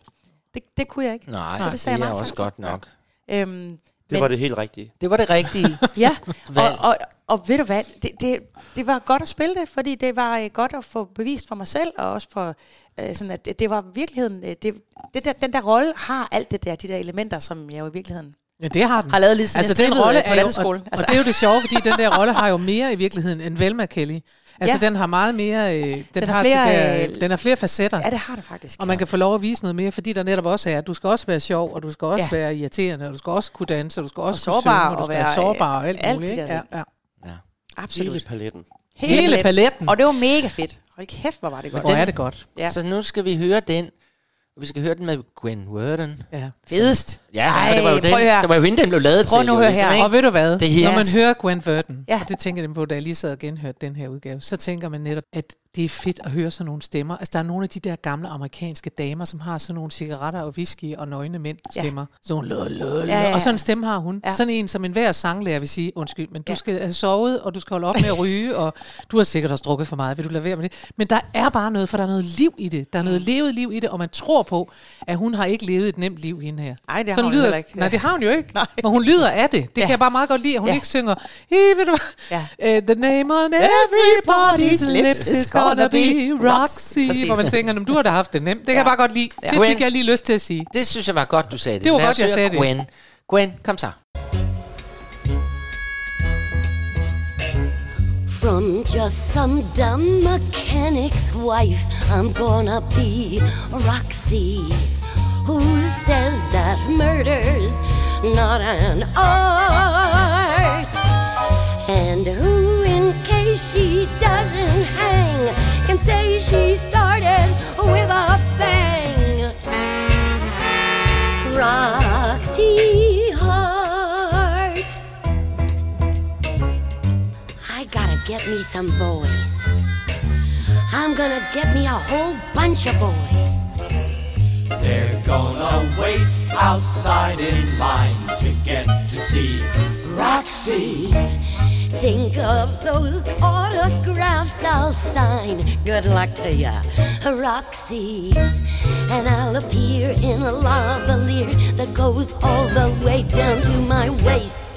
Speaker 5: Det, det kunne jeg ikke.
Speaker 2: Nej,
Speaker 5: så
Speaker 2: det,
Speaker 5: det
Speaker 2: det
Speaker 5: sagde
Speaker 2: er
Speaker 5: jeg nej tak
Speaker 2: også
Speaker 5: til.
Speaker 2: godt nok.
Speaker 5: Øhm,
Speaker 4: Det var det helt rigtige.
Speaker 2: Det var det rigtige.
Speaker 5: ja, og,
Speaker 2: Valg.
Speaker 5: og, og ved du hvad, det, det, det var godt at spille det, fordi det var øh, godt at få bevist for mig selv, og også for, øh, sådan at det, det var virkeligheden, øh, det, det der, den der rolle har alt det der, de der elementer, som jeg jo i virkeligheden
Speaker 3: Ja, det har den.
Speaker 5: Har lavet lige siden
Speaker 3: altså,
Speaker 5: jeg
Speaker 3: den
Speaker 5: strippede
Speaker 3: rolle
Speaker 5: på
Speaker 3: er jo, og,
Speaker 5: landeskolen.
Speaker 3: altså.
Speaker 5: Altså.
Speaker 3: og det er jo det sjove, fordi den der rolle har jo mere i virkeligheden end Velma Kelly. Altså,
Speaker 5: Ja.
Speaker 3: ja. den har meget mere... Øh, den,
Speaker 5: Den
Speaker 3: den,
Speaker 5: har
Speaker 3: har har
Speaker 5: flere,
Speaker 3: flere, det
Speaker 5: øh,
Speaker 3: der, den har flere facetter.
Speaker 5: Ja, det har det faktisk.
Speaker 3: Og man kan få lov at vise noget mere, fordi der netop også er, at du skal også være sjov, og du skal også ja.
Speaker 5: Ja.
Speaker 3: være irriterende, og du skal også kunne danse, og du skal også kunne
Speaker 5: sårbar
Speaker 3: synge, og du
Speaker 5: og
Speaker 3: skal
Speaker 5: være,
Speaker 3: være sårbar
Speaker 5: øh,
Speaker 3: og alt,
Speaker 5: alt
Speaker 3: muligt.
Speaker 5: det der
Speaker 3: ikke? ja,
Speaker 5: ting.
Speaker 3: ja.
Speaker 5: Absolut.
Speaker 4: Hele paletten.
Speaker 3: Hele paletten.
Speaker 5: Og det var mega fedt. Hold kæft, hvor var det godt.
Speaker 3: Hvor er det godt.
Speaker 5: Ja.
Speaker 2: Så nu skal vi høre den. Og vi skal høre den med Gwen Worden.
Speaker 3: Ja.
Speaker 5: Fedest.
Speaker 2: Ja, Ej, det var jo den.
Speaker 5: prøv at høre.
Speaker 2: Det var jo hende, den blev lavet
Speaker 5: Prøv
Speaker 2: til.
Speaker 5: nu
Speaker 2: jo,
Speaker 5: at høre
Speaker 2: ligesom,
Speaker 5: her.
Speaker 2: ikke?
Speaker 3: Og ved du hvad,
Speaker 2: Det her-
Speaker 3: når man hører Gwen Verdon,
Speaker 5: Ja.
Speaker 3: ja. det tænker jeg dem på, da jeg lige sad og genhørte den her udgave, så tænker man netop, at det er fedt at høre sådan nogle stemmer. Altså, der er nogle af de der gamle amerikanske damer, som har sådan nogle cigaretter og whisky og nøgne mænd
Speaker 5: Ja.
Speaker 3: stemmer. Ja. Sådan nogle lå, lå, lå.
Speaker 5: Ja, ja, ja.
Speaker 3: Og sådan en stemme har hun.
Speaker 5: Ja.
Speaker 3: Ja. Sådan en, som enhver sanglærer vil sige, undskyld, men du
Speaker 5: Ja.
Speaker 3: ja. skal have sovet, og du skal holde op med at ryge, og du har sikkert også drukket for meget, vil du lade være med det? Men der er bare noget, for der er noget liv i det. Der er
Speaker 5: Mm.
Speaker 3: noget levet liv i det, og man tror på, at hun har ikke levet et nemt liv, hende her.
Speaker 5: Ej, det har
Speaker 3: Sådan
Speaker 5: hun
Speaker 3: lyder,
Speaker 5: heller ikke.
Speaker 3: Nej, det har hun jo ikke.
Speaker 5: Nej.
Speaker 3: Men hun lyder af det. Det
Speaker 5: Ja.
Speaker 3: ja. kan jeg bare meget godt lide, at hun
Speaker 5: Ja.
Speaker 3: ja. ikke synger hey, ved du
Speaker 5: Ja.
Speaker 3: ja. uh, The name on everybody's lips is gonna be Roxy.
Speaker 5: Præcis.
Speaker 3: Hvor man tænker, "Nå, du har da haft det nemt. Det kan jeg bare godt lide.
Speaker 5: Ja.
Speaker 3: Ja. Det
Speaker 2: Gwen.
Speaker 3: fik jeg lige lyst til at sige.
Speaker 2: Det synes jeg var godt, du sagde det.
Speaker 3: Det var
Speaker 2: Lad
Speaker 3: godt,
Speaker 2: os
Speaker 3: jeg
Speaker 2: høre
Speaker 3: sagde det.
Speaker 2: Gwen. det. Gwen, kom så.
Speaker 10: From just some dumb mechanic's wife, I'm gonna be Roxy. Who says that murder's not an art? And who, in case she doesn't hang, can say she started with a bang? Roxy Hart. I gotta get me some boys. I'm gonna get me a whole bunch of boys.
Speaker 1: They're gonna wait outside in line to get to see Roxy.
Speaker 10: Think of those autographs I'll sign. Good luck to ya, Roxy. And I'll appear in a lavalier that goes all the way down to my waist.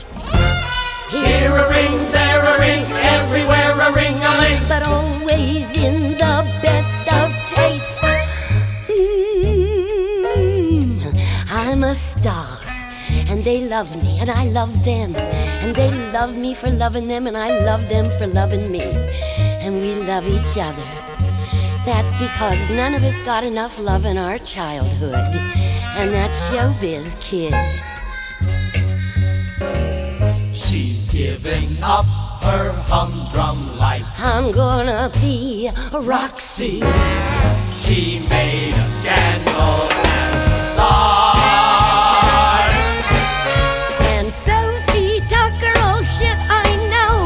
Speaker 1: Here a ring, there a ring, everywhere a ring a ling.
Speaker 10: but always in the best of taste. Mm, I'm a star, and they love me, and I love them, and they love me for loving them, and I love them for loving me, and we love each other. That's because none of us got enough love in our childhood, and that's showbiz, kid.
Speaker 1: She's giving up her humdrum life.
Speaker 10: I'm gonna be a Roxy.
Speaker 1: She made a scandal and a star.
Speaker 10: And Sophie Tucker, oh shit, I know.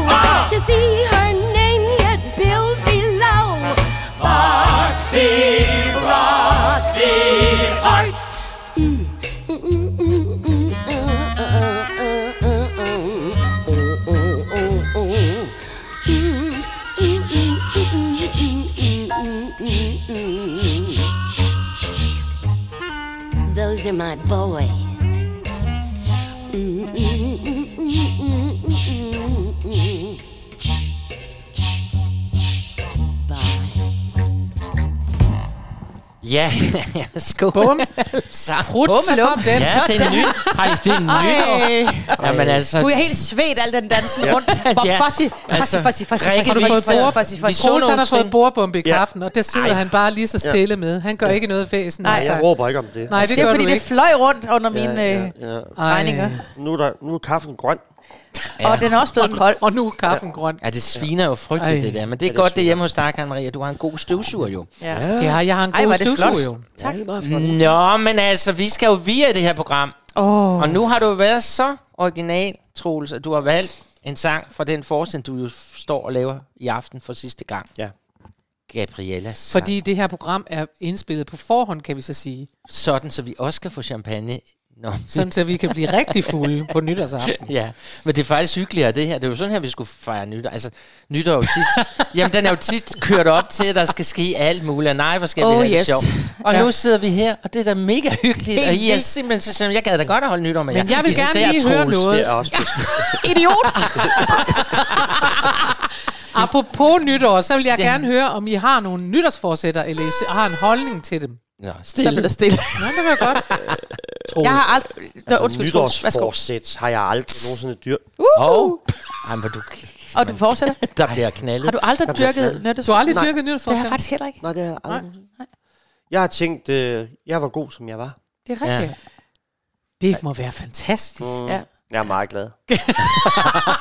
Speaker 10: To see her name get billed below.
Speaker 1: Roxy, Roxy Hart.
Speaker 10: Those are my boys. Mm-hmm. Bye.
Speaker 2: Ja, skål.
Speaker 3: Bum.
Speaker 2: Så,
Speaker 3: Prut,
Speaker 2: bum,
Speaker 3: så kom den.
Speaker 2: Ja, det er nyt. Hej, det er nyt. Jamen altså,
Speaker 5: Nu er jeg helt svedt, al den dansen rundt. Hvor
Speaker 2: Ja.
Speaker 5: fossi, fossi,
Speaker 2: Altså,
Speaker 5: fossi, fossi,
Speaker 2: Rikke,
Speaker 5: fossi,
Speaker 2: vi-
Speaker 5: fossi,
Speaker 2: vi-
Speaker 5: fossi, fossi,
Speaker 2: vi
Speaker 5: fossi.
Speaker 2: så-
Speaker 3: Troels,
Speaker 2: nogle
Speaker 3: han har fået
Speaker 2: spænd-
Speaker 3: bordbombe i
Speaker 4: Ja.
Speaker 3: kaffen, og der sidder
Speaker 2: Ej.
Speaker 3: han bare lige så stille med. Han gør ikke noget væsen.
Speaker 5: Nej.
Speaker 3: Nej,
Speaker 4: Nej, jeg
Speaker 3: altså.
Speaker 4: råber ikke om det.
Speaker 3: Nej det,
Speaker 5: Det er
Speaker 3: gør
Speaker 5: fordi,
Speaker 3: du
Speaker 5: det
Speaker 3: ikke.
Speaker 5: fløj rundt under
Speaker 4: ja,
Speaker 5: mine øh,
Speaker 4: ja, ja.
Speaker 3: Ej.
Speaker 5: regninger.
Speaker 4: Nu, er der, nu er kaffen grøn.
Speaker 5: Og den er også blevet kold.
Speaker 3: Og nu er kaffen grøn.
Speaker 2: ja, det sviner jo frygteligt,
Speaker 3: Ej.
Speaker 2: det der. Men det er godt, det er hjemme hos dig, Karen Maria. Du har en god støvsuger, jo.
Speaker 5: Ja.
Speaker 3: Det har jeg har en
Speaker 5: Ej, hvor
Speaker 3: god
Speaker 5: er det
Speaker 3: støvsuger jo.
Speaker 5: flot. Tak. Mm.
Speaker 2: Nå, men altså, vi skal jo via det her program.
Speaker 5: Åh,
Speaker 2: Og nu har du været så original, Troels, at du har valgt en sang fra den forskning, du jo står og laver i aften for sidste gang.
Speaker 4: Ja.
Speaker 2: Gabriellas sang.
Speaker 3: Fordi det her program er indspillet på forhånd, kan vi så sige.
Speaker 2: Sådan, så vi også kan få champagne Nå.
Speaker 3: Sådan, så vi kan blive rigtig fulde på nytårsaften.
Speaker 2: Ja, men det er faktisk hyggeligere det her. Det er jo sådan her, vi skulle fejre nytår. Altså, nytår er jo tit... jamen, den er jo tit kørt op til, at der skal ske alt muligt. Nej, hvor skal
Speaker 5: Oh,
Speaker 2: vi have det
Speaker 5: yes.
Speaker 2: sjovt. Og
Speaker 3: Ja.
Speaker 2: nu sidder vi her, og det er da mega hyggeligt.
Speaker 5: Helt
Speaker 2: og I er
Speaker 5: vildt.
Speaker 2: simpelthen så simpelthen, jeg gad da godt at holde nytår med
Speaker 3: Men
Speaker 2: jer.
Speaker 3: jeg vil gerne
Speaker 2: Især
Speaker 3: lige høre
Speaker 2: Troels.
Speaker 3: noget.
Speaker 4: Det er også
Speaker 5: Idiot!
Speaker 3: Apropos nytår, så vil jeg gerne høre, om I har nogle nytårsforsætter, eller I har en holdning til dem.
Speaker 2: Nå,
Speaker 5: Så blev
Speaker 2: stille.
Speaker 5: der stille.
Speaker 3: Nå, det var godt. Troels.
Speaker 5: Jeg har aldrig... Nå,
Speaker 4: altså,
Speaker 5: undskyld, Troels. Værsgo.
Speaker 4: nytårsforsæt har jeg aldrig nogensinde dyr.
Speaker 2: Åh, Ej, hvor du...
Speaker 5: Og du fortsætter.
Speaker 2: Der bliver knaldet.
Speaker 5: Har du aldrig dyrket nytårs?
Speaker 3: Du har aldrig
Speaker 4: Nej.
Speaker 3: dyrket
Speaker 5: Det har jeg
Speaker 3: nytårsforsætter?
Speaker 5: faktisk heller ikke.
Speaker 4: Nej, det har jeg aldrig. Jeg har tænkt, øh, jeg var god, som jeg var.
Speaker 5: Det er rigtigt.
Speaker 3: Det må være fantastisk.
Speaker 4: Mm.
Speaker 5: Ja.
Speaker 4: Jeg er meget glad.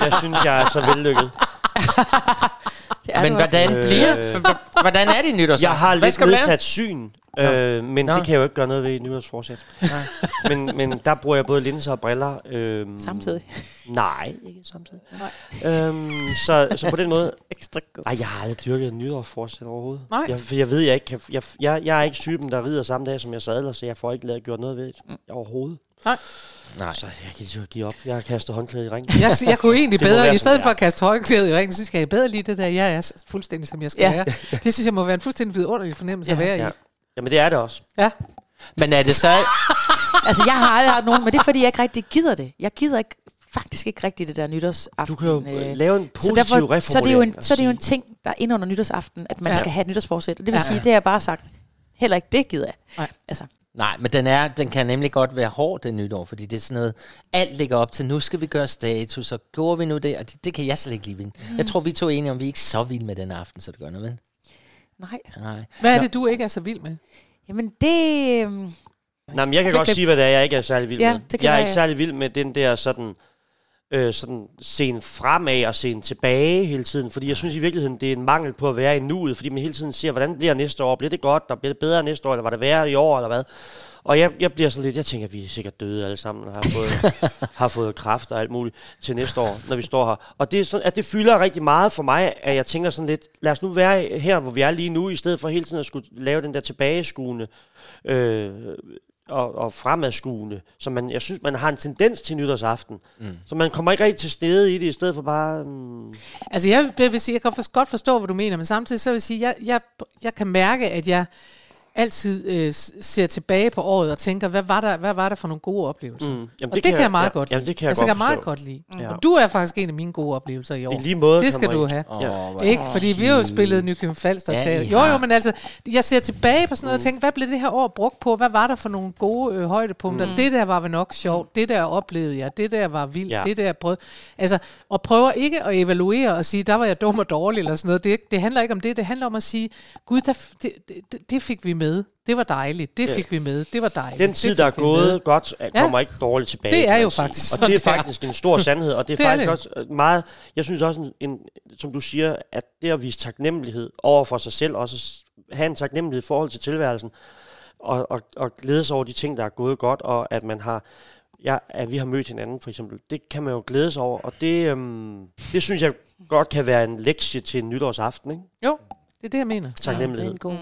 Speaker 4: jeg synes, jeg er så vellykket.
Speaker 5: Det er
Speaker 2: Men
Speaker 5: du
Speaker 2: hvordan
Speaker 4: Øh.
Speaker 2: bliver... h- Hvordan er det nytårsaften?
Speaker 4: Jeg har
Speaker 2: Hvad
Speaker 4: lidt
Speaker 2: skal du lave?
Speaker 4: nedsat syn, øh, men
Speaker 2: Nå.
Speaker 4: det kan jeg jo ikke gøre noget ved i nyårsforsæt. men, men der bruger jeg både linser og briller. Øh,
Speaker 5: også. Samtidig.
Speaker 4: Nej, ikke samtidig. Øhm, så, så på den måde...
Speaker 5: Ekstra god.
Speaker 4: Nej, jeg har aldrig dyrket nytårsforsæt overhovedet.
Speaker 3: Nej.
Speaker 4: Jeg, for jeg ved, jeg ikke kan... Jeg, jeg, jeg er ikke typen, der rider samme dag, som jeg sadler, så jeg får ikke lavet gjort noget ved det overhovedet.
Speaker 2: Nej.
Speaker 4: Så jeg kan lige så godt give op. Jeg har kastet håndklæde i ringen.
Speaker 3: Jeg, sy- jeg kunne egentlig
Speaker 4: Det må
Speaker 3: bedre,
Speaker 4: være
Speaker 3: i stedet
Speaker 4: sådan,
Speaker 3: for
Speaker 4: ja.
Speaker 3: at kaste højklæde i ringen, så skal jeg bedre lige det der, jeg er s- fuldstændig, som jeg skal
Speaker 5: Ja.
Speaker 3: være. Det synes jeg må være en fuldstændig vidunderlig fornemmelse at
Speaker 5: Ja.
Speaker 3: være i.
Speaker 4: Ja. Jamen, det er det også.
Speaker 3: Ja.
Speaker 2: Men er det så...
Speaker 5: Altså, jeg har aldrig haft nogen, men det er, fordi jeg ikke rigtig gider det. Jeg gider ikke, faktisk ikke rigtig det der nytårsaften.
Speaker 4: Du kan jo
Speaker 5: øh,
Speaker 4: øh, lave en
Speaker 5: så,
Speaker 4: positiv
Speaker 5: derfor,
Speaker 4: reformulering. altså.
Speaker 5: så, er det jo en,
Speaker 4: og
Speaker 5: så er det jo en
Speaker 4: sige,
Speaker 2: altså.
Speaker 5: ting, der er inde under nytårsaften, at man
Speaker 3: Ja.
Speaker 5: ja. skal have et nytårsforsæt. Og det vil
Speaker 3: Ja.
Speaker 5: ja. sige, det har jeg bare sagt. Heller ikke det gider jeg.
Speaker 3: Nej.
Speaker 5: Altså,
Speaker 2: Nej, men den, er, den kan nemlig godt være hård, den nytår, fordi det er sådan noget, alt ligger op til, nu skal vi gøre status, og gjorde vi nu det, og det, det kan jeg slet ikke lide. Mm. Jeg tror, vi to er enige om, vi er ikke så vilde med den aften, så det gør noget, men
Speaker 5: nej.
Speaker 2: nej.
Speaker 3: Hvad er det, du ikke er så vild med?
Speaker 5: Jamen, det... øhm,
Speaker 4: Nej, men jeg kan
Speaker 5: Så
Speaker 4: godt
Speaker 5: kan-
Speaker 4: sige, hvad det er, jeg ikke er særlig vild
Speaker 5: Ja,
Speaker 4: med.
Speaker 5: det kan
Speaker 4: jeg er
Speaker 5: være,
Speaker 4: ikke
Speaker 5: ja.
Speaker 4: særlig vild med den der sådan, øh, sådan sen fremad og sen tilbage hele tiden. Fordi jeg synes i virkeligheden, det er en mangel på at være i nuet. Fordi man hele tiden siger, hvordan bliver næste år? Bliver det godt? Og bliver det bedre næste år? Eller var det værre i år? Eller hvad? Og jeg, jeg bliver sådan lidt, jeg tænker, vi er sikkert døde alle sammen, og har fået, har fået kraft og alt muligt til næste år, når vi står her. Og det, er sådan, at det fylder rigtig meget for mig, at jeg tænker sådan lidt, lad os nu være her, hvor vi er lige nu, i stedet for hele tiden at skulle lave den der tilbageskuende øh, og, og fremadskuende, som man, jeg synes, man har en tendens til nytårsaften. Mm. Så man kommer ikke rigtig til stede i det, i stedet for bare... Mm,
Speaker 3: Altså, jeg vil, vil sige, jeg kan for, godt forstå, hvad du mener, men samtidig så vil jeg sige, jeg, jeg, jeg kan mærke, at jeg altid øh, s- ser tilbage på året og tænker, hvad var der, hvad var der for nogle gode oplevelser? Mm.
Speaker 4: mm. Jamen,
Speaker 3: og det, det kan jeg meget
Speaker 4: ja,
Speaker 3: godt lide.
Speaker 4: Jamen, det kan jeg
Speaker 3: altså,
Speaker 4: godt
Speaker 3: jeg kan meget
Speaker 4: forstå.
Speaker 3: godt lide.
Speaker 2: Mm.
Speaker 4: Ja.
Speaker 3: Og du er faktisk en af mine gode oplevelser i år.
Speaker 4: I lige måde,
Speaker 3: det skal
Speaker 4: Karin.
Speaker 3: du have.
Speaker 4: Ja.
Speaker 2: Åh, hvor-
Speaker 3: Ikke? Fordi vi har jo spillet Nykøbing Falster
Speaker 2: Ja,
Speaker 3: ja,
Speaker 2: I
Speaker 3: Jo,
Speaker 2: har.
Speaker 3: jo, men altså, jeg ser tilbage på
Speaker 4: Mm.
Speaker 3: sådan noget og tænker, hvad blev det her år brugt på? Hvad var der for nogle gode øh, højdepunkter? Mm. Det der var vel nok sjovt. Det der oplevede jeg. Det der var vildt.
Speaker 4: Ja.
Speaker 3: Ja. Det der prøv... Altså, og prøver ikke at evaluere og sige, der var jeg dum og dårlig eller sådan noget. Det, er ikke- det handler ikke om det. Det handler om at sige, gud, der, f- det, det, det fik vi med. Det var dejligt. Det fik vi med. Det var dejligt.
Speaker 4: Den
Speaker 3: Det
Speaker 4: tid,
Speaker 3: fik
Speaker 4: der er
Speaker 3: vi med."
Speaker 4: gået godt, er-
Speaker 3: Ja.
Speaker 4: kommer ikke dårligt tilbage.
Speaker 3: Det er
Speaker 4: kan man
Speaker 3: jo
Speaker 4: sige.
Speaker 3: faktisk
Speaker 4: Og
Speaker 3: sådan,
Speaker 4: det er
Speaker 3: det er.
Speaker 4: faktisk en stor sandhed, og det er
Speaker 3: Det er
Speaker 4: faktisk
Speaker 3: det.
Speaker 4: også øh, meget... Jeg synes også, en, en, som du siger, at det at vise taknemmelighed over for sig selv, også at s- have en taknemmelighed i forhold til tilværelsen, og, og, og glæde sig over de ting, der er gået godt, og at man har... Ja, at vi har mødt hinanden, for eksempel. Det kan man jo glæde sig over, og det, øhm, det synes jeg godt kan være en lektie til en nytårsaften, ikke?
Speaker 3: Jo, det er det, jeg mener.
Speaker 5: det er
Speaker 4: Taknemmelighed.
Speaker 5: en god...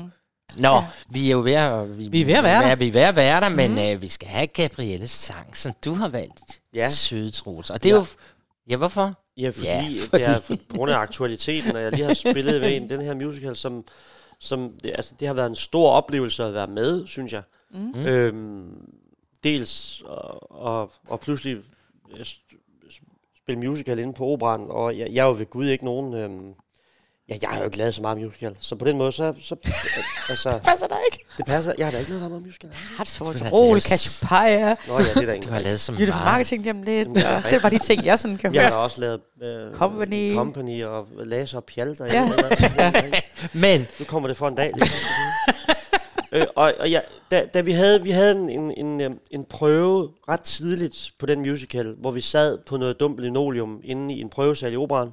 Speaker 2: Nå, ja. vi er jo ved at, vi,
Speaker 3: Vi er ved at være der. Mhm.
Speaker 2: Ja, vi er ved at være der, men øh, vi skal have Gabrielles sang, som du har valgt.
Speaker 4: Ja.
Speaker 2: Søde Troels. Og det er
Speaker 4: Ja.
Speaker 2: jo... Ja, hvorfor?
Speaker 4: Ja, fordi,
Speaker 2: Ja,
Speaker 4: ja, fordi...
Speaker 2: fordi-
Speaker 4: det er for- på grund af aktualiteten, og jeg lige har spillet ved en, den her musical, som, som det, altså, det har været en stor oplevelse at være med, synes jeg. Mm. Øhm, dels og, og, og pludselig øh, s- s- spille musical inde på operan, og jeg, jeg er jo ved Gud ikke nogen... Øhm, ja, jeg har jo ikke lavet så meget musical, så på den måde, så... så altså,
Speaker 5: Passer dig ikke?
Speaker 4: det passer. Jeg har da ikke lavet meget musical.
Speaker 5: Hartsvold,
Speaker 2: er
Speaker 5: Rol,
Speaker 2: lavet-
Speaker 5: Cassiopeia,
Speaker 4: Nå ja, det er der
Speaker 2: Du
Speaker 4: ingen.
Speaker 2: har lavet så
Speaker 5: Jytte for
Speaker 2: meget.
Speaker 5: Marketing hjem lidt.
Speaker 4: Jamen, det er
Speaker 5: og Det
Speaker 4: rigtigt.
Speaker 5: var de ting, jeg sådan kan
Speaker 4: Jeg har da
Speaker 5: høre.
Speaker 4: også lavet øh,
Speaker 5: Company.
Speaker 4: Company og Laser og Pjalter.
Speaker 5: Ja.
Speaker 4: Ja.
Speaker 2: Men
Speaker 4: Nu kommer det for en dag. Ligesom. øh, og og ja, da, da vi havde, vi havde en, en, en, øhm, en prøve ret tidligt på den musical, hvor vi sad på noget dumt linoleum inde i en prøvesal i operan,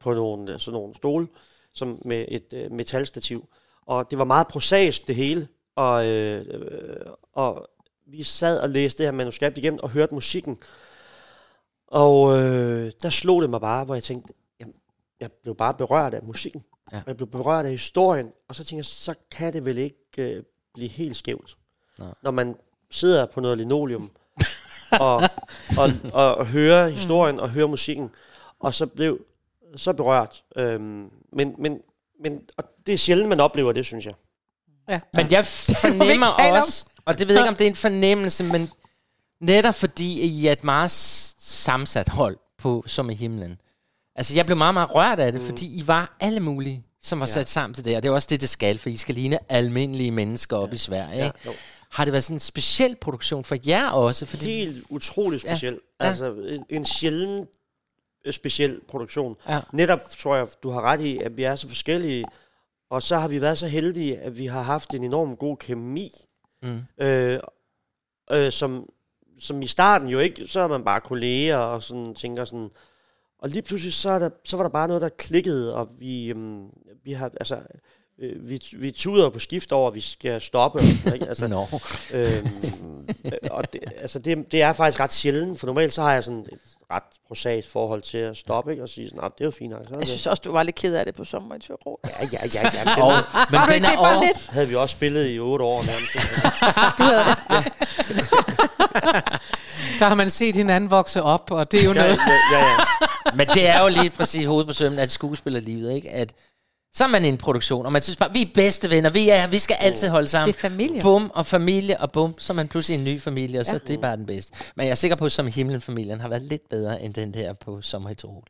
Speaker 4: på nogle, øh, sådan nogle stole, som med et øh, metalstativ. Og det var meget prosaisk det hele, og, øh, øh, og vi sad og læste det her manuskript igennem og hørte musikken. Og øh, der slog det mig bare, hvor jeg tænkte, jamen, jeg blev bare berørt af musikken.
Speaker 2: Ja.
Speaker 4: Ja. Og jeg blev berørt af historien, og så tænker jeg, så kan det vel ikke øh, blive helt skævt,
Speaker 2: Nej.
Speaker 4: når man sidder på noget linoleum og, og, og, og hører historien og hører musikken, og så blev så berørt. Øhm, men, men, men og det er sjældent, man oplever det, synes jeg.
Speaker 3: Ja.
Speaker 2: Men jeg fornemmer
Speaker 3: tale om.
Speaker 2: også, og det ved jeg ikke, om det er en fornemmelse, men netop fordi I er et meget s- sammensat hold på Som i himlen. Altså, jeg blev meget, meget rørt af det, mm. fordi I var alle mulige, som var ja. sat sammen til det, og det er også det, det skal, for I skal ligne almindelige mennesker op ja. i Sverige. Ja.
Speaker 4: jo.
Speaker 2: Har det været sådan en speciel produktion for jer også? Fordi
Speaker 4: Helt utrolig
Speaker 2: Ja.
Speaker 4: speciel.
Speaker 2: Ja.
Speaker 4: Ja. Altså en, en sjældent øh, speciel produktion.
Speaker 2: Ja.
Speaker 4: Netop tror jeg, du har ret i, at vi er så forskellige, og så har vi været så heldige, at vi har haft en enorm god kemi,
Speaker 2: Mm.
Speaker 4: øh, øh, som, som i starten jo ikke, så er man bare kolleger og sådan tænker sådan, og lige pludselig så, er der, så var der bare noget, der klikkede, og vi, øhm, vi har, altså, øh, vi, vi tuder på skift over, at vi skal stoppe. og sådan, ikke? altså,
Speaker 2: Nå.
Speaker 4: øhm, øh, og det, altså det, det er faktisk ret sjældent, for normalt så har jeg sådan et ret prosaisk forhold til at stoppe, ikke? og sige sådan, "Nå, det er jo fint nok. Så er
Speaker 5: Jeg
Speaker 4: det."
Speaker 5: synes også, du var lidt ked af det på sommer i Tyrol.
Speaker 4: ja, ja, ja, ja, den
Speaker 2: Og,
Speaker 4: oh.
Speaker 2: men
Speaker 5: Har du
Speaker 2: den
Speaker 5: ikke
Speaker 2: er
Speaker 5: det bare
Speaker 2: over.
Speaker 5: lidt?
Speaker 4: havde vi også spillet i otte år nærmest.
Speaker 3: Der har man set hinanden vokse op, og det er jo
Speaker 4: Ja,
Speaker 3: noget...
Speaker 4: ja, ja, ja.
Speaker 2: Men det er jo lige præcis hovedet på sømmen af skuespillerlivet, ikke? At så er man i en produktion, og man synes bare, vi er bedste venner, vi, er, vi skal altid holde sammen.
Speaker 5: Det er familie.
Speaker 2: Bum, og familie, og bum, så er man pludselig en ny familie, og så ja. det er bare den bedste. Men jeg er sikker på, at som himlen-familien har været lidt bedre end den der på Sommer i Torol.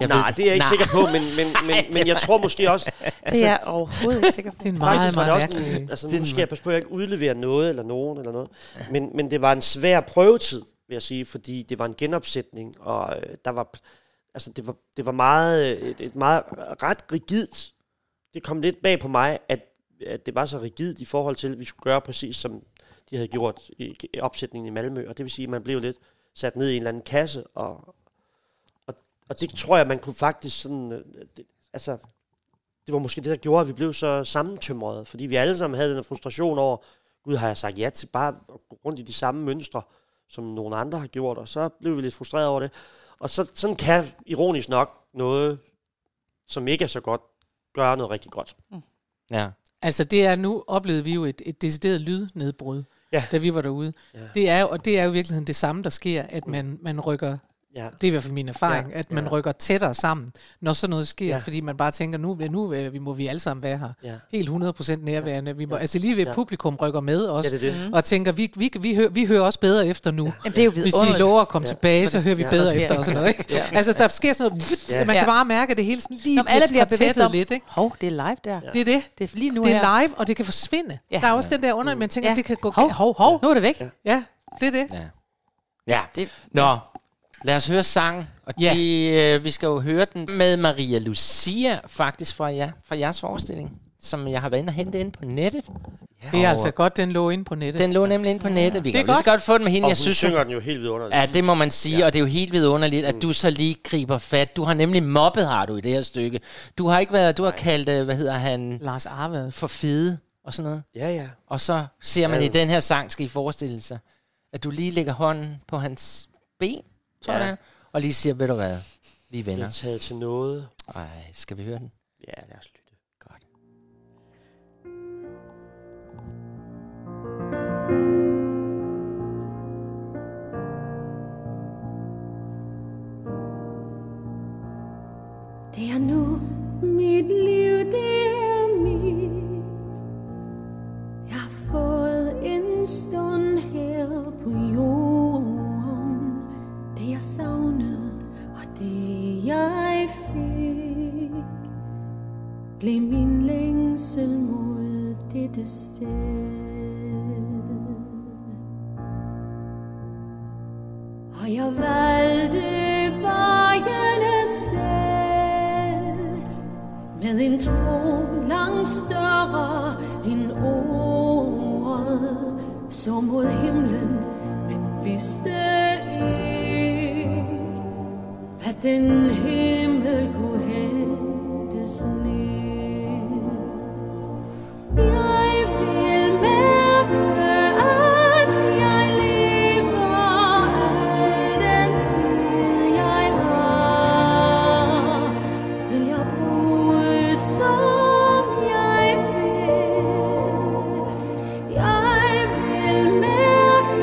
Speaker 2: Jeg
Speaker 4: Nej,
Speaker 2: ved-
Speaker 4: det er jeg ikke
Speaker 2: Nej.
Speaker 4: sikker på, men, men, men, men jeg tror måske også, altså-
Speaker 5: Det er jeg overhovedet ikke sikker på.
Speaker 3: Det er en meget,
Speaker 4: Faktisk var det
Speaker 3: meget
Speaker 4: også en,
Speaker 3: mærkelig...
Speaker 4: altså,
Speaker 2: Det er
Speaker 4: nu skal
Speaker 2: en-
Speaker 4: jeg passe på, at jeg ikke udleverer noget eller nogen eller noget. Men, men det var en svær prøvetid, vil jeg sige, fordi det var en genopsætning, og øh, der var, altså, det var, det var meget, øh, et, et meget ret rigidt. Det kom lidt bag på mig, at, at det var så rigidt i forhold til, at vi skulle gøre præcis som de havde gjort i i opsætningen i Malmø. Og det vil sige, at man blev lidt sat ned i en eller anden kasse, og, og, og det tror jeg, man kunne faktisk sådan, øh, det, altså, det var måske det, der gjorde, at vi blev så sammentømrede, fordi vi alle sammen havde den her frustration over, gud, har jeg sagt ja til bare at gå rundt i de samme mønstre, som nogle andre har gjort, og så blev vi lidt frustreret over det. Og så, sådan kan, ironisk nok, noget, som ikke er så godt, gøre noget rigtig godt.
Speaker 2: Mm. Ja.
Speaker 3: Altså, det er nu oplevede vi jo et, et decideret lydnedbrud,
Speaker 4: Ja.
Speaker 3: da vi var derude.
Speaker 4: Ja.
Speaker 3: Det er jo, og det er jo i virkeligheden det samme, der sker, at man, man rykker
Speaker 4: Ja.
Speaker 3: det er i hvert fald min erfaring, ja,
Speaker 4: Ja,
Speaker 3: at man ja.
Speaker 4: ja.
Speaker 3: rykker tættere sammen, når sådan noget sker, ja.
Speaker 4: Ja.
Speaker 3: fordi man bare tænker, nu, nu øh, vi må vi alle sammen være her.
Speaker 4: Ja.
Speaker 3: Helt 100% nærværende. Vi må, Altså lige ved ja.
Speaker 4: Ja.
Speaker 3: publikum rykker med os,
Speaker 4: Ja, det er det.
Speaker 3: og tænker, vi, vi, vi, hører, vi hører også bedre efter nu.
Speaker 5: Jamen, det er jo
Speaker 3: Hvis I
Speaker 5: vidunderligt.
Speaker 3: lover at komme ja.
Speaker 4: Ja.
Speaker 3: tilbage, så hører vi
Speaker 4: ja,
Speaker 3: bedre
Speaker 5: der sker
Speaker 3: efter og sådan noget. Ikke?
Speaker 5: Ja.
Speaker 3: Altså der sker sådan noget, vut,
Speaker 4: Ja.
Speaker 3: man kan
Speaker 5: Ja.
Speaker 3: bare mærke, at det hele sådan lige
Speaker 5: Når alle bliver
Speaker 3: fortættet
Speaker 5: bevidst om,
Speaker 3: lidt. Ikke?
Speaker 5: hov, det er live der.
Speaker 3: Det er det.
Speaker 5: Det er lige nu
Speaker 3: Det
Speaker 5: her.
Speaker 3: er live, og det kan forsvinde. Ja.
Speaker 5: Ja.
Speaker 3: Der er også den der under, man tænker, ja.
Speaker 5: Ja.
Speaker 3: det kan gå
Speaker 5: Hov.
Speaker 3: hov, hov.
Speaker 5: Nu er det væk.
Speaker 3: Ja, det er det.
Speaker 2: Ja. ja.
Speaker 5: Det-
Speaker 2: Nå, lad os høre sangen. Og
Speaker 3: Ja.
Speaker 2: ja. det, øh, vi skal jo høre den med Maria Lucia, faktisk fra, ja, fra jeres forestilling, som jeg har været inde og hente inde på nettet.
Speaker 3: Det er
Speaker 2: Og,
Speaker 3: altså godt, den lå inde på nettet.
Speaker 2: Den lå nemlig inde på nettet. Vi
Speaker 3: Det er
Speaker 2: kan jo lige så godt få den med hende.
Speaker 4: Og hun
Speaker 2: jeg synes, hun-
Speaker 4: synger den jo helt vidunderligt. Mm.
Speaker 2: Ja, det må man sige, ja. og det er jo helt vidunderligt, at du så lige griber fat. Du har nemlig mobbet, har du, i det her stykke. Du har ikke været, du har kaldt, øh, hvad hedder han,
Speaker 3: Lars Arvad.
Speaker 2: for fede og sådan noget.
Speaker 4: Ja, ja.
Speaker 2: Og så ser man
Speaker 4: Ja.
Speaker 2: i den her sang, skal I forestille sig, at du lige lægger hånden på hans ben, tror jeg,
Speaker 4: Ja.
Speaker 2: det er, og lige siger, ved du hvad, vi er
Speaker 4: Det
Speaker 2: venner.
Speaker 4: er taget til noget.
Speaker 2: Ej, skal vi høre den?
Speaker 4: Ja, lad os lytte. Godt.
Speaker 8: Det er nu mit liv, det er mit. Jeg har fået en stund her på jorden. Det jeg savnede og det jeg fik. Blev min længsel mod dette sted. Og jeg valgte vejen selv Med en tro langt større end ordet Så mod himlen, men vidste ikke At den himmel kunne hentes ned jeg vil mærke, at jeg lever al den tid, jeg har. Vil jeg bruge, som jeg vil. Jeg vil mærke,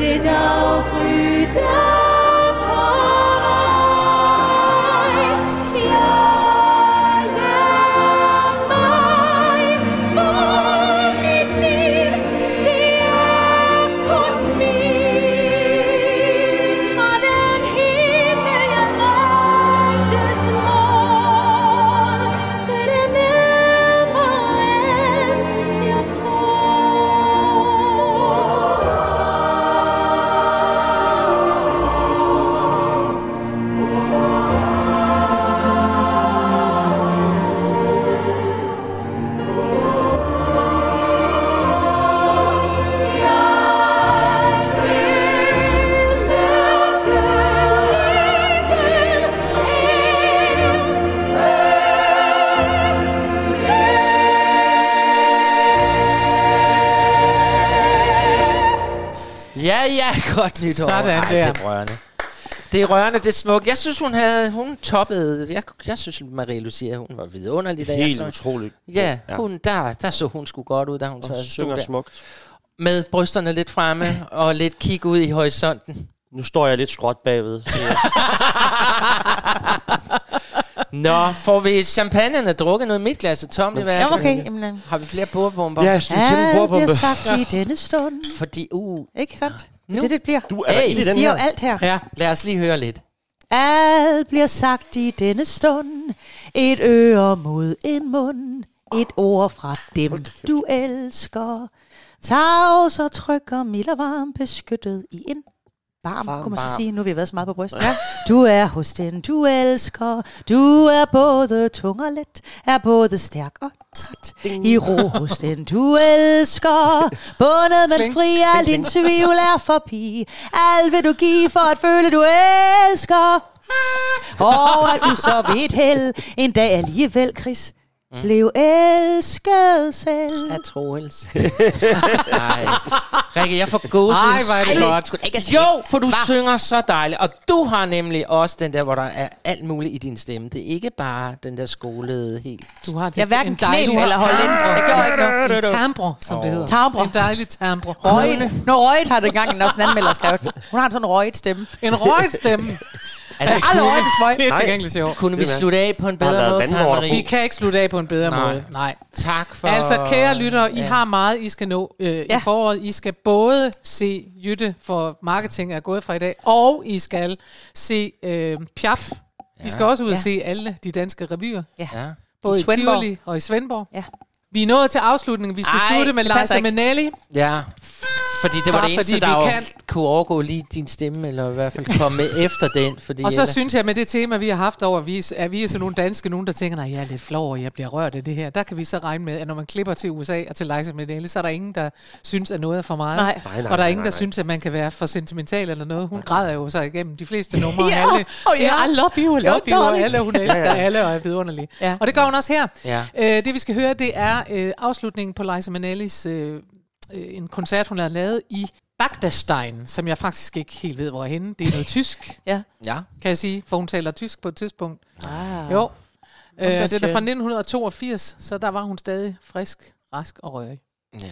Speaker 8: det daggry, der på vej. Jeg lader mig for mit liv, det er kun mit. Og den himmel, jeg længtes mod, den er nærmere end jeg
Speaker 2: Ja, ja, godt nytår.
Speaker 3: Sådan
Speaker 2: Ej, det er
Speaker 3: der.
Speaker 2: rørende. Det er rørende, det er smukt. Jeg synes, hun havde, hun toppede. Jeg, jeg synes, Marie Lucia, hun var vidunderlig. da jeg
Speaker 4: Helt
Speaker 2: så-
Speaker 4: utroligt.
Speaker 2: Ja,
Speaker 4: Ja.
Speaker 2: hun, der, der så hun sgu godt ud, da hun
Speaker 4: Og
Speaker 2: sad og stod
Speaker 4: synger
Speaker 2: der.
Speaker 4: smukt.
Speaker 2: Med brysterne lidt fremme og lidt kig ud i horisonten.
Speaker 4: Nu står jeg lidt skråt bagved. så jeg-
Speaker 2: Nå, får vi champagnen og drukket noget midtglas og tom i hvert
Speaker 5: Nå,
Speaker 2: fald?
Speaker 5: okay. Jamen, øh,
Speaker 2: Har vi flere bordbomber?
Speaker 4: Ja, skal vi tænde en
Speaker 5: alt bliver
Speaker 4: bordbombe?
Speaker 5: sagt i denne stund.
Speaker 2: Fordi, uh,
Speaker 5: Ikke sandt? Det er det, det bliver.
Speaker 4: Du er der
Speaker 2: Hey,
Speaker 4: ild
Speaker 5: Vi
Speaker 4: i den
Speaker 5: siger jo
Speaker 4: her.
Speaker 5: alt her.
Speaker 3: Ja.
Speaker 2: lad os lige høre lidt.
Speaker 5: Alt bliver sagt i denne stund. Et øre mod en mund. Et ord fra dem, du elsker. Tavs og tryk og mild og varm, beskyttet i en varm,
Speaker 2: Varm,
Speaker 5: varm kunne man så
Speaker 2: varm.
Speaker 5: sige. Nu har vi været så meget på brystet. Ja. Du er hos den, du elsker. Du er både tung og let. Er både stærk og træt. I ro hos den, du elsker. Bundet, men fri, al din tvivl er forbi. Alt vil du give for at føle, du elsker. Og at du så ved et held en dag alligevel, Chris,
Speaker 3: Mm.
Speaker 5: blev elsket selv.
Speaker 2: Af Troels. Nej. Rikke, jeg får gåsehud.
Speaker 3: Ej, hvor er det
Speaker 2: Ej,
Speaker 3: godt.
Speaker 2: sgu da ikke, altså, Jo, for du synger så dejligt. Og du har nemlig også den der, hvor der er alt muligt i din stemme. Det er ikke bare den der skolede helt.
Speaker 3: Du har det.
Speaker 5: Jeg hverken
Speaker 3: en dejlig-
Speaker 5: knæl eller holdt ind. Jeg gør ikke noget.
Speaker 3: En tambre, som det hedder.
Speaker 5: Tambre.
Speaker 3: En dejlig tambre.
Speaker 5: Røget. Når Røget har det engang, en også en anmelder skrevet. Hun har sådan en røget stemme.
Speaker 3: En røget stemme.
Speaker 2: Altså,
Speaker 5: Alle
Speaker 2: kunne,
Speaker 5: Røgets møg.
Speaker 3: Det er til gengæld sjovt.
Speaker 2: kunne vi
Speaker 4: Det er-
Speaker 2: slutte af på en
Speaker 4: Der
Speaker 2: bedre
Speaker 4: har været
Speaker 2: måde, Karen
Speaker 4: vandvorter
Speaker 3: Vi
Speaker 2: Marie?
Speaker 3: kan ikke slutte af på en bedre
Speaker 2: Nej.
Speaker 3: måde. Nej.
Speaker 2: Tak for...
Speaker 3: Altså, kære lyttere, I har meget, I skal nå øh, ja.
Speaker 5: Ja.
Speaker 3: i foråret. I skal både se Jytte, for marketing er gået fra i dag, og I skal se øh, Piaf. Ja. I skal også ud og
Speaker 5: Ja.
Speaker 3: se alle de danske revyer,
Speaker 2: Ja.
Speaker 3: både
Speaker 5: I
Speaker 3: i, i
Speaker 5: Svendborg.
Speaker 3: Tivoli og i Svendborg.
Speaker 5: Ja.
Speaker 3: Vi er nået til afslutningen. Vi skal
Speaker 5: Ej,
Speaker 3: Ej, slutte med
Speaker 5: det passer
Speaker 3: Liza
Speaker 5: ikke.
Speaker 3: Minnelli.
Speaker 2: ja. Fordi det var
Speaker 3: Bare
Speaker 2: det eneste,
Speaker 3: fordi
Speaker 2: der
Speaker 3: vi
Speaker 2: jo
Speaker 3: kan.
Speaker 2: kunne overgå lige din stemme, eller i hvert fald komme med efter den. Fordi
Speaker 3: Og så
Speaker 2: ellers-
Speaker 3: synes jeg, med det tema, vi har haft over, vi er, at vi er sådan nogle danske, nogen der tænker, nej, jeg er lidt flov, og jeg bliver rørt af det her. Der kan vi så regne med, at når man klipper til USA og til Liza Minnelli, så er der ingen, der synes, at noget er for meget.
Speaker 5: Nej.
Speaker 4: Nej, nej,
Speaker 3: og der er
Speaker 4: nej,
Speaker 3: ingen, der
Speaker 4: nej, nej.
Speaker 3: synes, at man kan være for sentimental eller noget. Hun græder jo så igennem de fleste numre.
Speaker 5: Ja,
Speaker 3: og alle
Speaker 5: og
Speaker 3: siger,
Speaker 5: ja.
Speaker 3: I love you, I love you, og
Speaker 5: darling.
Speaker 3: alle, hun elsker alle, og er vidunderlig.
Speaker 5: Ja.
Speaker 3: Og det gør hun også her.
Speaker 2: Ja.
Speaker 3: Øh, det vi skal høre, det er øh, afslutningen på Liza Minnellis øh, øh, en koncert, hun har lavet i Bagdadstein, som jeg faktisk ikke helt ved, hvor er henne. Det er noget tysk
Speaker 5: Ja.
Speaker 2: Ja.
Speaker 3: kan jeg sige, for hun taler tysk på et tidspunkt.
Speaker 5: Ah.
Speaker 3: Jo. Øh, den er
Speaker 5: var
Speaker 3: fra
Speaker 5: skøn.
Speaker 3: 1982, så der var hun stadig frisk, rask og rørig.
Speaker 2: Ja.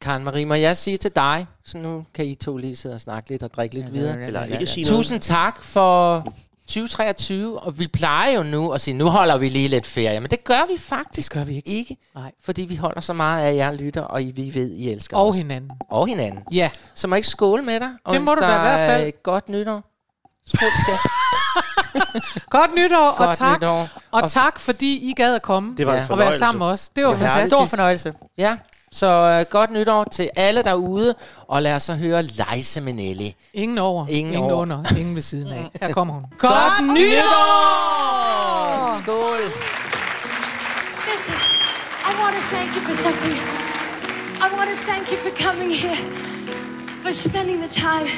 Speaker 2: Karen Marie, må jeg sige til dig, så nu kan I to lige sidde og snakke lidt og drikke lidt videre.
Speaker 4: Eller ikke sige noget.
Speaker 2: Tusind tak for 2023, og vi plejer jo nu at sige, nu holder vi lige lidt ferie, men det gør vi faktisk
Speaker 3: gør vi ikke.
Speaker 2: ikke,
Speaker 3: Nej.
Speaker 2: fordi vi holder så meget af jer lytter, og I, vi ved, I elsker
Speaker 3: Og
Speaker 2: os.
Speaker 3: hinanden.
Speaker 2: Og hinanden.
Speaker 3: Ja.
Speaker 2: Så må jeg ikke skåle med dig. Og
Speaker 3: Det må
Speaker 2: ønske
Speaker 3: du da i
Speaker 2: dig
Speaker 3: hvert fald.
Speaker 2: Godt nytår. Skål, skat.
Speaker 3: Godt nytår, og
Speaker 2: Godt
Speaker 3: tak.
Speaker 2: nytår.
Speaker 3: Og tak, fordi I gad at komme
Speaker 4: Det var
Speaker 2: Ja.
Speaker 4: ja.
Speaker 2: Og
Speaker 4: en
Speaker 3: og være
Speaker 4: fornøjelse.
Speaker 3: sammen med os. Det var
Speaker 4: var
Speaker 3: fantastisk.
Speaker 5: Stor fornøjelse.
Speaker 2: Ja, så øh, godt nytår til alle derude, og lad os så høre Leise Minnelli.
Speaker 3: Ingen over,
Speaker 2: Ingen
Speaker 3: ingen,
Speaker 2: over.
Speaker 3: under, ingen ved siden af. Her kommer hun. Godt nytår!
Speaker 2: Skål.
Speaker 8: Listen, I want to thank you for something. I want to thank you for coming here, for spending the time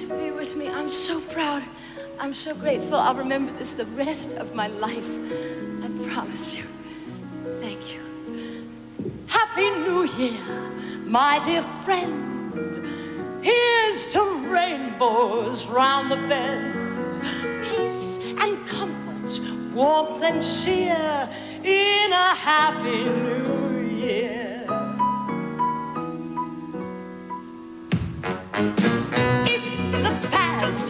Speaker 8: to be with me. I'm so proud. I'm so grateful. I'll remember this the rest of my life. I promise you. Thank you. Happy New Year, my dear friend. Here's to rainbows round the bend. Peace and comfort, warmth and cheer in a happy new year.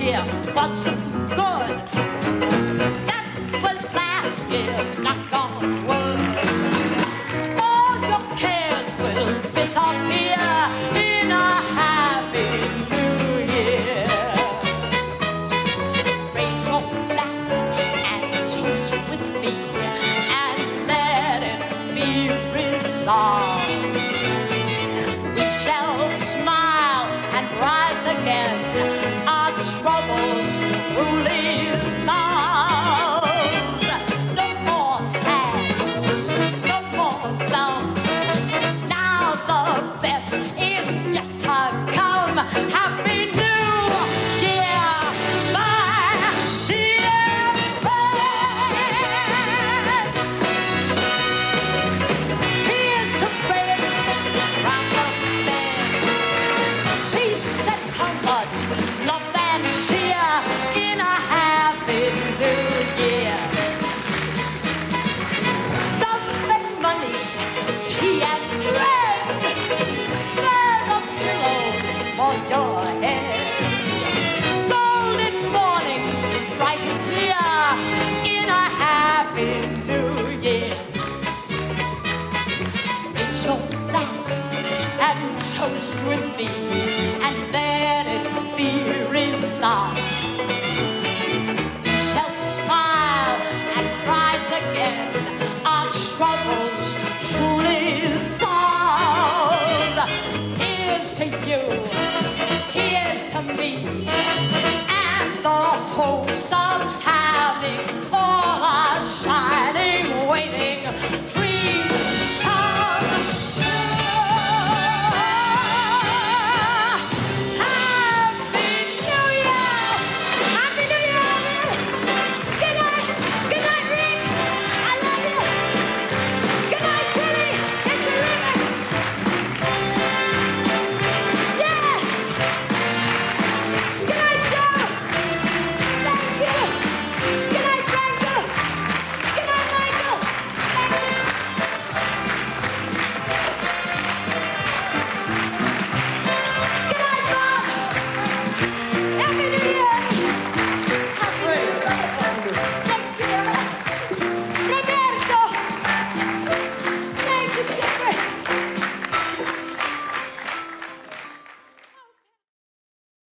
Speaker 8: year wasn't good. That was last year, knock on wood. All your cares will disappear in a happy new year. Raise your glass and cheers with me and let it be resolved. We shall smile and rise again, our troubles truly solved. No more sad, no more down. Now the best is yet to come. Happy New Year, my dear friend. Here's to faith, peace and comfort, love and cheer in a happy new year. Love and money, tea and bread, there's a pillow for your head. Golden mornings, bright and clear in a happy new year. Raise your glass and toast with me and let it be resolved. We shall smile and rise again, our troubles truly solved. Here's to you,